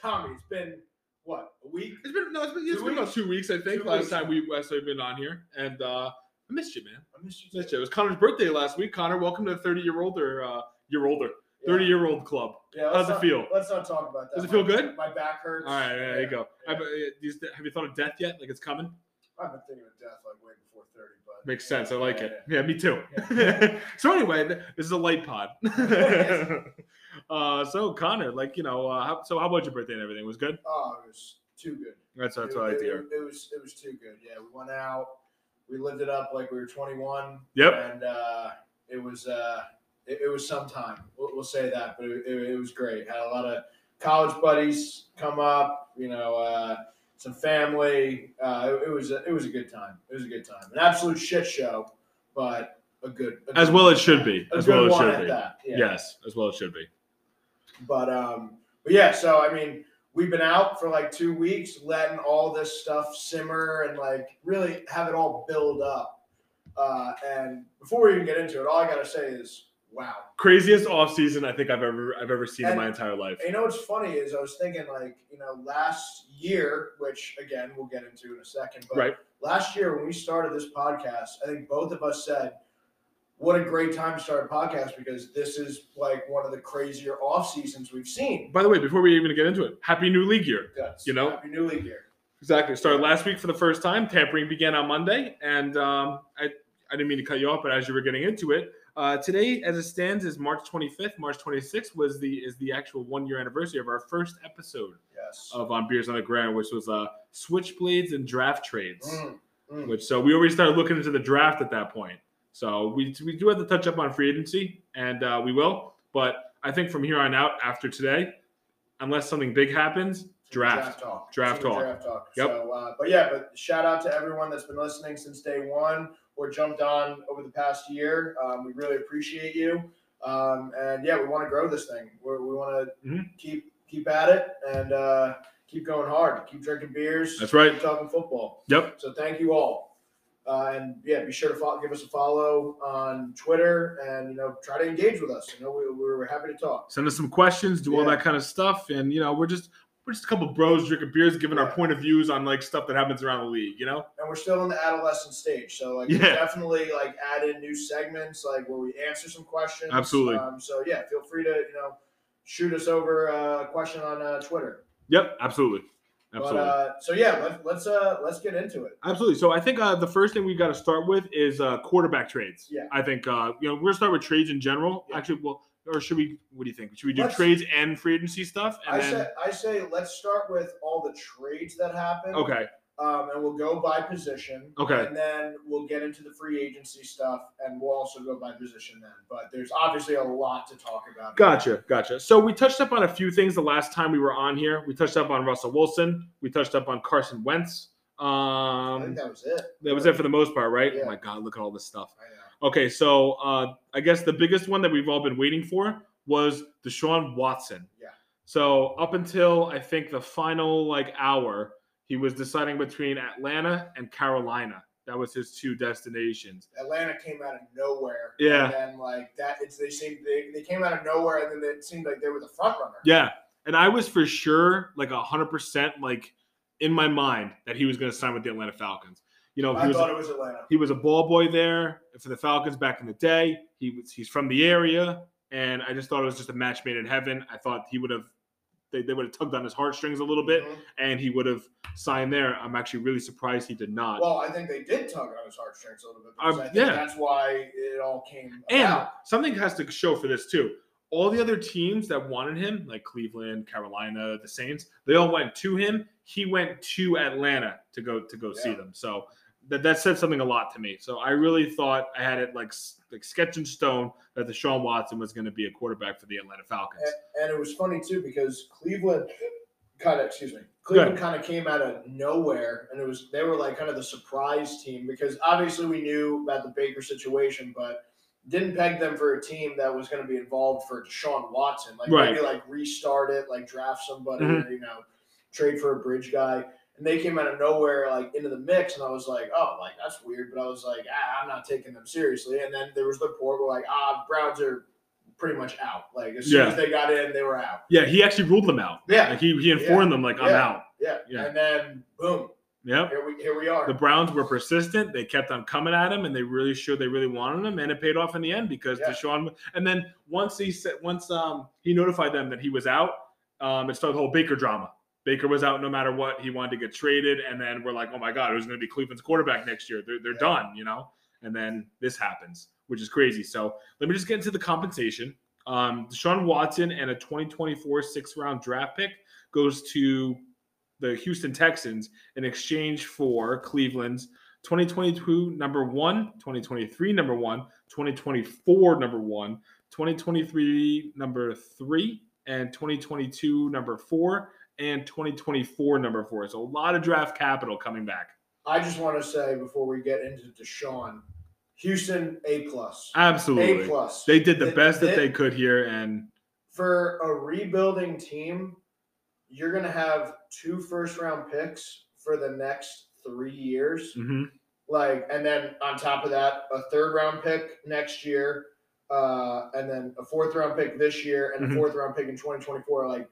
Tommy, it's been what a week? It's been no, it's been, it's Two been about weeks. two weeks, I think. Two last weeks. time we last time we've been on here, and uh, I missed you, man. I missed I missed you. It was Connor's birthday last week. Connor, welcome to the thirty year older, uh, year older, Yeah. thirty year old club. Yeah, How's let's it not- feel? Let's not talk about that. Does it feel My- good? My back hurts. All right, there Yeah. you go. yeah. Have, uh, do you st- have you thought of death yet? Like it's coming? I've been thinking of death like way before thirty, but Makes sense. I like Yeah, it. Yeah, me too. so anyway, th- this is a light pod. uh, so Connor, like you know, uh, how, so how about your birthday and everything? Was good? Oh, it was too good. That's that's it, what I it- hear. It, was it was too good. Yeah, we went out, we lived it up like we were 21. Yep. And uh, it was uh, it, it was some time. We'll, we'll say that, but it, it, it was great. Had a lot of college buddies come up. You know, uh, some family. Uh, it, it was a, it was a good time. It was a good time. An absolute shit show, but a good a As good- well it should be. A As good well it one should at be. that. Yeah. Yes, as well it should be. But um, but yeah, so I mean, we've been out for like two weeks, letting all this stuff simmer and like really have it all build up. Uh, and before we even get into it, all I gotta say is wow. Craziest off season I think I've ever I've ever seen in And- my entire life. And you know what's funny is I was thinking like you know last year, which again we'll get into in a second, but Right. last year when we started this podcast, I think both of us said. What a great time to start a podcast because this is like one of the crazier off seasons we've seen. By the way, before we even get into it, happy new league year. Guts. You know? Happy New League year. Exactly. Started last week for the first time. Tampering began on Monday, and um, I I didn't mean to cut you off, but as you were getting into it, uh, today, as it stands, is March 25th. March 26th was the is the actual one year anniversary of our first episode Yes. of On Beers on the Ground, which was uh, switchblades and draft trades. Mm. Mm. Which so we already started looking into the draft at that point. So we we do have to touch up on free agency, and uh, we will. But I think from here on out, after today, unless something big happens, draft. talk. Draft Some talk. Draft talk. Yep. So, uh, but yeah, but shout out to everyone that's been listening since day one or jumped on over the past year. Um, we really appreciate you. Um, and yeah, we want to grow this thing. We're, we want to Mhm. keep keep at it and uh, keep going hard. Keep drinking beers. That's right. Keep talking football. Yep. So thank you all. Uh, and yeah, be sure to follow, give us a follow on Twitter, and you know, try to engage with us. You know, we, we were happy to talk. send us some questions, do all Yeah. that kind of stuff, and you know, we're just we're just a couple bros drinking beers, giving our Yeah. point of views on like stuff that happens around the league. You know, and we're still in the adolescent stage. So like Yeah. definitely like add in new segments like where we answer some questions. Absolutely. Um, so yeah, feel free to you know shoot us over a question on uh, Twitter. yep, absolutely, absolutely, But uh, so yeah, let, let's uh let's get into it. absolutely. So I think uh, the first thing we've got to start with is uh, quarterback trades. Yeah. I think uh, you know we're gonna start with trades in general. Yeah. Actually, well, or should we? What do you think? Should we do Let's- trades and free agency stuff? And I then say I say let's start with all the trades that happened. okay, um, and we'll go by position. Okay. And then we'll get into the free agency stuff, and we'll also go by position then. But there's obviously a lot to talk about. Gotcha, gotcha. So we touched up on a few things the last time we were on here. We touched up on Russell Wilson. We touched up on Carson Wentz. I think Um, that was it. that was it for the most part, right? Yeah. Oh my God, look at all this stuff. I know. Okay, so uh, I guess the biggest one that we've all been waiting for was Deshaun Watson. Yeah. So up until I think the final like hour, he was deciding between Atlanta and Carolina. That was his two destinations. Atlanta came out of nowhere. Yeah. And then like that, it's they seemed they, they came out of nowhere, and then it seemed like they were the front runner. Yeah. And I was for sure like hundred percent like in my mind that he was gonna sign with the Atlanta Falcons. You know, he I was thought it was Atlanta. he was a ball boy there for the Falcons back in the day. He was he's from the area, and I just thought it was just a match made in heaven. I thought he would have they, they would have tugged on his heartstrings a little bit, Mhm. and he would have signed there. I'm actually really surprised he did not. Well, I think they did tug on his heartstrings a little bit. Because Um, I think yeah. That's why it all came. and about. something has to show for this too. All the other teams that wanted him, like Cleveland, Carolina, the Saints, they all went to him. He went to Atlanta to go to go see Yeah. them. So that, that said something a lot to me. So I really thought I had it like s- like sketch in stone that the Deshaun Watson was going to be a quarterback for the Atlanta Falcons. and and it was funny too because Cleveland kind of excuse me Cleveland kind of came out of nowhere and it was they were like kind of the surprise team because obviously we knew about the Baker situation but didn't peg them for a team that was going to be involved for Deshaun Watson like Right. maybe like restart it like draft somebody Mhm. or, you know trade for a bridge guy and they came out of nowhere like into the mix and I was like oh like that's weird but I was like ah, I'm not taking them seriously and then there was the report where like ah Browns are pretty much out like as soon Yeah. as they got in they were out Yeah, he actually ruled them out. yeah Like he he informed them like I'm Yeah. out. yeah. Yeah. And then boom, Yep. here we here we are. The Browns were persistent. They kept on coming at him, and they really sure they really wanted him, and it paid off in the end because Yeah. Deshaun. And then once he said, once um he notified them that he was out, um, it started the whole Baker drama. Baker was out no matter what. He wanted to get traded, and then we're like, oh my god, who's going to be Cleveland's quarterback next year? They're they're Yeah. done, you know. And then this happens, which is crazy. So let me just get into the compensation. Um, Deshaun Watson and a 2024 six round draft pick goes to the Houston Texans in exchange for Cleveland's 2022 number one, 2023 number one, 2024 number one, 2023 number three, and 2022 number four, and 2024 number four. So a lot of draft capital coming back. I just want to say before we get into Deshaun, Houston A plus. A Absolutely. plus. They did the They- best that they- they could here. And For a rebuilding team, you're gonna have two first round picks for the next three years. Mhm. Like, and then on top of that, a third round pick next year, uh, and then a fourth round pick this year, and Mhm. a fourth round pick in 2024. Like,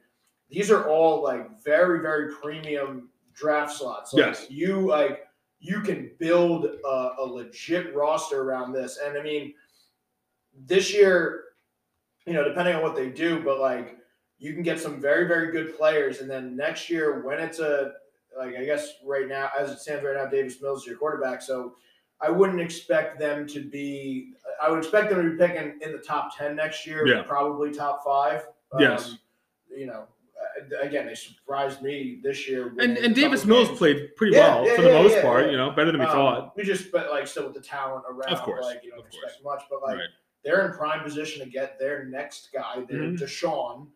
these are all like very, very premium draft slots. Like, Yes. You like you can build a, a legit roster around this, and I mean, this year, you know, depending on what they do, but like you can get some very, very good players, and then next year when it's a like I guess right now, as it stands right now, Davis Mills is your quarterback. So I wouldn't expect them to be. I would expect them to be picking in the top ten next year, Yeah. probably top five. Um, Yes. You know, uh, again, they surprised me this year. with and, a and Davis couple Mills games. played pretty Yeah, well yeah, for the yeah, most yeah, part, yeah. you know, better than we Um, thought. We just, but like, still with the talent around, Of course, like you don't of expect much. But like, right. they're in prime position to get their next guy, their Mhm. Deshaun,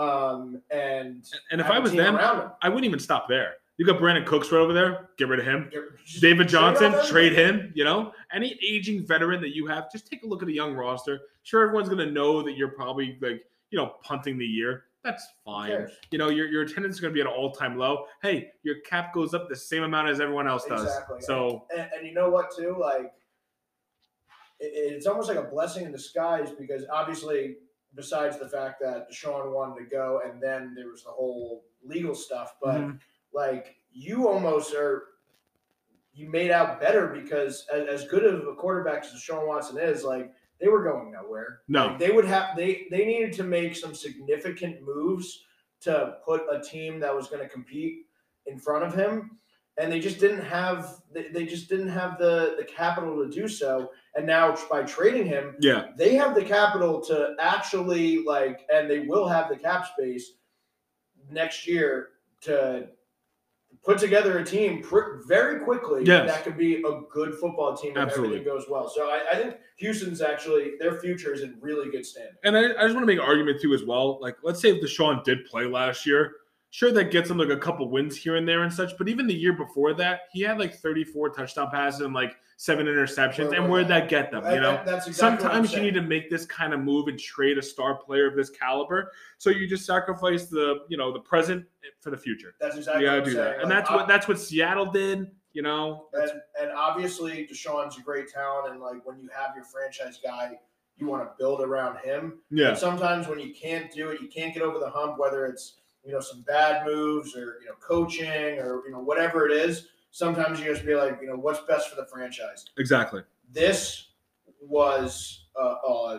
um, and And if have I a was team them, around him. I wouldn't even stop there. You got Brandon Cooks right over there. Get rid of him. They're- just David trade off Johnson, everybody. trade him. You know, any aging veteran that you have, just take a look at a young roster. Sure, everyone's going to know that you're probably like, you know, punting the year. That's Who fine. cares? You know, your, your attendance is going to be at an all time low. Hey, your cap goes up the same amount as everyone else does. Exactly. So, and, and you know what too like it, it's almost like a blessing in disguise because obviously besides the fact that Deshaun wanted to go and then there was the whole legal stuff but Mhm. like you almost are you made out better because as, as good of a quarterback as Deshaun Watson is like they were going nowhere no. like, they would have they they needed to make some significant moves to put a team that was going to compete in front of him, and they just didn't have they, they just didn't have the the capital to do so. And now by trading him, Yeah. they have the capital to actually like, and they will have the cap space next year to put together a team pr- very quickly Yes. that could be a good football team if Absolutely. everything goes well. So I, I think Houston's actually their future is in really good standing. And I, I just want to make an argument too as well. Like, let's say if Deshaun did play last year, sure that gets him like a couple wins here and there and such. But even the year before that, he had like 34 touchdown passes and like seven interceptions. Where and was where did that? that get them? That- You know, that- that's exactly what I'm sometimes you saying. need to make this kind of move and trade a star player of this caliber. So you just sacrifice the you know the present for the future. That's exactly You gotta what I'm do saying. that, and Like, that's what that's what Seattle did. You know, And, and obviously, Deshaun's a great talent, and like when you have your franchise guy, you want to build around him. yeah. Sometimes when you can't do it, you can't get over the hump, whether it's you know some bad moves or you know coaching or you know whatever it is. Sometimes you just be like, you know, what's best for the franchise. Exactly. This was uh, uh,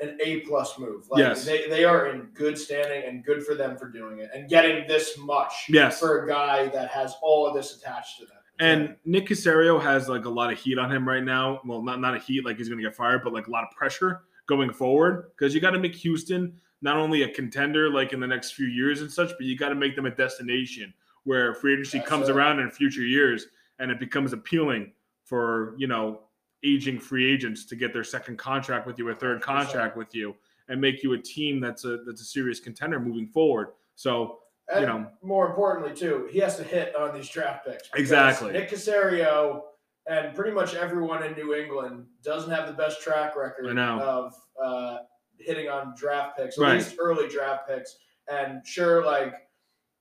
an A plus move. Like Yes. they, they are in good standing and good for them for doing it and getting this much Yes. for a guy that has all of this attached to them. And Nick Casario has like a lot of heat on him right now. Well, not not a heat like he's going to get fired, but like a lot of pressure going forward because you got to make Houston not only a contender like in the next few years and such, but you got to make them a destination where free agency That's comes it. around in future years and it becomes appealing for you know aging free agents to get their second contract with you, a third 100%. contract with you, and make you a team that's a that's a serious contender moving forward. So And you know. more importantly, too, he has to hit on these draft picks. because Exactly. Nick Casario and pretty much everyone in New England doesn't have the best track record I know. of uh, hitting on draft picks, at Right. least early draft picks. And sure, like,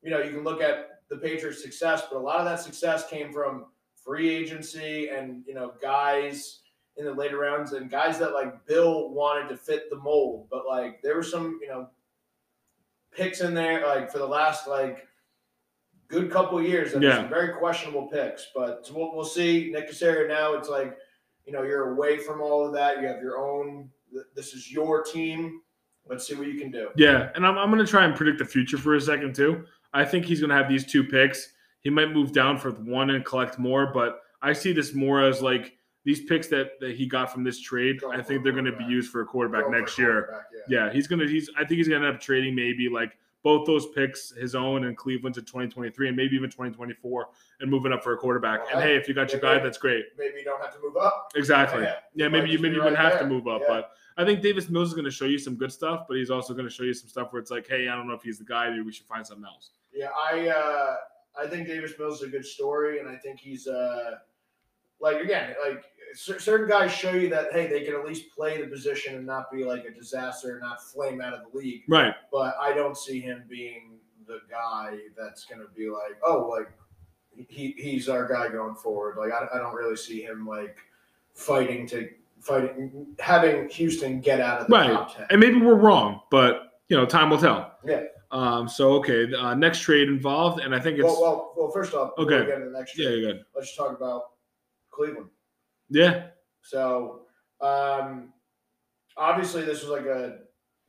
you know, you can look at the Patriots' success, but a lot of that success came from free agency and, you know, guys in the later rounds and guys that like Bill wanted to fit the mold. But like, there were some, you know, picks in there like for the last like good couple years that yeah. Yeah. some very questionable picks but so we'll, we'll see Nick Casario now it's like you know you're away from all of that you have your own th- this is your team let's see what you can do Yeah, and I'm, I'm going to try and predict the future for a second too. I think he's going to have these two picks. He might move down for one and collect more, but I see this more as like these picks that, that he got from this trade. Go I for think they're going to be quarterback. used for a quarterback Go for next year. quarterback, yeah. Yeah, he's going to he's I think he's going to end up trading maybe like both those picks, his own and Cleveland's in 2023 and maybe even 2024 and moving up for a quarterback. And Alright. hey, if you got your guy, that's great. maybe you don't have to move up Exactly. Yeah. Yeah, Might maybe you just be maybe you right wouldn't have there. to move up, Yeah. but I think Davis Mills is going to show you some good stuff, but he's also going to show you some stuff where it's like, hey, I don't know if he's the guy. Maybe we should find something else. yeah I uh I think Davis Mills is a good story and I think he's uh like again like cer- certain guys show you that hey they can at least play the position and not be like a disaster and not flame out of the league Right. but I don't see him being the guy that's going to be like, oh, like he he's our guy going forward. Like I, I don't really see him like fighting to fighting having Houston get out of the Right. top ten. And maybe we're wrong, but you know, time will tell. Yeah. Um. So okay, the, uh, next trade involved, and I think it's Well, well, well. First off, before we Okay. get into the next yeah, year, you're good. let's talk about Cleveland. Yeah. So, um, obviously, this was like a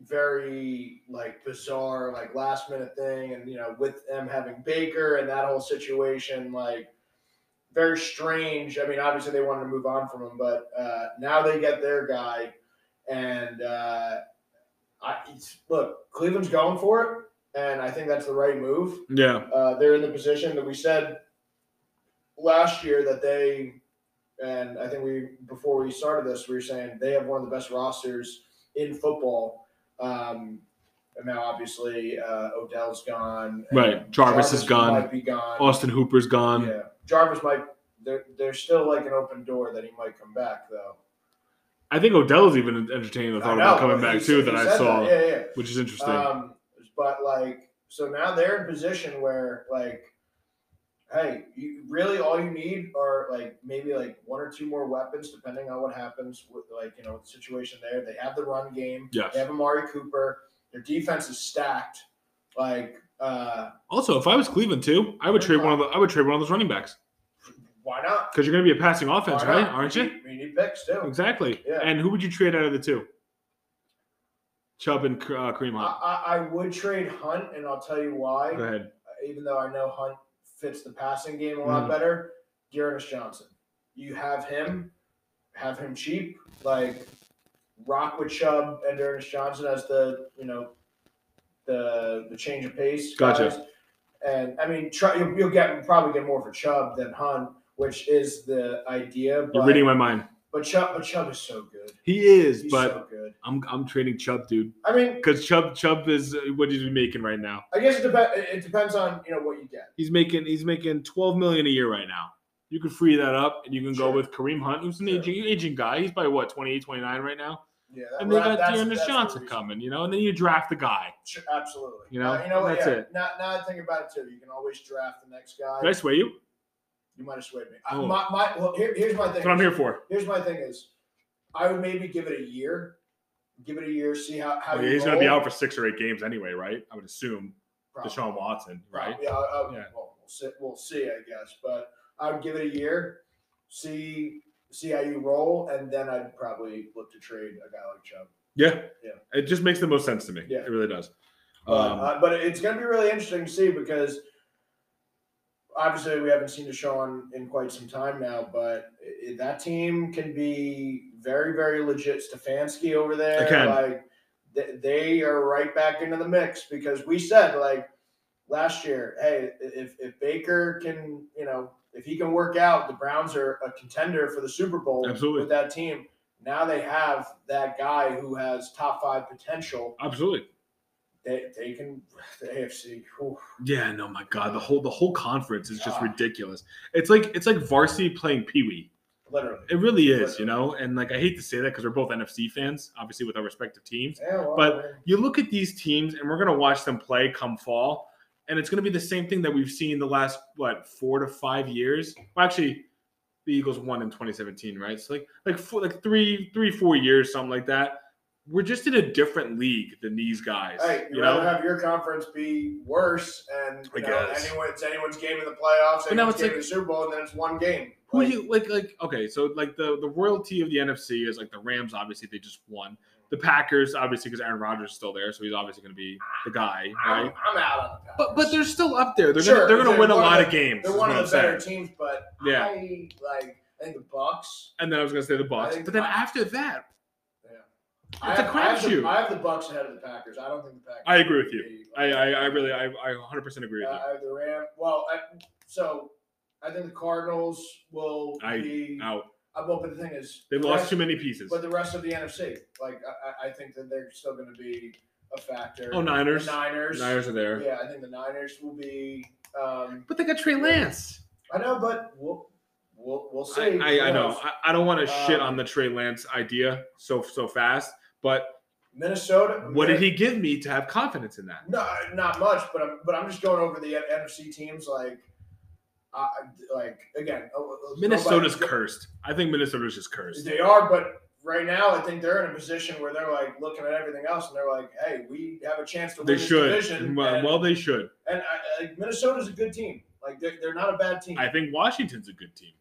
very like bizarre, like last minute thing, and you know, with them having Baker and that whole situation, like very strange. I mean, obviously, they wanted to move on from him, but uh, now they get their guy, and uh, I it's, look, Cleveland's going for it, and I think that's the right move. Yeah. Uh, they're in the position that we said last year that they, and I think we before we started this, we were saying they have one of the best rosters in football. Um, and now obviously uh, Odell's gone. and Right. Jarvis is gone. Might be gone. Austin Hooper's gone. yeah, Jarvis might. There, there's still like an open door that he might come back though. I think Odell's even entertaining the I thought know, about coming back he too. said- he That I said saw, Yeah, yeah. which is interesting. Um, but like, so now they're in position where like, hey, you really all you need are like maybe like one or two more weapons, depending on what happens with like you know the situation there. They have the run game. yes. They have Amari Cooper. Their defense is stacked. Like, uh, Also, if I was Cleveland too, I would trade one of the I would trade one of those running backs why not? because you're going to be a passing offense, Why right? not? Aren't you? We need picks too. Exactly. Yeah. And who would you trade out of the two? Chubb and uh, Kareem Hunt. I, I, I would trade Hunt, and I'll tell you why. Go ahead. even though I know Hunt fits the passing game a lot Mhm. better, Dearness Johnson. You have him, have him cheap, like rock with Chubb and Dearness Johnson as the you know the the change of pace. Gotcha. guys. And I mean, try, you'll, you'll get probably get more for Chubb than Hunt, which is the idea. You're But, reading my mind. but Chubb, but Chubb is so good. He is, He's but so good. I'm I'm trading Chubb, dude, I mean, because Chubb Chubb is uh, what he's making right now. I guess it, dep- it depends on you know what you get. He's making he's making 12 million a year right now. You can free that up and you can Sure. go with Kareem Hunt, who's an Sure. aging aging guy. He's probably what 28, 29 right now. Yeah, that- And they got that's- that's Dearness the Johnson reason. coming, you know, and then you draft the guy. Sure, absolutely. You know, Uh, you know what, that's yeah, it. Now, now I think about it too. You can always draft the next guy. Did I sway you? You might have swayed me. I- Oh. my, my, well, here, here's my thing. That's what I'm here for. Here's my thing is, I would maybe give it a year, give it a year, see how how Well, you he's going to be roll. out for six or eight games anyway, right? I would assume Probably. Deshaun Watson, right? Yeah, I, I, Yeah. Well, we'll see. We'll see, I guess. But I would give it a year, see see how you roll, and then I'd probably look to trade a guy like Chubb. Yeah. Yeah. It just makes the most sense to me. Yeah. It really does. But, Um, uh, but it's going to be really interesting to see because obviously we haven't seen Deshaun in quite some time now, but i- i- that team can be very, very legit. Stefanski over there, They can. like they, they are right back into the mix because we said like last year, hey, i- if, if Baker can, you know, if he can work out, the Browns are a contender for the Super Bowl Absolutely. with that team. Now they have that guy who has top five potential absolutely. they they can the AFC. whew. Yeah, no, my God, the whole the whole conference is just God. ridiculous. It's like it's like varsity playing pee wee. literally. It really is, you know. And like I hate to say that because we're both NFC fans, obviously with our respective teams. Yeah, well, But- I mean, You look at these teams, and we're gonna watch them play come fall, and it's gonna be the same thing that we've seen the last what four to five years. Well, actually, the Eagles won in 2017, right? So like like four, like three three four years, something like that. We're just in a different league than these guys. hey, you you rather know, have your conference be worse and I you know, guess. anyone it's anyone's game in the playoffs, But now anyone's it's game like- in the Super Bowl, and then it's one game. Who Like, you like? Like okay, so like the the royalty of the NFC is like the Rams. Obviously, they just won. The Packers, obviously, because Aaron Rodgers is still there, so he's obviously going to be the guy, I'm, right? I'm out on the But but they're still up there. They're Sure, gonna, they're going they're to win a one of lot the- of games. They're is one what of I'm the better saying. teams, but Yeah. I like I think the Bucks. And then I was going to say the Bucks, think but then the- after that, I It's a have- I have the- crapshoot. I have the Bucks ahead of the Packers. I don't think the Packers. I agree with will you. be- I I, I really I, I 100% agree with I have the Ram. Well, I, so I think the Cardinals will I- be. you. Out. Uh, well, but the thing is, They the lost rest- too many pieces. But the rest of the NFC, like I, I- I think that they're still going to be a factor. Oh, Niners. The Niners. Niners are there. Yeah, I think the Niners will be. Um, But they got Trey Lance. I know, but we'll we'll, we'll see. I, I, I know. I, I don't want to shit Um, on the Trey Lance idea so so fast, but Minnesota. what did he give me to have confidence in that? No, not much. But I'm but I'm just going over the NFC teams like. I like again. oh, oh, Minnesota's nobody- cursed. I think Minnesota's just cursed. They are, but right now I think they're in a position where they're like looking at everything else, and they're like, "Hey, we have a chance to win They this should. division." Well, and- well, they should. And I, I, Minnesota's a good team. Like they're, they're not a bad team. I think Washington's a good team.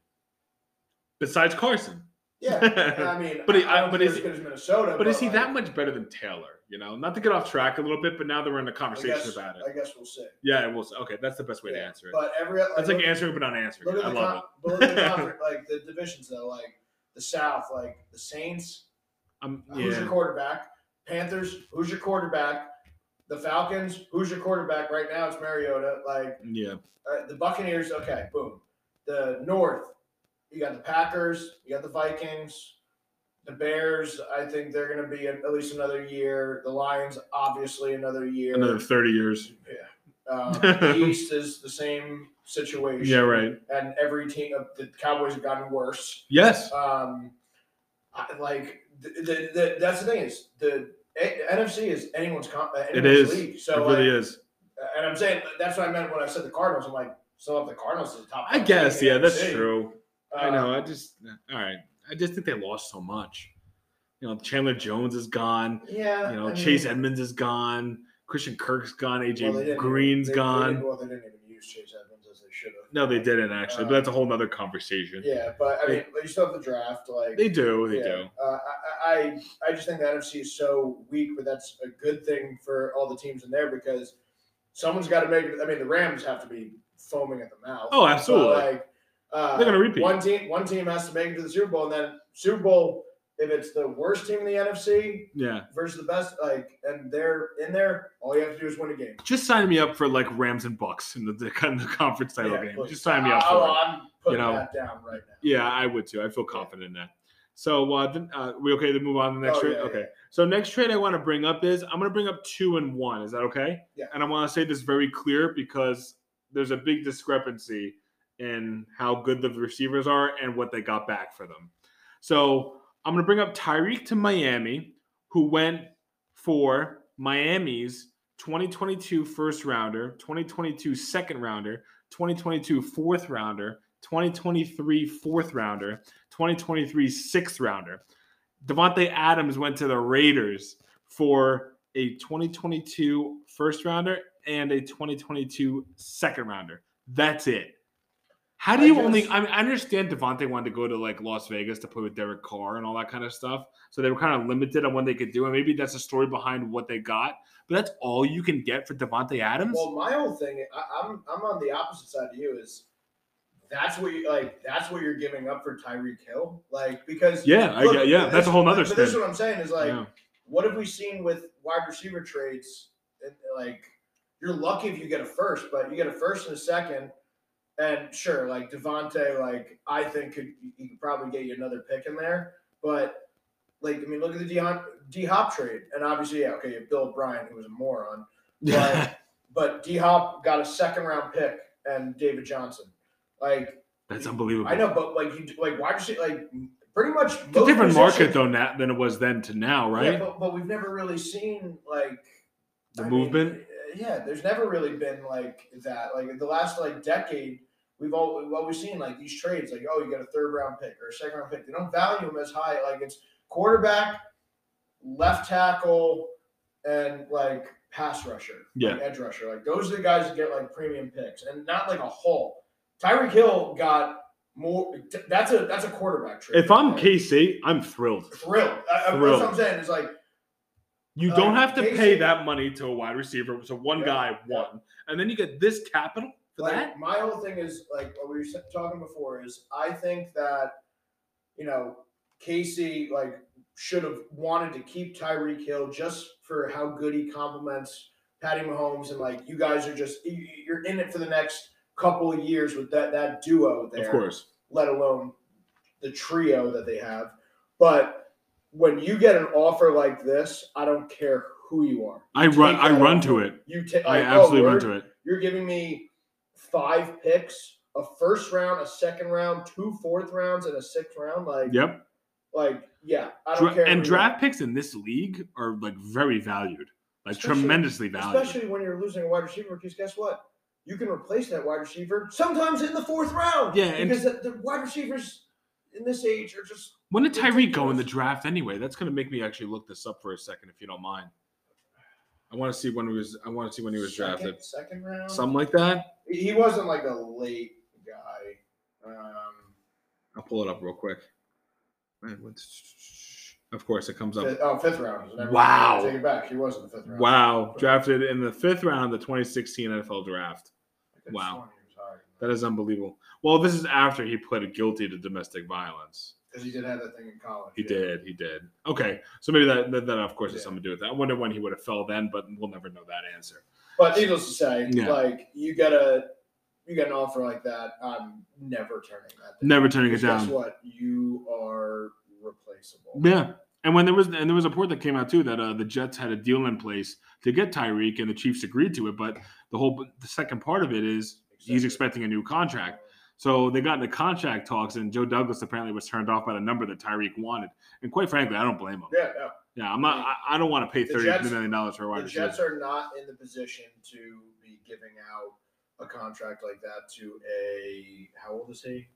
Besides Carson, yeah, I mean, But he- I don't but think they're as is he- good as Minnesota? but is he like, that much better than Taylor? You know, not to get off track a little bit, but now that we're in a I conversation guess, about it, I guess we'll see. yeah, we'll say, okay, that's the best way to Yeah, answer it. But every That's like look- answering but not answering. Look I at the, love it. con- but look at the conference, like the divisions though, like the South, like the Saints. Um, Who's your yeah, quarterback? Panthers. Who's your quarterback? The Falcons. Who's your quarterback right now? It's Mariota. Like yeah. uh, the Buccaneers. Okay, boom. The North. You got the Packers. You got the Vikings. The Bears. I think they're going to be at at least another year. The Lions, obviously, another year. Another thirty years. Um, the East is the same situation. Yeah, right. And every team, uh, the Cowboys have gotten worse. Yes. Um, I, like the, the, the, that's the thing is the A- NFC is anyone's com- uh, It anyone's is. league. it So really like, is. Uh, and I'm saying that's what I meant when I said the Cardinals. I'm like, so if the Cardinals is the top, I five guess. team Yeah, in the that's NFC, true. I uh, know. I just all right. I just think they lost so much. You know, Chandler Jones is gone. Yeah. You know, I mean, Chase Edmonds is gone. Christian Kirk's gone. well, AJ they didn't- Green's they- they gone. didn't- well, they didn't even use Chase Edmonds as they should have. no, they didn't actually, but that's a whole nother conversation. uh, Yeah, but I They- mean, you still have the draft. Like They do. They Yeah. do. Uh, I, I- I I just think the NFC is so weak, but that's a good thing for all the teams in there because someone's got to make. I mean, the Rams have to be foaming at the mouth. Oh, absolutely. But, like, uh, They're gonna repeat. One team, one team has to make it to the Super Bowl, and then Super Bowl if it's the worst team in the NFC Yeah. versus the best, like, and they're in there, all you have to do is win a game. Just sign me up for like Rams and Bucks in the, the, in the conference title Yeah, game. please. Just sign me up Oh, for it. I'm putting You know. that down right now. Yeah, I would too. I feel confident in that. So, uh, then, uh, we okay to move on to the next Oh, trade? yeah, okay. yeah. So, next trade I want to bring up is I'm going to bring up two and one. Is that okay? Yeah. And I want to say this very clear because there's a big discrepancy in how good the receivers are and what they got back for them. So, I'm going to bring up Tyreek to Miami, who went for Miami's 2022 first rounder, 2022 second rounder, 2022 fourth rounder, 2023 fourth rounder, 2023 sixth rounder. Devontae Adams went to the Raiders for a 2022 first rounder and a 2022 second rounder. That's it. How do I you just- only? I mean, I understand Devontae wanted to go to like Las Vegas to play with Derek Carr and all that kind of stuff. So they were kind of limited on what they could do. And maybe that's the story behind what they got. But that's all you can get for Devontae Adams. Well, my whole thing, I, I'm I'm on the opposite side of you. Is that's what you like? That's what you're giving up for Tyreek Hill, like because yeah, I, look, yeah, yeah. That's a whole nother But this is spin. what I'm saying is like, Yeah. what have we seen with wide receiver trades? And, Like, you're lucky if you get a first, but you get a first and a second. And sure, like Devontae, like I think could he could probably get you another pick in there, but like I mean, look at the Deion- D Hop trade, and obviously, yeah, okay, Bill Bryan, who was a moron, but but D Hop got a second round pick and David Johnson. Like that's unbelievable. I know, but like you like why receiver like pretty much It's a most different market positions- though now than it was then to now, right? Yeah, but, but we've never really seen like the I mean, uh, movement. yeah, there's never really been like that. Like in the last like decade, we've all we've always seen like these trades, like oh, you get a third round pick or a second round pick. They don't value them as high. Like it's quarterback, left tackle, and like pass rusher, Yeah. like, edge rusher. Like those are the guys that get like premium picks, and not like a haul. Tyreek Hill got more. That's a that's a quarterback trade. if I'm Like, KC, I'm thrilled. thrilled, I, I, that's Thrilled. what I'm saying. It's like You Uh, don't have to Casey- pay that money to a wide receiver. So one Yeah, guy yeah. won, and then you get this capital for like, that. My whole thing is like what we were talking before is I think that you know Casey like should have wanted to keep Tyreek Hill just for how good he complements Patty Mahomes and like you guys are just you- you're in it for the next couple of years with that that duo there Of course, let alone the trio that they have. But when you get an offer like this, I don't care who you are. I run. take I that run offer. to it. You take I absolutely run to it. you're giving me five picks, a first round, a second round, two fourth rounds, and a sixth round. Like, Yep. like, yeah, I don't Dra- care. and who you draft picks in this league are like very valued, like Especially- tremendously are. valued. especially when you're losing a wide receiver, because guess what? You can replace that wide receiver sometimes in the fourth round. Yeah, and- because the, the wide receivers in this age are just when did Tyreek go ridiculous. in the draft anyway? That's going to make me actually look this up for a second, if you don't mind. I want to see when he was. I want to see when he was second, drafted. second round. Something like that. he he wasn't like a late guy. Um, I'll pull it up real quick. Man, what's- Of course, it comes up. fifth, oh, fifth round. Never mind. Wow. Take it back. He wasn't the fifth round. Wow, drafted in the fifth round of the 2016 NFL Draft. I could've wow. sworn he was higher than That is unbelievable. Well, this is after he pled guilty to domestic violence. Because he did have that thing in college. He yeah. did. He did. Okay, so maybe that that, that of course Yeah. has something to do with that. I wonder when he would have fell then, but we'll never know that answer. But needless to say, Yeah. like you get a you get an offer like that, I'm never turning that. Down. Never turning it Because Guess down. what? You are replaceable. Yeah. And when there was and there was a report that came out too that uh, the Jets had a deal in place to get Tyreek and the Chiefs agreed to it, but the whole the second part of it is he's expecting a new contract. So they got into contract talks, and Joe Douglas apparently was turned off by the number that Tyreek wanted. And quite frankly, I don't blame him. Yeah, no, Yeah, I'm not. I, I don't want to pay The thirty million Jets- dollars for a wide the receiver. Jets are not in the position to be giving out a contract like that to a how old is he?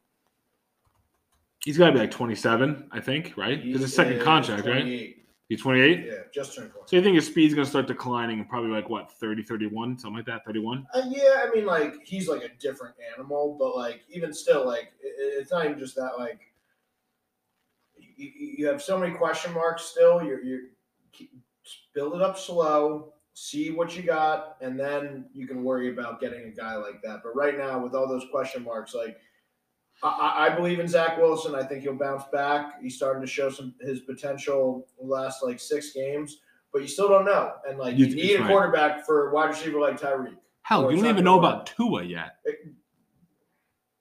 He's got to be like 27, I think, right? Because his second is contract, right? 28. He's 28. Yeah, just turned So 20. you think his speed's going to start declining, probably like what 30, 31, something like that, 31. Uh, yeah, I mean, like he's like a different animal, but like even still, like i- i- it's not even just that. Like you, you have so many question marks still. You're you build it up slow, see what you got, and then you can worry about getting a guy like that. But right now, with all those question marks, like I- I, I believe in Zach Wilson. I think he'll bounce back. He's starting to show some his potential last like six games, but you still don't know. And like You- you, it's need a right. quarterback for a wide receiver like Tyreek. Hell, Or Oh, you it's don't not gonna even know work. about Tua yet.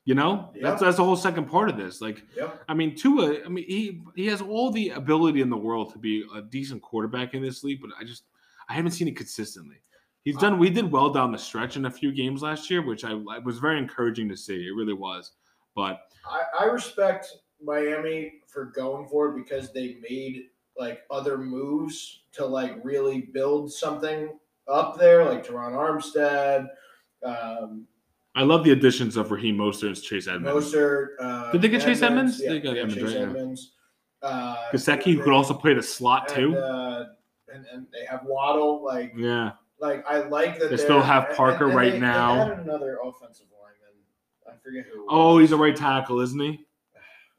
You know, Yeah. that's that's the whole second part of this. Like, Yep. I mean, Tua, I mean, he he has all the ability in the world to be a decent quarterback in this league, but I just I haven't seen it consistently. He's done. We did well down the stretch in a few games last year, which I, I was very encouraging to see. It really was. But I, I respect Miami for going for it because they made like other moves to like really build something up there, like Teron Armstead, um, I love the additions of Raheem Mostert and Chase Edmonds. Mostert. Uh, Did they get Chase Edmonds? Yeah, They got yeah, Edmonds, Chase right? Yeah. Edmonds. Uh, Gasecki, who could also play the slot And, too. uh, and, and they have Waddle. Like, Yeah, like I like that They they're- still have and- Parker and right they- they now. added another offensive lineman. I forget who. it Oh, was. he's a right tackle, isn't he?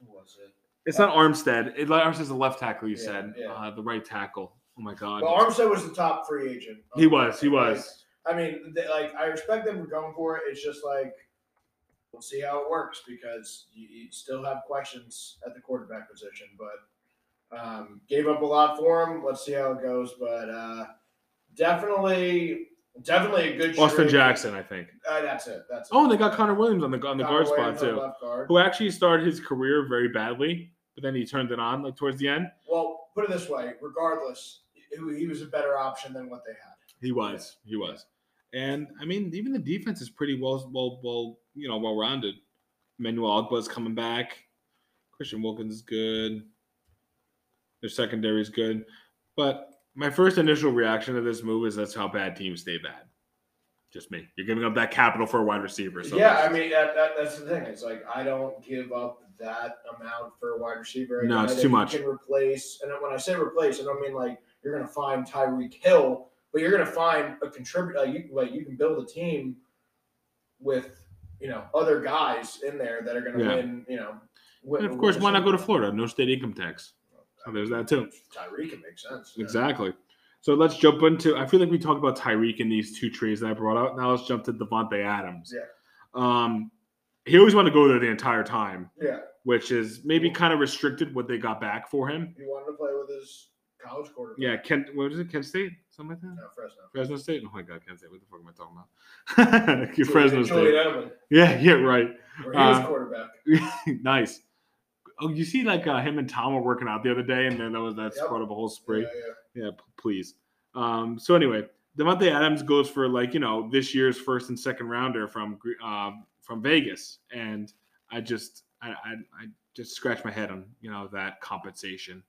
Who was it? It's not Armstead. It, Armstead's a left tackle. You Yeah, said yeah. Uh, the right tackle. Oh my God, Well, Armstead was the top free agent. he was. He was. I mean, they, like I respect them for going for it. It's just like we'll see how it works because you, you still have questions at the quarterback position. But um, gave up a lot for him. Let's see how it goes. But uh, definitely, definitely a good. Austin streak. Jackson, I think. Uh, that's it. That's it. Oh, and they got Connor Williams on the on the Connor guard spot Williams on too, left guard. who actually started his career very badly, but then he turned it on like towards the end. Well, put it this way: regardless, he, he was a better option than what they had. He was. He was. And I mean, even the defense is pretty well, well, well, you know, well rounded. Manuel Ogba's coming back. Christian Wilkins is good. Their secondary is good. But my first initial reaction to this move is that's how bad teams stay bad. Just me. You're giving up that capital for a wide receiver. So yeah, that's- I mean that, that, that's the thing. It's like I don't give up that amount for a wide receiver. A No, guy it's that too you much. Can replace, and when I say replace, I don't mean like you're going to find Tyreek Hill, but you're going to find a contributor. Like you, like you can build a team with you know other guys in there that are going to Yeah. win. You know, win, and of course, win why not go to the Florida? No state income tax. So there's that too. Super Bowl. Tyreek? It makes sense. yeah. Exactly. So let's jump into. I feel like we talked about Tyreek in these two trades that I brought out. Now let's jump to Devontae Adams. Yeah. Um, he always wanted to go there the entire time, Yeah, which is maybe kind of restricted what they got back for him. he wanted to play with his college quarterback. Yeah, Kent. What is it? Kent State? Something like that. no, Fresno. Fresno State. Oh my God, Kent State. What the fuck am I talking about? Fresno Julian State. Edelman, Yeah, yeah, right. where he was Uh, quarterback. nice. Oh, you see, like uh, him and Tom were working out the other day, and then that was that's Yep. part of a whole Yeah, spree. yeah. Yeah, p- please. Um, so anyway, Devontae Adams goes for like you know this year's first and second rounder from Gre- um, from Vegas, and I just I, I I just scratch my head on you know that compensation.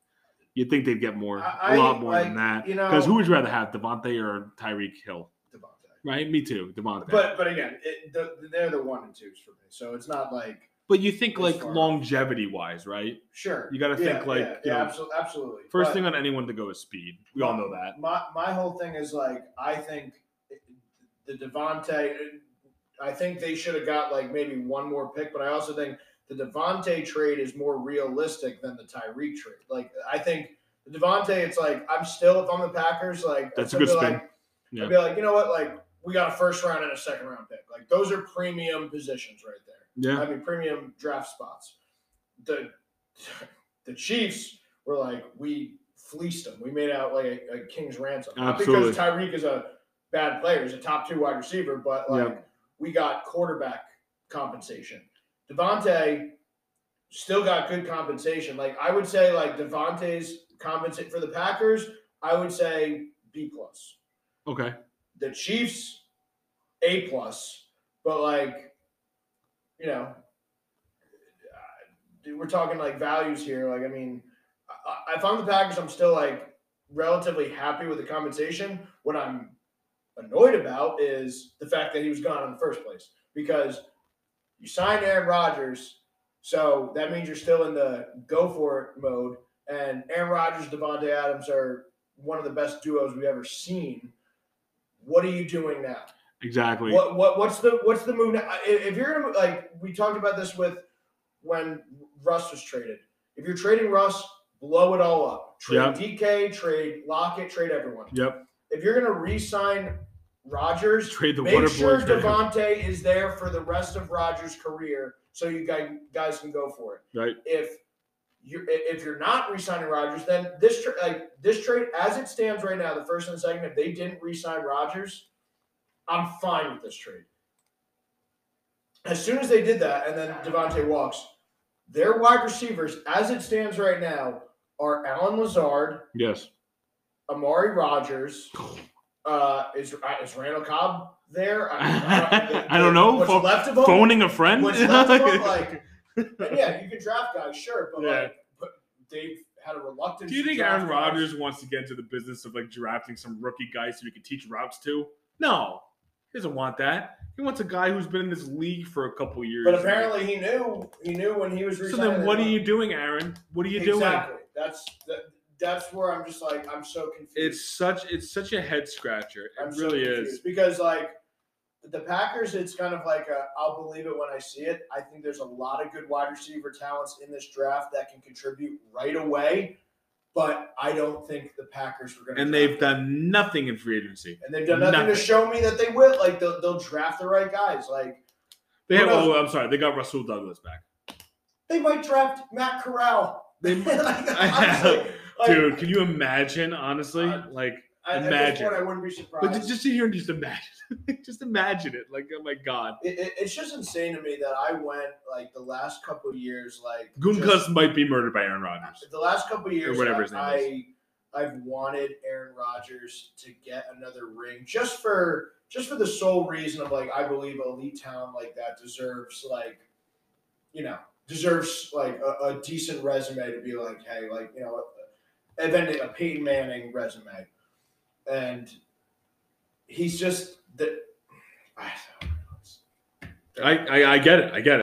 You'd think they'd get more, I- a lot I, more than like, that. you Because know- who would you rather have, Devontae or Tyreek Hill? Devontae. Right? Me too, Devontae. But but again, it, the, they're the one and twos for me. So it's not like but you think As like far- longevity wise, right? sure. You gotta think, like, yeah, you yeah, know, absolutely, absolutely. First But thing on anyone to go is speed. We all know that. my my whole thing is like I think the Devonte. I think they should have got like maybe one more pick, but I also think the Devonte trade is more realistic than the Tyreek trade. Like I think the Devonte, it's like I'm still if I'm the Packers, like That's a I'd good be spin. Like, Yeah. I'd be like, you know what, like we got a first round and a second round pick. Like those are premium positions right there. Yeah. I mean, premium draft spots. The the Chiefs were like, we fleeced them. We made out like a, a king's ransom. Not Absolutely. because Tyreek is a bad player. He's a top two wide receiver, but like we got quarterback compensation. Devontae still got good compensation. Like I would say, like Devontae's compensate for the Packers. I would say B plus Okay. the Chiefs A plus, but like you know, uh, we're talking like values here. Like I mean, I, I- if I'm the Packers, I'm still like relatively happy with the compensation. What I'm annoyed about is the fact that he was gone in the first place because you signed Aaron Rodgers, so that means you're still in the go for it mode. And Aaron Rodgers, Devontae Adams are one of the best duos we've ever seen. What are you doing now? Exactly. What, what what's the what's the move now? I- If if you're gonna like we talked about this with when Russ was traded. If you're trading Russ, blow it all up. Trade Yeah. DK, trade Lockett, trade everyone. Yep. If you're gonna re-sign Rodgers. Trade the water Make sure boys. right? Devontae is there for the rest of Rodgers' career, so you guys guys can go for it. right? If you if you're not re-signing Rodgers, then this tra- like this trade as it stands right now, the first and the second, if they didn't re-sign Rodgers, I'm fine with this trade. As soon as they did that, and then Devontae walks, their wide receivers, as it stands right now, are Alan Lazard, Yes. Amari Rogers. Uh, is uh, is Randall Cobb there? I don't know. What's Pho- left of him? Phoning a friend. What's left of him? Like, and yeah, you can draft guys, sure, but Yeah. like, but they've had a reluctance. Do you to think draft Aaron guys. Rodgers wants to get into the business of like drafting some rookie guy so he can teach routes to? No, he doesn't want that. He wants a guy who's been in this league for a couple years. But apparently, he knew he knew when he was. so resigning then what that- are you doing, Aaron? What are you doing? exactly. That's that, that's where I'm just like I'm so confused. It's such it's such a head scratcher. It I'm so really confused. is. because like the Packers, it's kind of like a, I'll believe it when I see it. I think there's a lot of good wide receiver talents in this draft that can contribute right away, but I don't think the Packers were going to. And they've done nothing in free agency. and they've done nothing, nothing. to show me that they will. Like they'll, they'll draft the right guys. Like They Who have, knows? oh, I'm sorry, they got Russell Douglas back. they might draft Matt Corral. They- Like, honestly, like, Dude, can you imagine? Honestly, Uh, like, I- at this imagine. point, I wouldn't be surprised. but ju- just sit here and just imagine, just imagine it. Like, oh my god, It- it- it's just insane to me that I went like the last couple of years, like just- Goomkas might be murdered by Aaron Rodgers. the last couple of years, whatever I, his name I I've wanted Aaron Rodgers to get another ring just for just for the sole reason of like I believe elite talent like that deserves like you know deserves like a, a decent resume to be like hey like you know and then a Peyton Manning resume and he's just the. I don't know. I, I I get it. I get it.